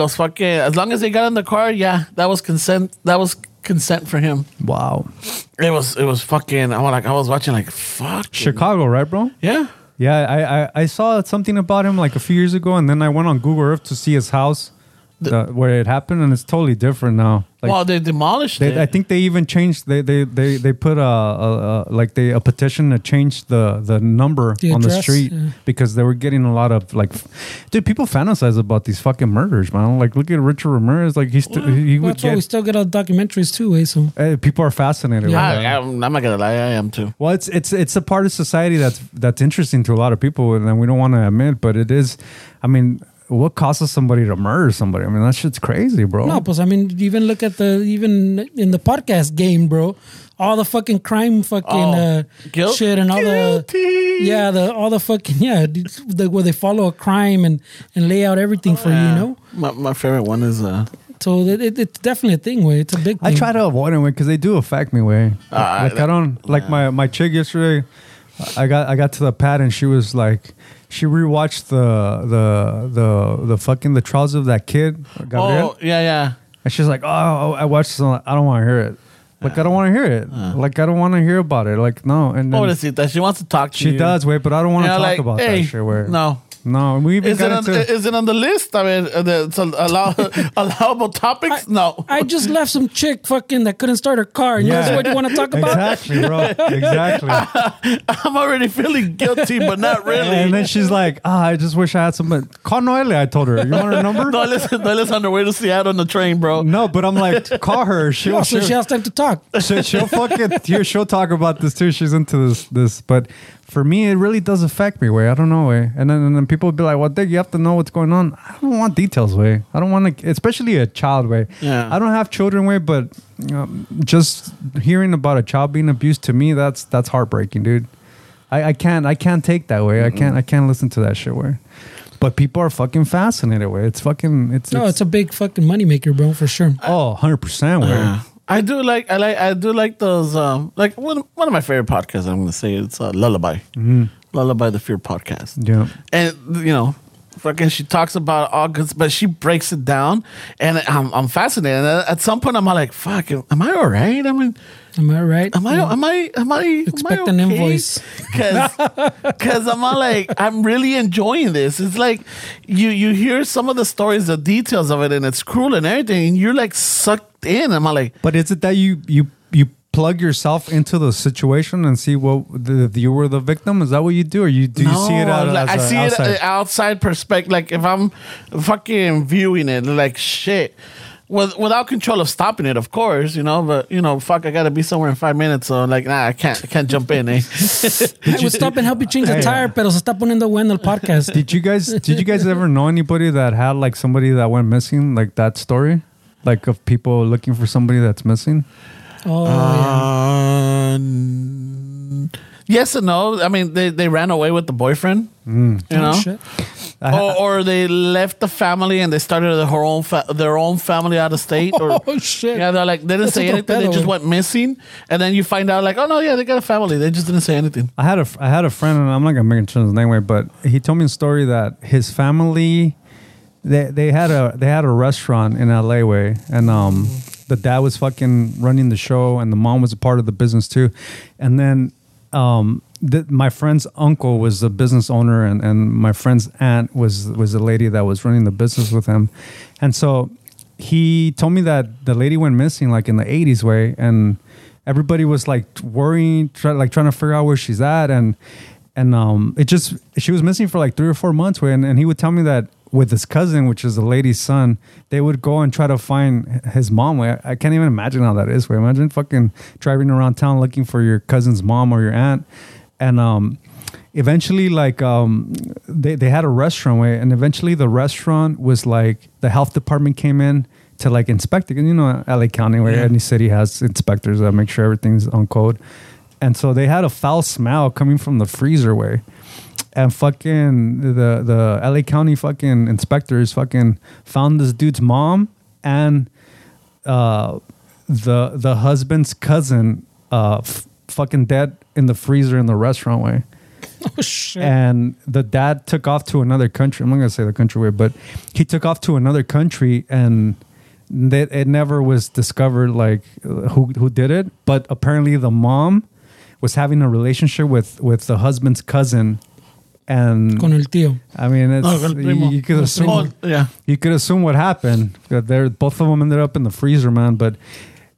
los fucking. As long as they got in the car, yeah, that was consent. That was consent for him. Wow, It was it was fucking. I was like I was watching like fuck Chicago, right, bro? Yeah. Yeah, I, I I saw something about him like a few years ago, and then I went on Google Earth to see his house uh, where it happened, and it's totally different now. Like, well, they demolished it. They, I think they even changed. They they they, they put a, a, a like they a petition to change the the number The on the address, street yeah. because they were getting a lot of like, f- dude, people fantasize about these fucking murders, man. Like, look at Richard Ramirez. Like, he's st- he Well, would that's why we get. still get all the documentaries too way so Uh, people are fascinated. Yeah. with I, that. I'm, I'm not gonna lie, I am too. Well, it's it's it's a part of society that's that's interesting to a lot of people, and we don't want to admit, but it is. I mean, what causes somebody to murder somebody? I mean, that shit's crazy, bro. Oh. No, because I mean, even look at the even in the podcast game, bro. All the fucking crime, fucking Oh, uh, guilt- shit, and all the guilty. yeah, the all the fucking yeah, the, the- where they follow a crime and and lay out everything for you, you know. My, my favorite one is uh, So it, it, it's definitely a thing, way. It's a big. Thing. I try to avoid them because they do affect me. Way Ah, like I don't like my my chick yesterday. I got I got to the pad and she was like, she rewatched the the the the fucking the trials of that kid Gabriel, oh yeah yeah. and she's like, oh, I watched this. and I don't want to hear it. Like I don't want to hear it. Ah. Like I don't want to hear about it. Like no. And then, Pobrecita, she wants to talk to She you. does, wait, but I don't want to Yeah, talk like, about hey, that shit. Where no. no, we even Is it, got on, into. is it on the list? I mean, uh, the- it's a- allow, allowable topics? no. I just left some chick fucking that couldn't start her car. And Yeah. that's what you want to talk about. exactly, bro. Exactly. I'm already feeling guilty, but not and really. then she's like, "Ah, I just wish I had someone." Call Noelle. I told her, "You want her number?" No, listen, no, listen, on the way to Seattle on the train, bro. No, but I'm like, call her. She'll Yeah, so she she'll, has time to talk. she'll, she'll fucking here. She'll talk about this too. She's into this this, but for me, it really does affect me. Way I don't know. Way and then and then people be like, "Well, Dick, you have to know what's going on." I don't want details. Way I don't want to, especially a child. Way Yeah. I don't have children. Way, but um, just hearing about a child being abused to me, that's that's heartbreaking, dude. I, I can't I can't take that way. I can't I can't listen to that shit. Way. But people are fucking fascinated with it. It's fucking, it's, No, it's, it's a big fucking moneymaker, bro, for sure. oh, 100% way. I do like I like I do like those um like one one of my favorite podcasts I'm gonna say it's uh, Lullaby, Mm. Lullaby the Fear podcast. Yeah. and you know, fucking she talks about all good, but she breaks it down, and I'm I'm fascinated. And at some point, I'm like, fuck, am I all right? I mean, Am I right? Am I? Am I? Am I? am I Expect an okay? invoice. Cause, cause I'm all like, I'm really enjoying this. It's like you you hear some of the stories, the details of it, and it's cruel and everything, and you're like sucked in. I'm all like, But is it that you you you plug yourself into the situation and see what the, you were the victim? Is that what you do, or you do you see it out? as like, I a see outside? it uh, outside perspective. Like if I'm fucking viewing it, like shit. With, without control of stopping it, of course, you know. But you know, fuck, I gotta be somewhere in five minutes, so like, nah, I can't, I can't jump in. Eh? I would stop and help you change the tire, pero se está poniendo bueno el podcast. did you guys did you guys ever know anybody that had like somebody that went missing like that story, like of people looking for somebody that's missing? Ah. Oh, Um, yes and no. I mean, they, they ran away with the boyfriend, Mm. you yeah. know, Oh, shit. or, Oh, or they left the family and they started their own fa- their own family out of state. Or, Oh, shit. Yeah, they're like they didn't That's a say anything. They torpedo. just went missing, and then you find out like, oh no, yeah, they got a family. They just didn't say anything. I had a I had a friend, and I'm not gonna mention his name, right, but he told me a story that his family, they they had a they had a restaurant in LA way, and um, the dad was fucking running the show, and the mom was a part of the business too, and then um, th- my friend's uncle was the business owner, and and my friend's aunt was was the lady that was running the business with him, and so he told me that the lady went missing like in the 80s way and everybody was like worrying try, like trying to figure out where she's at and and um it just she was missing for like three or four months way and, and he would tell me that with his cousin which is the lady's son they would go and try to find his mom way i can't even imagine how that is way imagine fucking driving around town looking for your cousin's mom or your aunt and um eventually like um they, they had a restaurant way and eventually the restaurant was like the health department came in to like inspect it and you know la county where any city has inspectors that make sure everything's on code and so they had a foul smell coming from the freezer way and fucking the the la county fucking inspectors fucking found this dude's mom and uh, the the husband's cousin uh f- fucking dead in the freezer in the restaurant way Oh, shit. and the dad took off to another country. I'm not gonna say the country where, but he took off to another country, and that it never was discovered like uh, who who did it. But apparently, the mom was having a relationship with with the husband's cousin, and Con el tío. I mean, it's, Oh, el primo. you, you could El assume primo. Yeah. you could assume what happened. They're, both of them ended up in the freezer, man. But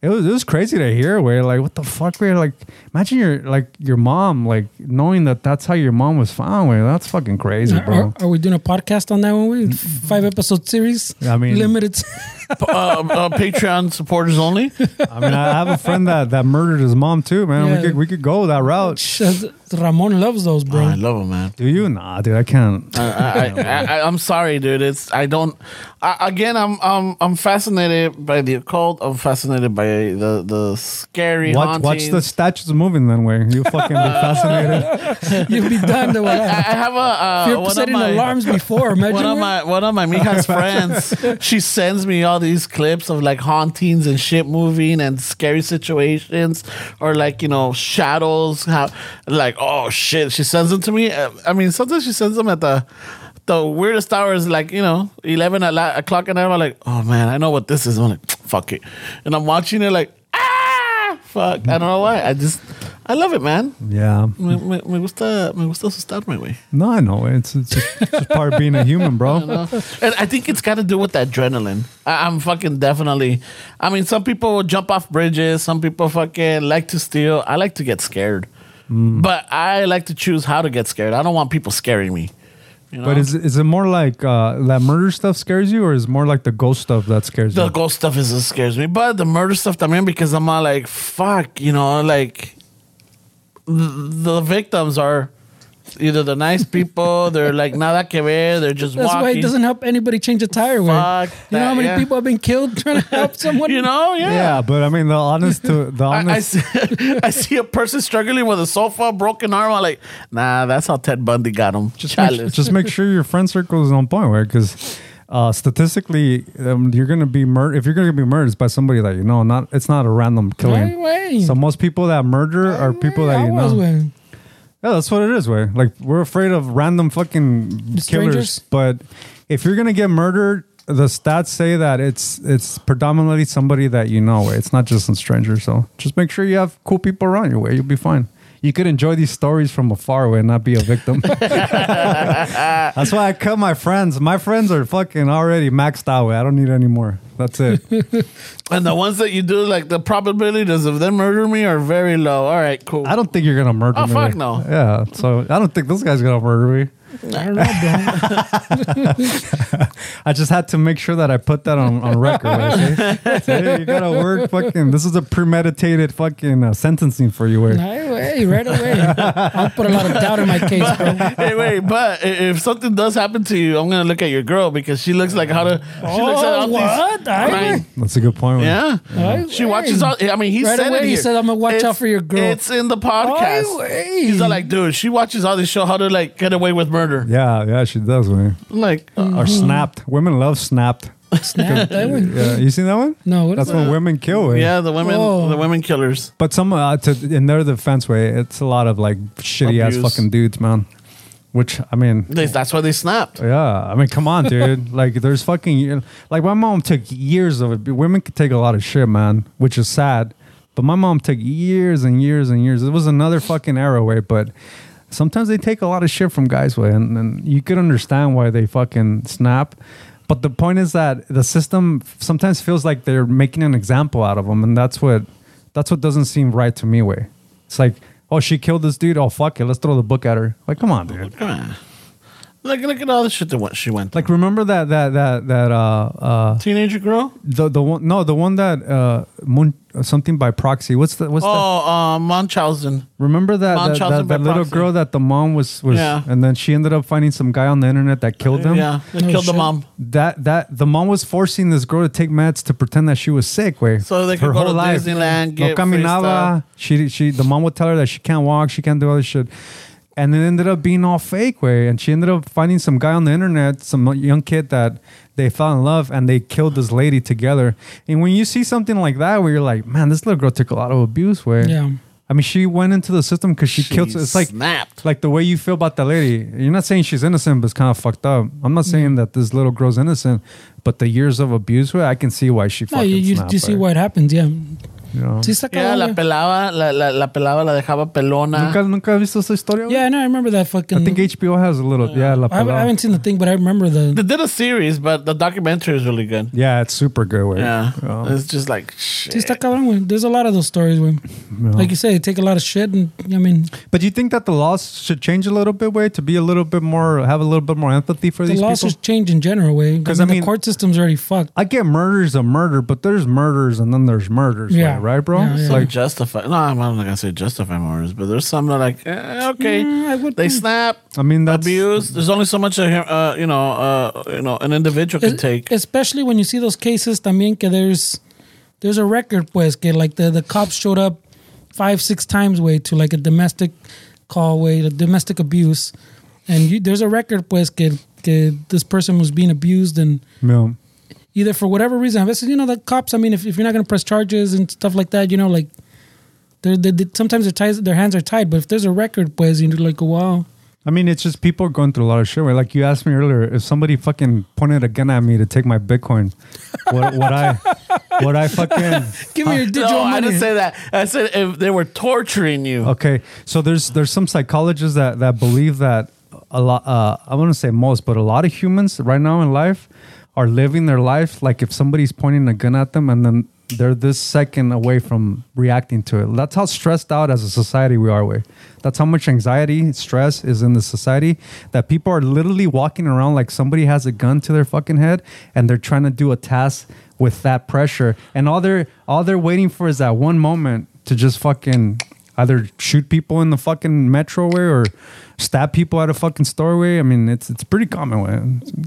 it was it was crazy to hear. Where like, what the fuck? Where like, imagine your like your mom like knowing that that's how your mom was found. Where that's fucking crazy, Are, bro. Mm. are- are we doing a podcast on that one? We five episode series. I mean- limited. P- uh, Um, uh, Patreon supporters only. I mean, I have a friend that that murdered his mom too, man. Yeah. We could we could go that route. Shit, Ramon loves those, bro. Oh, I love them, man. Do you? Nah, dude, I can't. I, I, I, I'm sorry, dude. It's I don't. I, again, I'm I'm I'm fascinated by the occult. I'm fascinated by the the scary. Watch, watch hauntings. the statues moving then, where you fucking be fascinated. You'll be done to what I, I I have a uh, You're one of setting my- alarms before. Imagine One of that. my one of my Mika's friends, she sends me all these clips of like hauntings and shit moving and scary situations or like you know shadows. How like oh shit, she sends them to me. Uh, I mean, sometimes she sends them at the the weirdest hours, like you know eleven a la- o'clock, and I'm like, oh man, I know what this is. I'm like, fuck it, and I'm watching it like ah fuck, I don't know why. I just I love it, man. Yeah, Me, me, me gusta me gusta asustarme, güey. no, I know. It's it's just, it's just part of being a human, bro. And I think it's got to do with the adrenaline. I, I'm fucking definitely. I mean, some people will jump off bridges. Some people fucking like to steal. I like to get scared, but I like to choose how to get scared. I don't want people scaring me. You know? But is is it more like uh, that murder stuff scares you, or is it more like the ghost stuff that scares the you? ghost stuff is what scares me, but the murder stuff también because I'm all like, fuck, you know, like the, the victims are either the nice people, they're like nada que ver, they're just That's walking. why it doesn't help anybody change a tire. way. Fuck you know how that, many yeah. people have been killed trying to help someone? you know, yeah. yeah, but I mean the honest to the honest. I, I, see, I see a person struggling with a sofa, broken arm. I'm like, nah, that's how Ted Bundy got him. just make, just make sure your friend circle is on point, right? Because uh, statistically, um, you're gonna be murdered if you're gonna be murdered it's by somebody that you know. Not it's not a random Right killing. way. So most people that murder are people that I you was know. with. Yeah, that's what it is. Way like we're afraid of random fucking killers, Strangers? but if you're gonna get murdered, the stats say that it's it's predominantly somebody that you know. It's not just a stranger. So just make sure you have cool people around your way. You'll be fine. You could enjoy these stories from afar away and not be a victim. That's why I cut my friends. My friends are fucking already maxed out. way. I don't need any more. That's it. And the ones that you do, like the probabilities of them murder me are very low. All right, cool. I don't think you're gonna murder Oh, me. fuck way. no. Yeah. So I don't think this guy's gonna murder me. I don't know, bro. I just had to make sure that I put that on, on record. Okay? hey, you gotta work fucking. This is a premeditated fucking uh, sentencing for you. eh? Where Right away, right away. I'll put a lot of doubt in my case, bro. hey, wait, but i- if something does happen to you, I'm gonna look at your girl because she looks like how to. She looks at all Oh, these what? I- crime- that's a good point. Wade. Yeah, I- she watches all. I mean, he Right said away it he here. said, "I'ma watch It's- out for your girl." Oh, It's in the podcast. wait. He's all like, dude, she watches all this show how to like get away with murder. Yeah, yeah, she does. Man. I'm like, Oh, uh, Or snapped. Women love snapped. Snap Mm-hmm. that one. Yeah, you seen that one? No, what that's is when women kill. Wade. yeah, the women, Whoa. the women killers. but some uh, to, in their defense, way it's a lot of like shitty ass Abuse. fucking dudes, man. Which I mean, They, that's why they snapped. Yeah, I mean, come on, dude. like, there's fucking like my mom took years of it. Women could take a lot of shit, man, which is sad. But my mom took years and years and years. It was another fucking arrow way, but sometimes they take a lot of shit from guys way, and, and you could understand why they fucking snap. But the point is that the system sometimes feels like they're making an example out of them, and that's what that's what doesn't seem right to me. Way, it's like, oh, she killed this dude. Oh, fuck it, let's throw the book at her. Like, come on, dude. Come on. Look, look at all the shit that went, she went. Like remember that that that that uh uh teenager girl. the the one no the one that uh Mun, something by proxy what's the what's that Oh, uh, Munchausen. remember that that, Munchausen that, by that little proxy. girl that the mom was was Yeah. and then she ended up finding some guy on the internet that killed him Yeah, they No killed shit. the mom. that that the mom was forcing this girl to take meds to pretend that she was sick way So they could go to Disneyland, get no free caminaba stuff. she she the mom would tell her that she can't walk she can't do all this shit and it ended up being all fake way and she ended up finding some guy on the internet some young kid that they fell in love and they killed this lady together and when you see something like that where you're like man this little girl took a lot of abuse way Yeah. I mean, she went into the system because she, killed. She It's like snapped. like the way you feel about that lady. You're not saying she's innocent, but it's kind of fucked up. I'm not Mm. saying that this little girl's innocent, but the years of abuse, well, I can see why she No, fucking you, you, snapped. you see right? what happens, yeah. You know? Sí, está Yeah, la cabrón, yeah. pelaba, la, la, la pelaba, la dejaba pelona. Nunca, nunca has visto esa historia. güey? yeah, no, I remember that fucking. I think HBO has a little. Yeah, La I haven't, I Palabra. haven't seen the thing, but I remember the. They did a series, but the documentary is really good. Yeah, it's super good. Way. Yeah, Um, it's just like Sí, shit. está cabrón, güey. There's a lot of those stories, güey. Like you say, they take a lot of shit, and I mean, but do you think that the laws should change a little bit, way, to be a little bit more, have a little bit more empathy for the these laws people? just change in general, way. 'Cause, Because I I mean- mean, the court system's already fucked. I get murder is a murder, but there's murders and then there's murders. güey, Yeah. right, bro. Yeah, It's yeah. like like justify. No, I'm not gonna say justify murders, but there's some that are like eh, okay, Mm, I would- they snap. I mean, that's Abuse. There's only so much a hu- uh, you know, uh, you know, an individual can Es- take. Especially when you see those cases, también que there's there's a record, pues, que like the, the cops showed up five, six times, way to like a domestic call, way to domestic abuse, and you, there's a record, pues, que, que this person was being abused and Yeah. either for whatever reason. I veces, you know, the cops. I mean, if, if you're not going to press charges and stuff like that, you know, like they're, they they- sometimes their ties, their hands are tied. But if there's a record, pues, you're like, wow, I mean, it's just people are going through a lot of shit. Right? Like you asked me earlier, if somebody fucking pointed a gun at me to take my Bitcoin, what would I, would I fucking? give me your digital No, I money. didn't say that. I said if they were torturing you. Okay, so there's there's some psychologists that that believe that a lot. Uh, I wouldn't say most, but a lot of humans right now in life are living their life like if somebody's pointing a gun at them and then they're this second away from reacting to it. That's how stressed out as a society we are. Way. That's how much anxiety, stress is in the society that people are literally walking around like somebody has a gun to their fucking head and they're trying to do a task with that pressure. And all they're all they're waiting for is that one moment to just fucking either shoot people in the fucking metro way or stab people at a fucking store way. I mean, it's it's pretty common way.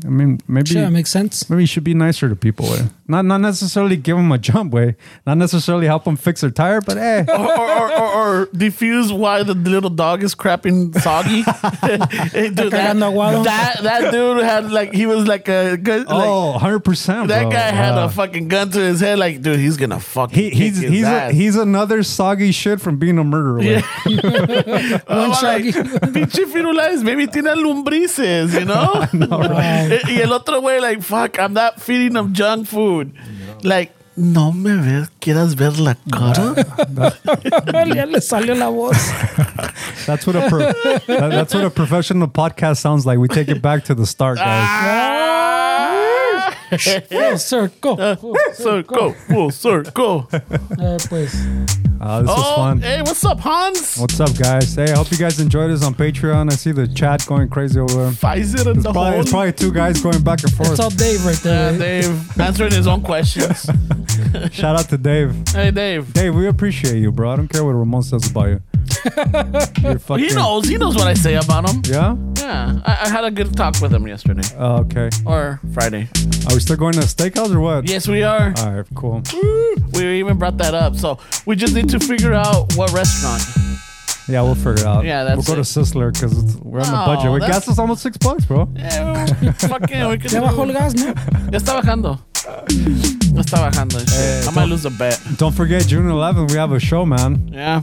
I mean, maybe Sure, that makes sense. maybe you should be nicer to people way. Not not necessarily give them a jump way, not necessarily help them fix their tire, but eh, hey, or, or, or, or diffuse why the little dog is crapping soggy. Hey, dude, that, Cagando aguado. that that dude had like he was like a good oh, 100 percent. like that guy had a fucking gun to his head like dude he's gonna fucking he, he's kick his he's a, ass. he's another soggy shit from being a murderer. like. I'm like, soggy. pinche firula es maybe tiene lombrices you know, Eh, right. y el otro güey like fuck I'm not feeding him junk food like no me ves quieras ver la cara Ya le salió la voz. That's what a pro- that- that's what a professional podcast sounds like. We take it back to the start, Ah, guys. Full circle. Uh, Full circle full circle Eh, pues. Uh, this was oh fun. hey what's up Hans What's up, guys? Hey, I hope you guys enjoyed us on Patreon. I see the chat going crazy over there. Pfizer and the Probably, whole it's probably two guys going back and It's forth. all Dave right there. uh, Yeah, eh? Dave answering his own questions. Shout out to Dave. hey, Dave. Dave, we appreciate you, bro. I don't care what Ramon says about you. You're fucking. He knows. He knows what I say about him. Yeah. Yeah, I, I had a good talk with him yesterday Oh, okay. or Friday. Are we still going to the steakhouse or what? Yes, we are. All right. Cool. We even brought that up. So we just need to figure out what restaurant. Yeah, we'll figure it out. Yeah, that's We'll go it. to Sizzler because we're on No, a budget. We that's- gas is almost six bucks, bro. Yeah, we- fucking, we could. Ya bajó el do- gas, ¿no? Ya está bajando. Ya está bajando. and shit. Eh, I might lose a bet. Don't forget, June 11th, we have a show, man. Yeah,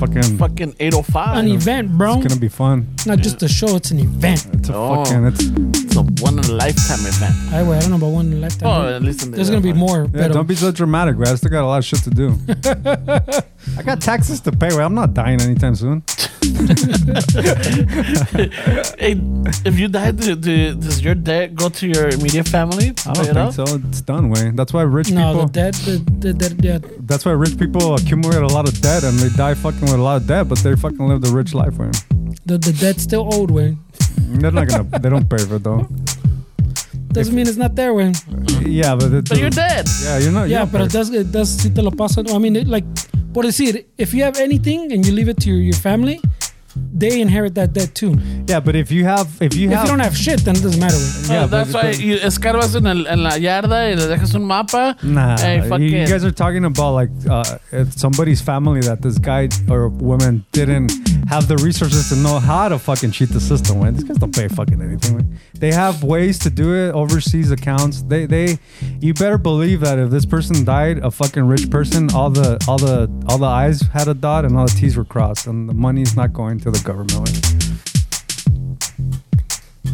Fucking. fucking An 805. event, bro. It's gonna be fun. Not just a show, it's an event. It's a Oh. fucking. It's, It's a one in a lifetime event. I, I don't know about one in a lifetime. Oh, at least in the There's going to be more. yeah, pero- don't be so dramatic, man. I still got a lot of shit to do. I got taxes to pay. Well, I'm not dying anytime soon. Hey, if you died, do, do, does your debt go to your immediate family? I don't think so. It's done, Wayne. That's why rich no, people. the dead, the, the dead, yeah. That's why rich people accumulate a lot of debt and they die fucking with a lot of debt, but they fucking live the rich life, Wayne. The, the dead's still old, way. They're not gonna. they don't pay for it though. Doesn't mean it's not there, way. Yeah, but it's, But you're dead. Yeah, you're not. Yeah, you're not but it paying. does, it does, si te lo pasan. I mean, it, like, por decir, if you have anything and you leave it to your, your family, they inherit that debt too. yeah, but if you have, if you If have, you don't have shit, then it doesn't matter, güey. yeah, Yeah, but that's why because- you escarbas en, el, en la yarda y le dejas un mapa. Nah, Hey, you- fucking. you, guys are talking about like uh, if somebody's family that this guy or woman didn't have the resources to know how to fucking cheat the system. Man, these guys don't pay fucking anything. Man. They have ways to do it. Overseas accounts. They they, you better believe that if this person died, a fucking rich person, all the all the all the I's had a dot and all the T's were crossed, and the money's not going to the government. man.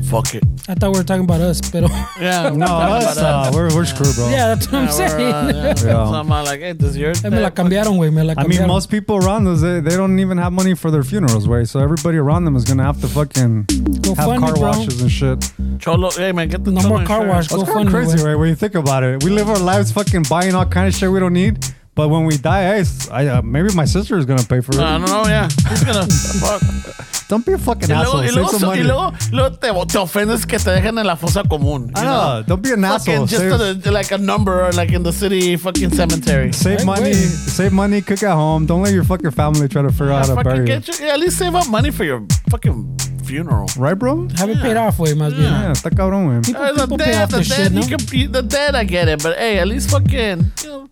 Fuck it. I thought we were talking about us, but Yeah. No, us, uh, we're we're screwed, bro. yeah, that's what I'm saying. uh, Yeah. So I'm like, hey, does your Eh, Me la debt- cambiaron, güey. Me la I mean, cambiaron. most people around us, they, they don't even have money for their funerals, right? So everybody around them is gonna have to fucking Go have fund me, car bro. washes and shit. Cholo, hey man, get the No cholo more car wash. insurance. Go That's kind fund of me, crazy, güey. right? When you think about it, we live our lives fucking buying all kind of shit we don't need. But when we die, hey, s- I, uh, maybe my sister is gonna pay for it. I don't know, yeah. He's gonna fuck. don't be a fucking Um, Y asshole. luego, y Save luego, some so- y money. luego, luego te, te ofendes que te dejen en la fosa común. I you know. Don't be an Fucking asshole. just Save, to the, like a number or like in the city fucking cemetery. save Right money. way. Save money. Cook at home. Don't let your fucking family try to figure out how to fucking bury you. get your, yeah, at least save up money for your fucking funeral. Right, bro? Have it paid off, güey, más bien. Yeah, está cabrón, man. People, Uh, the people pay dead, off the their dead, shit, no? you can be the dead. I get it, but hey, at least fucking, you know,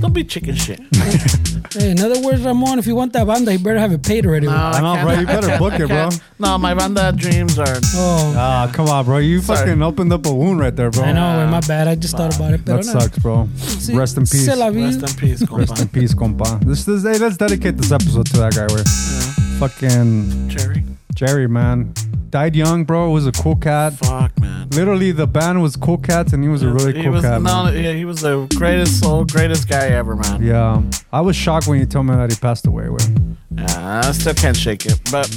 don't be chicken shit. Hey, in other words, Ramon, if you want that banda, you better have it paid already. güey. I know, can't- bro. You better book it, bro. can't- No, my banda dreams are. oh, Ah, come on, bro. You Sorry. fucking opened up a wound right there, bro. I know, güey, my bad. I just thought about it. Pero That sucks, bro. Sí, Rest in peace. Se la vi. Rest in peace, Rest in compa. peace, compa. This is hey, let's dedicate this episode to that guy. Where fucking Cherry. Jerry, man, died young, bro. Was a cool cat. Fuck, man. Literally, the band was cool cats, and he was a really he cool was cat. no, man. yeah, he was the greatest soul, greatest guy ever, man. Yeah. Yeah, I was shocked when you told me that he passed away. Where? I still can't shake it, but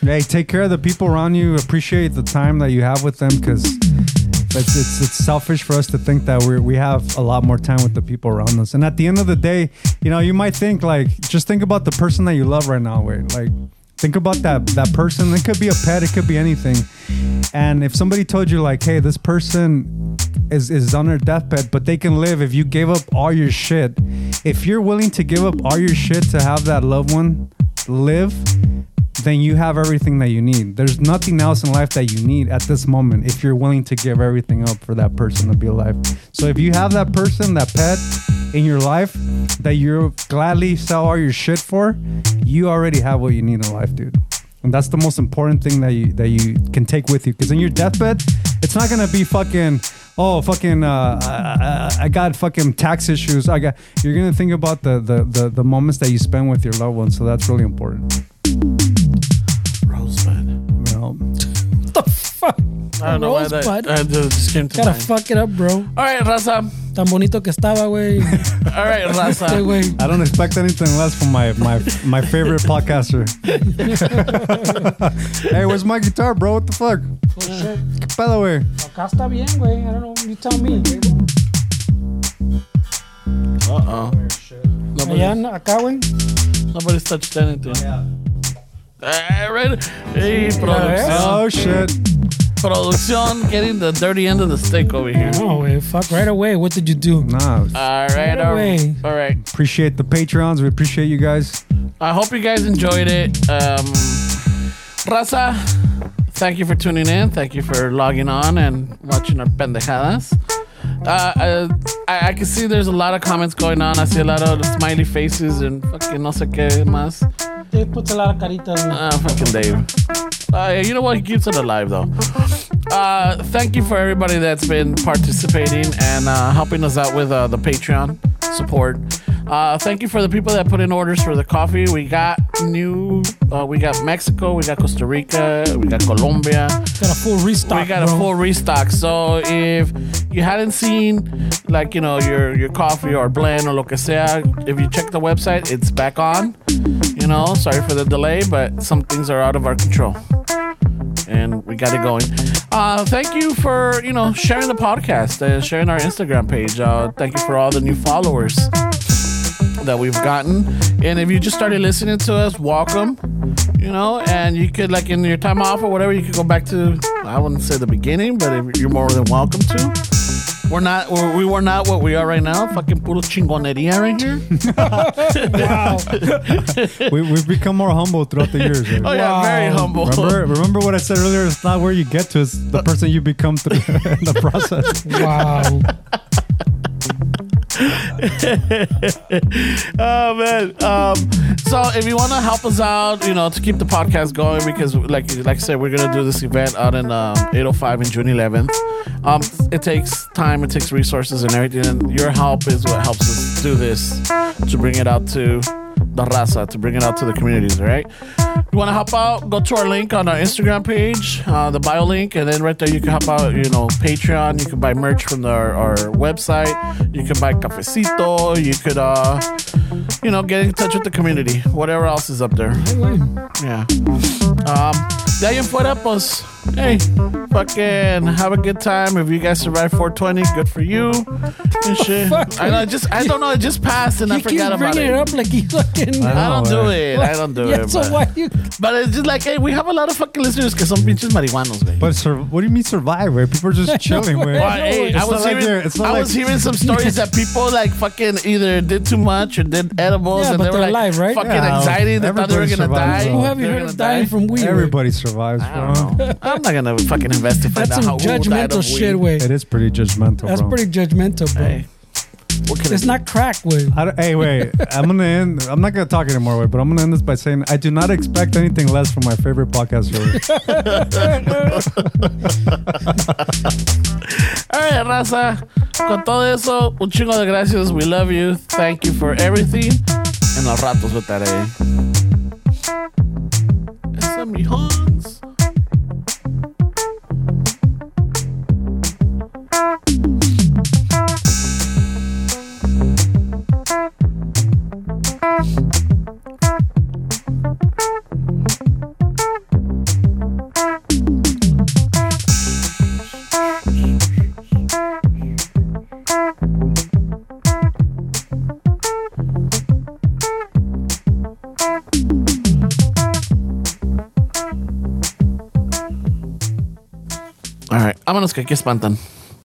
Hey, take care of the people around you. Appreciate the time that you have with them, because it's, it's it's selfish for us to think that we we have a lot more time with the people around us. And at the end of the day, you know, you might think like, just think about the person that you love right now. Wait, like, think about that that person. It could be a pet. It could be anything. And if somebody told you like, hey, this person is is on their deathbed, but they can live if you gave up all your shit. If you're willing to give up all your shit to have that loved one live then you have everything that you need. There's nothing else in life that you need at this moment if you're willing to give everything up for that person to be alive. So if you have that person, that pet in your life that you gladly sell all your shit for, you already have what you need in life, dude. And that's the most important thing that you that you can take with you. Because in your deathbed, it's not gonna be fucking. Oh fucking! Uh, I, I- I got fucking tax issues. I got. You're gonna think about the, the the the moments that you spend with your loved ones. So that's really important. Rosebud. You know? What the fuck? I don't know why that, Rosebud. that just came to Gotta mind. fuck it up, bro. All right, Raza. Tan bonito que estaba, güey. All right, Este, Raza. güey. I don't expect anything less from my my my favorite podcaster. hey, where's my guitar, bro? What the fuck? By the way, eh, Acá está bien, güey. I don't know. You tell me. Uh oh. Allá, Nobody's, no- acá, güey. nobody's touched anything. Yeah. All right. Hey, producción. oh shit! Producción getting the dirty end of the stick over here. No, güey. Fuck right away. What did you do? Nah, All right, all away. right. All right. appreciate the patrons. We appreciate you guys. I hope you guys enjoyed it. Um, Raza, thank you for tuning in. Thank you for logging on and watching our pendejadas. Uh, I, I can see there's a lot of comments going on. I see a lot of smiley faces and fucking no sé qué más. They puts a lot of caritas, güey. Ah, fucking Dave. Uh, you know what? He keeps it alive, though. Uh, thank you for everybody that's been participating and uh, helping us out with uh, the Patreon support. Uh, thank you for the people that put in orders for the coffee. We got new, uh, we got Mexico, we got Costa Rica, we got Colombia, Got a full restock. we got a bro. full restock. So if you hadn't seen, like you know, your your coffee or blend or lo que sea, if you check the website, it's back on. You know, sorry for the delay, but some things are out of our control, and we got it going. Uh, thank you for you know sharing the podcast and sharing our Instagram page. Uh, thank you for all the new followers that we've gotten. And if you just started listening to us, welcome. You know, and you could like in your time off or whatever, you could go back to I wouldn't say the beginning, but if you're more than welcome to. We're not we're, we were not what we are right now. Fucking puro chingoneria right here. We, we've become more humble throughout the years. right? Oh yeah, very humble. Remember, remember what I said earlier. It's not where you get to; it's the person you become through the process. Wow. oh man. Um, so if you want to help us out, you know, to keep the podcast going, because like like I said, we're gonna do this event out in um, 805 in June 11th. Um, it takes time, it takes resources and everything, and your help is what helps us do this to bring it out to the raza, to bring it out to the communities. All right. You want to help out? Go to our link on our Instagram page, uh, the bio link, and then right there you can help out. You know, Patreon. You can buy merch from the, our, our website. You can buy cafecito. You could, uh, you know, get in touch with the community. Whatever else is up there. Yeah. Um, de ahí en fuera, pues, hey, fucking have a good time. If you guys survive 420, good for you. And shit. fuck? I know, it just I don't know. It just passed, and I he keeps forgot about bringing it. it up like he fucking. I don't Oh, do man. it. I don't do yeah, it. So but- why you? but it's just like, hey, we have a lot of fucking listeners because some bitches marihuanos, man. But sur- what do you mean survive? Where people are just chilling? Where Well, hey, It's I not was like hearing, they're- it's not I like- was hearing some stories that people like fucking either did too much or did edibles Yeah, and but they were they're like alive, right? fucking Yeah, anxiety. They thought they were everybody gonna survives, die. though. Who have you They were heard of Oh, gonna die. dying from weed? güey? everybody survives, I don't bro. know. I'm not gonna fucking investigate That's out some how who died judgmental of shit, weed. It way. is pretty judgmental. That's bro. pretty judgmental, bro. Hey, what can It's it not crack, way. I don't, hey, wait. I'm gonna end. I'm not gonna talk anymore, wait, but I'm gonna end this by saying I do not expect anything less from my favorite podcast. host. All right, raza. Con todo eso, un chingo de gracias. We love you. Thank you for everything. En los ratos votaré. Esa mi Hans. All right, vámonos que aquí espantan.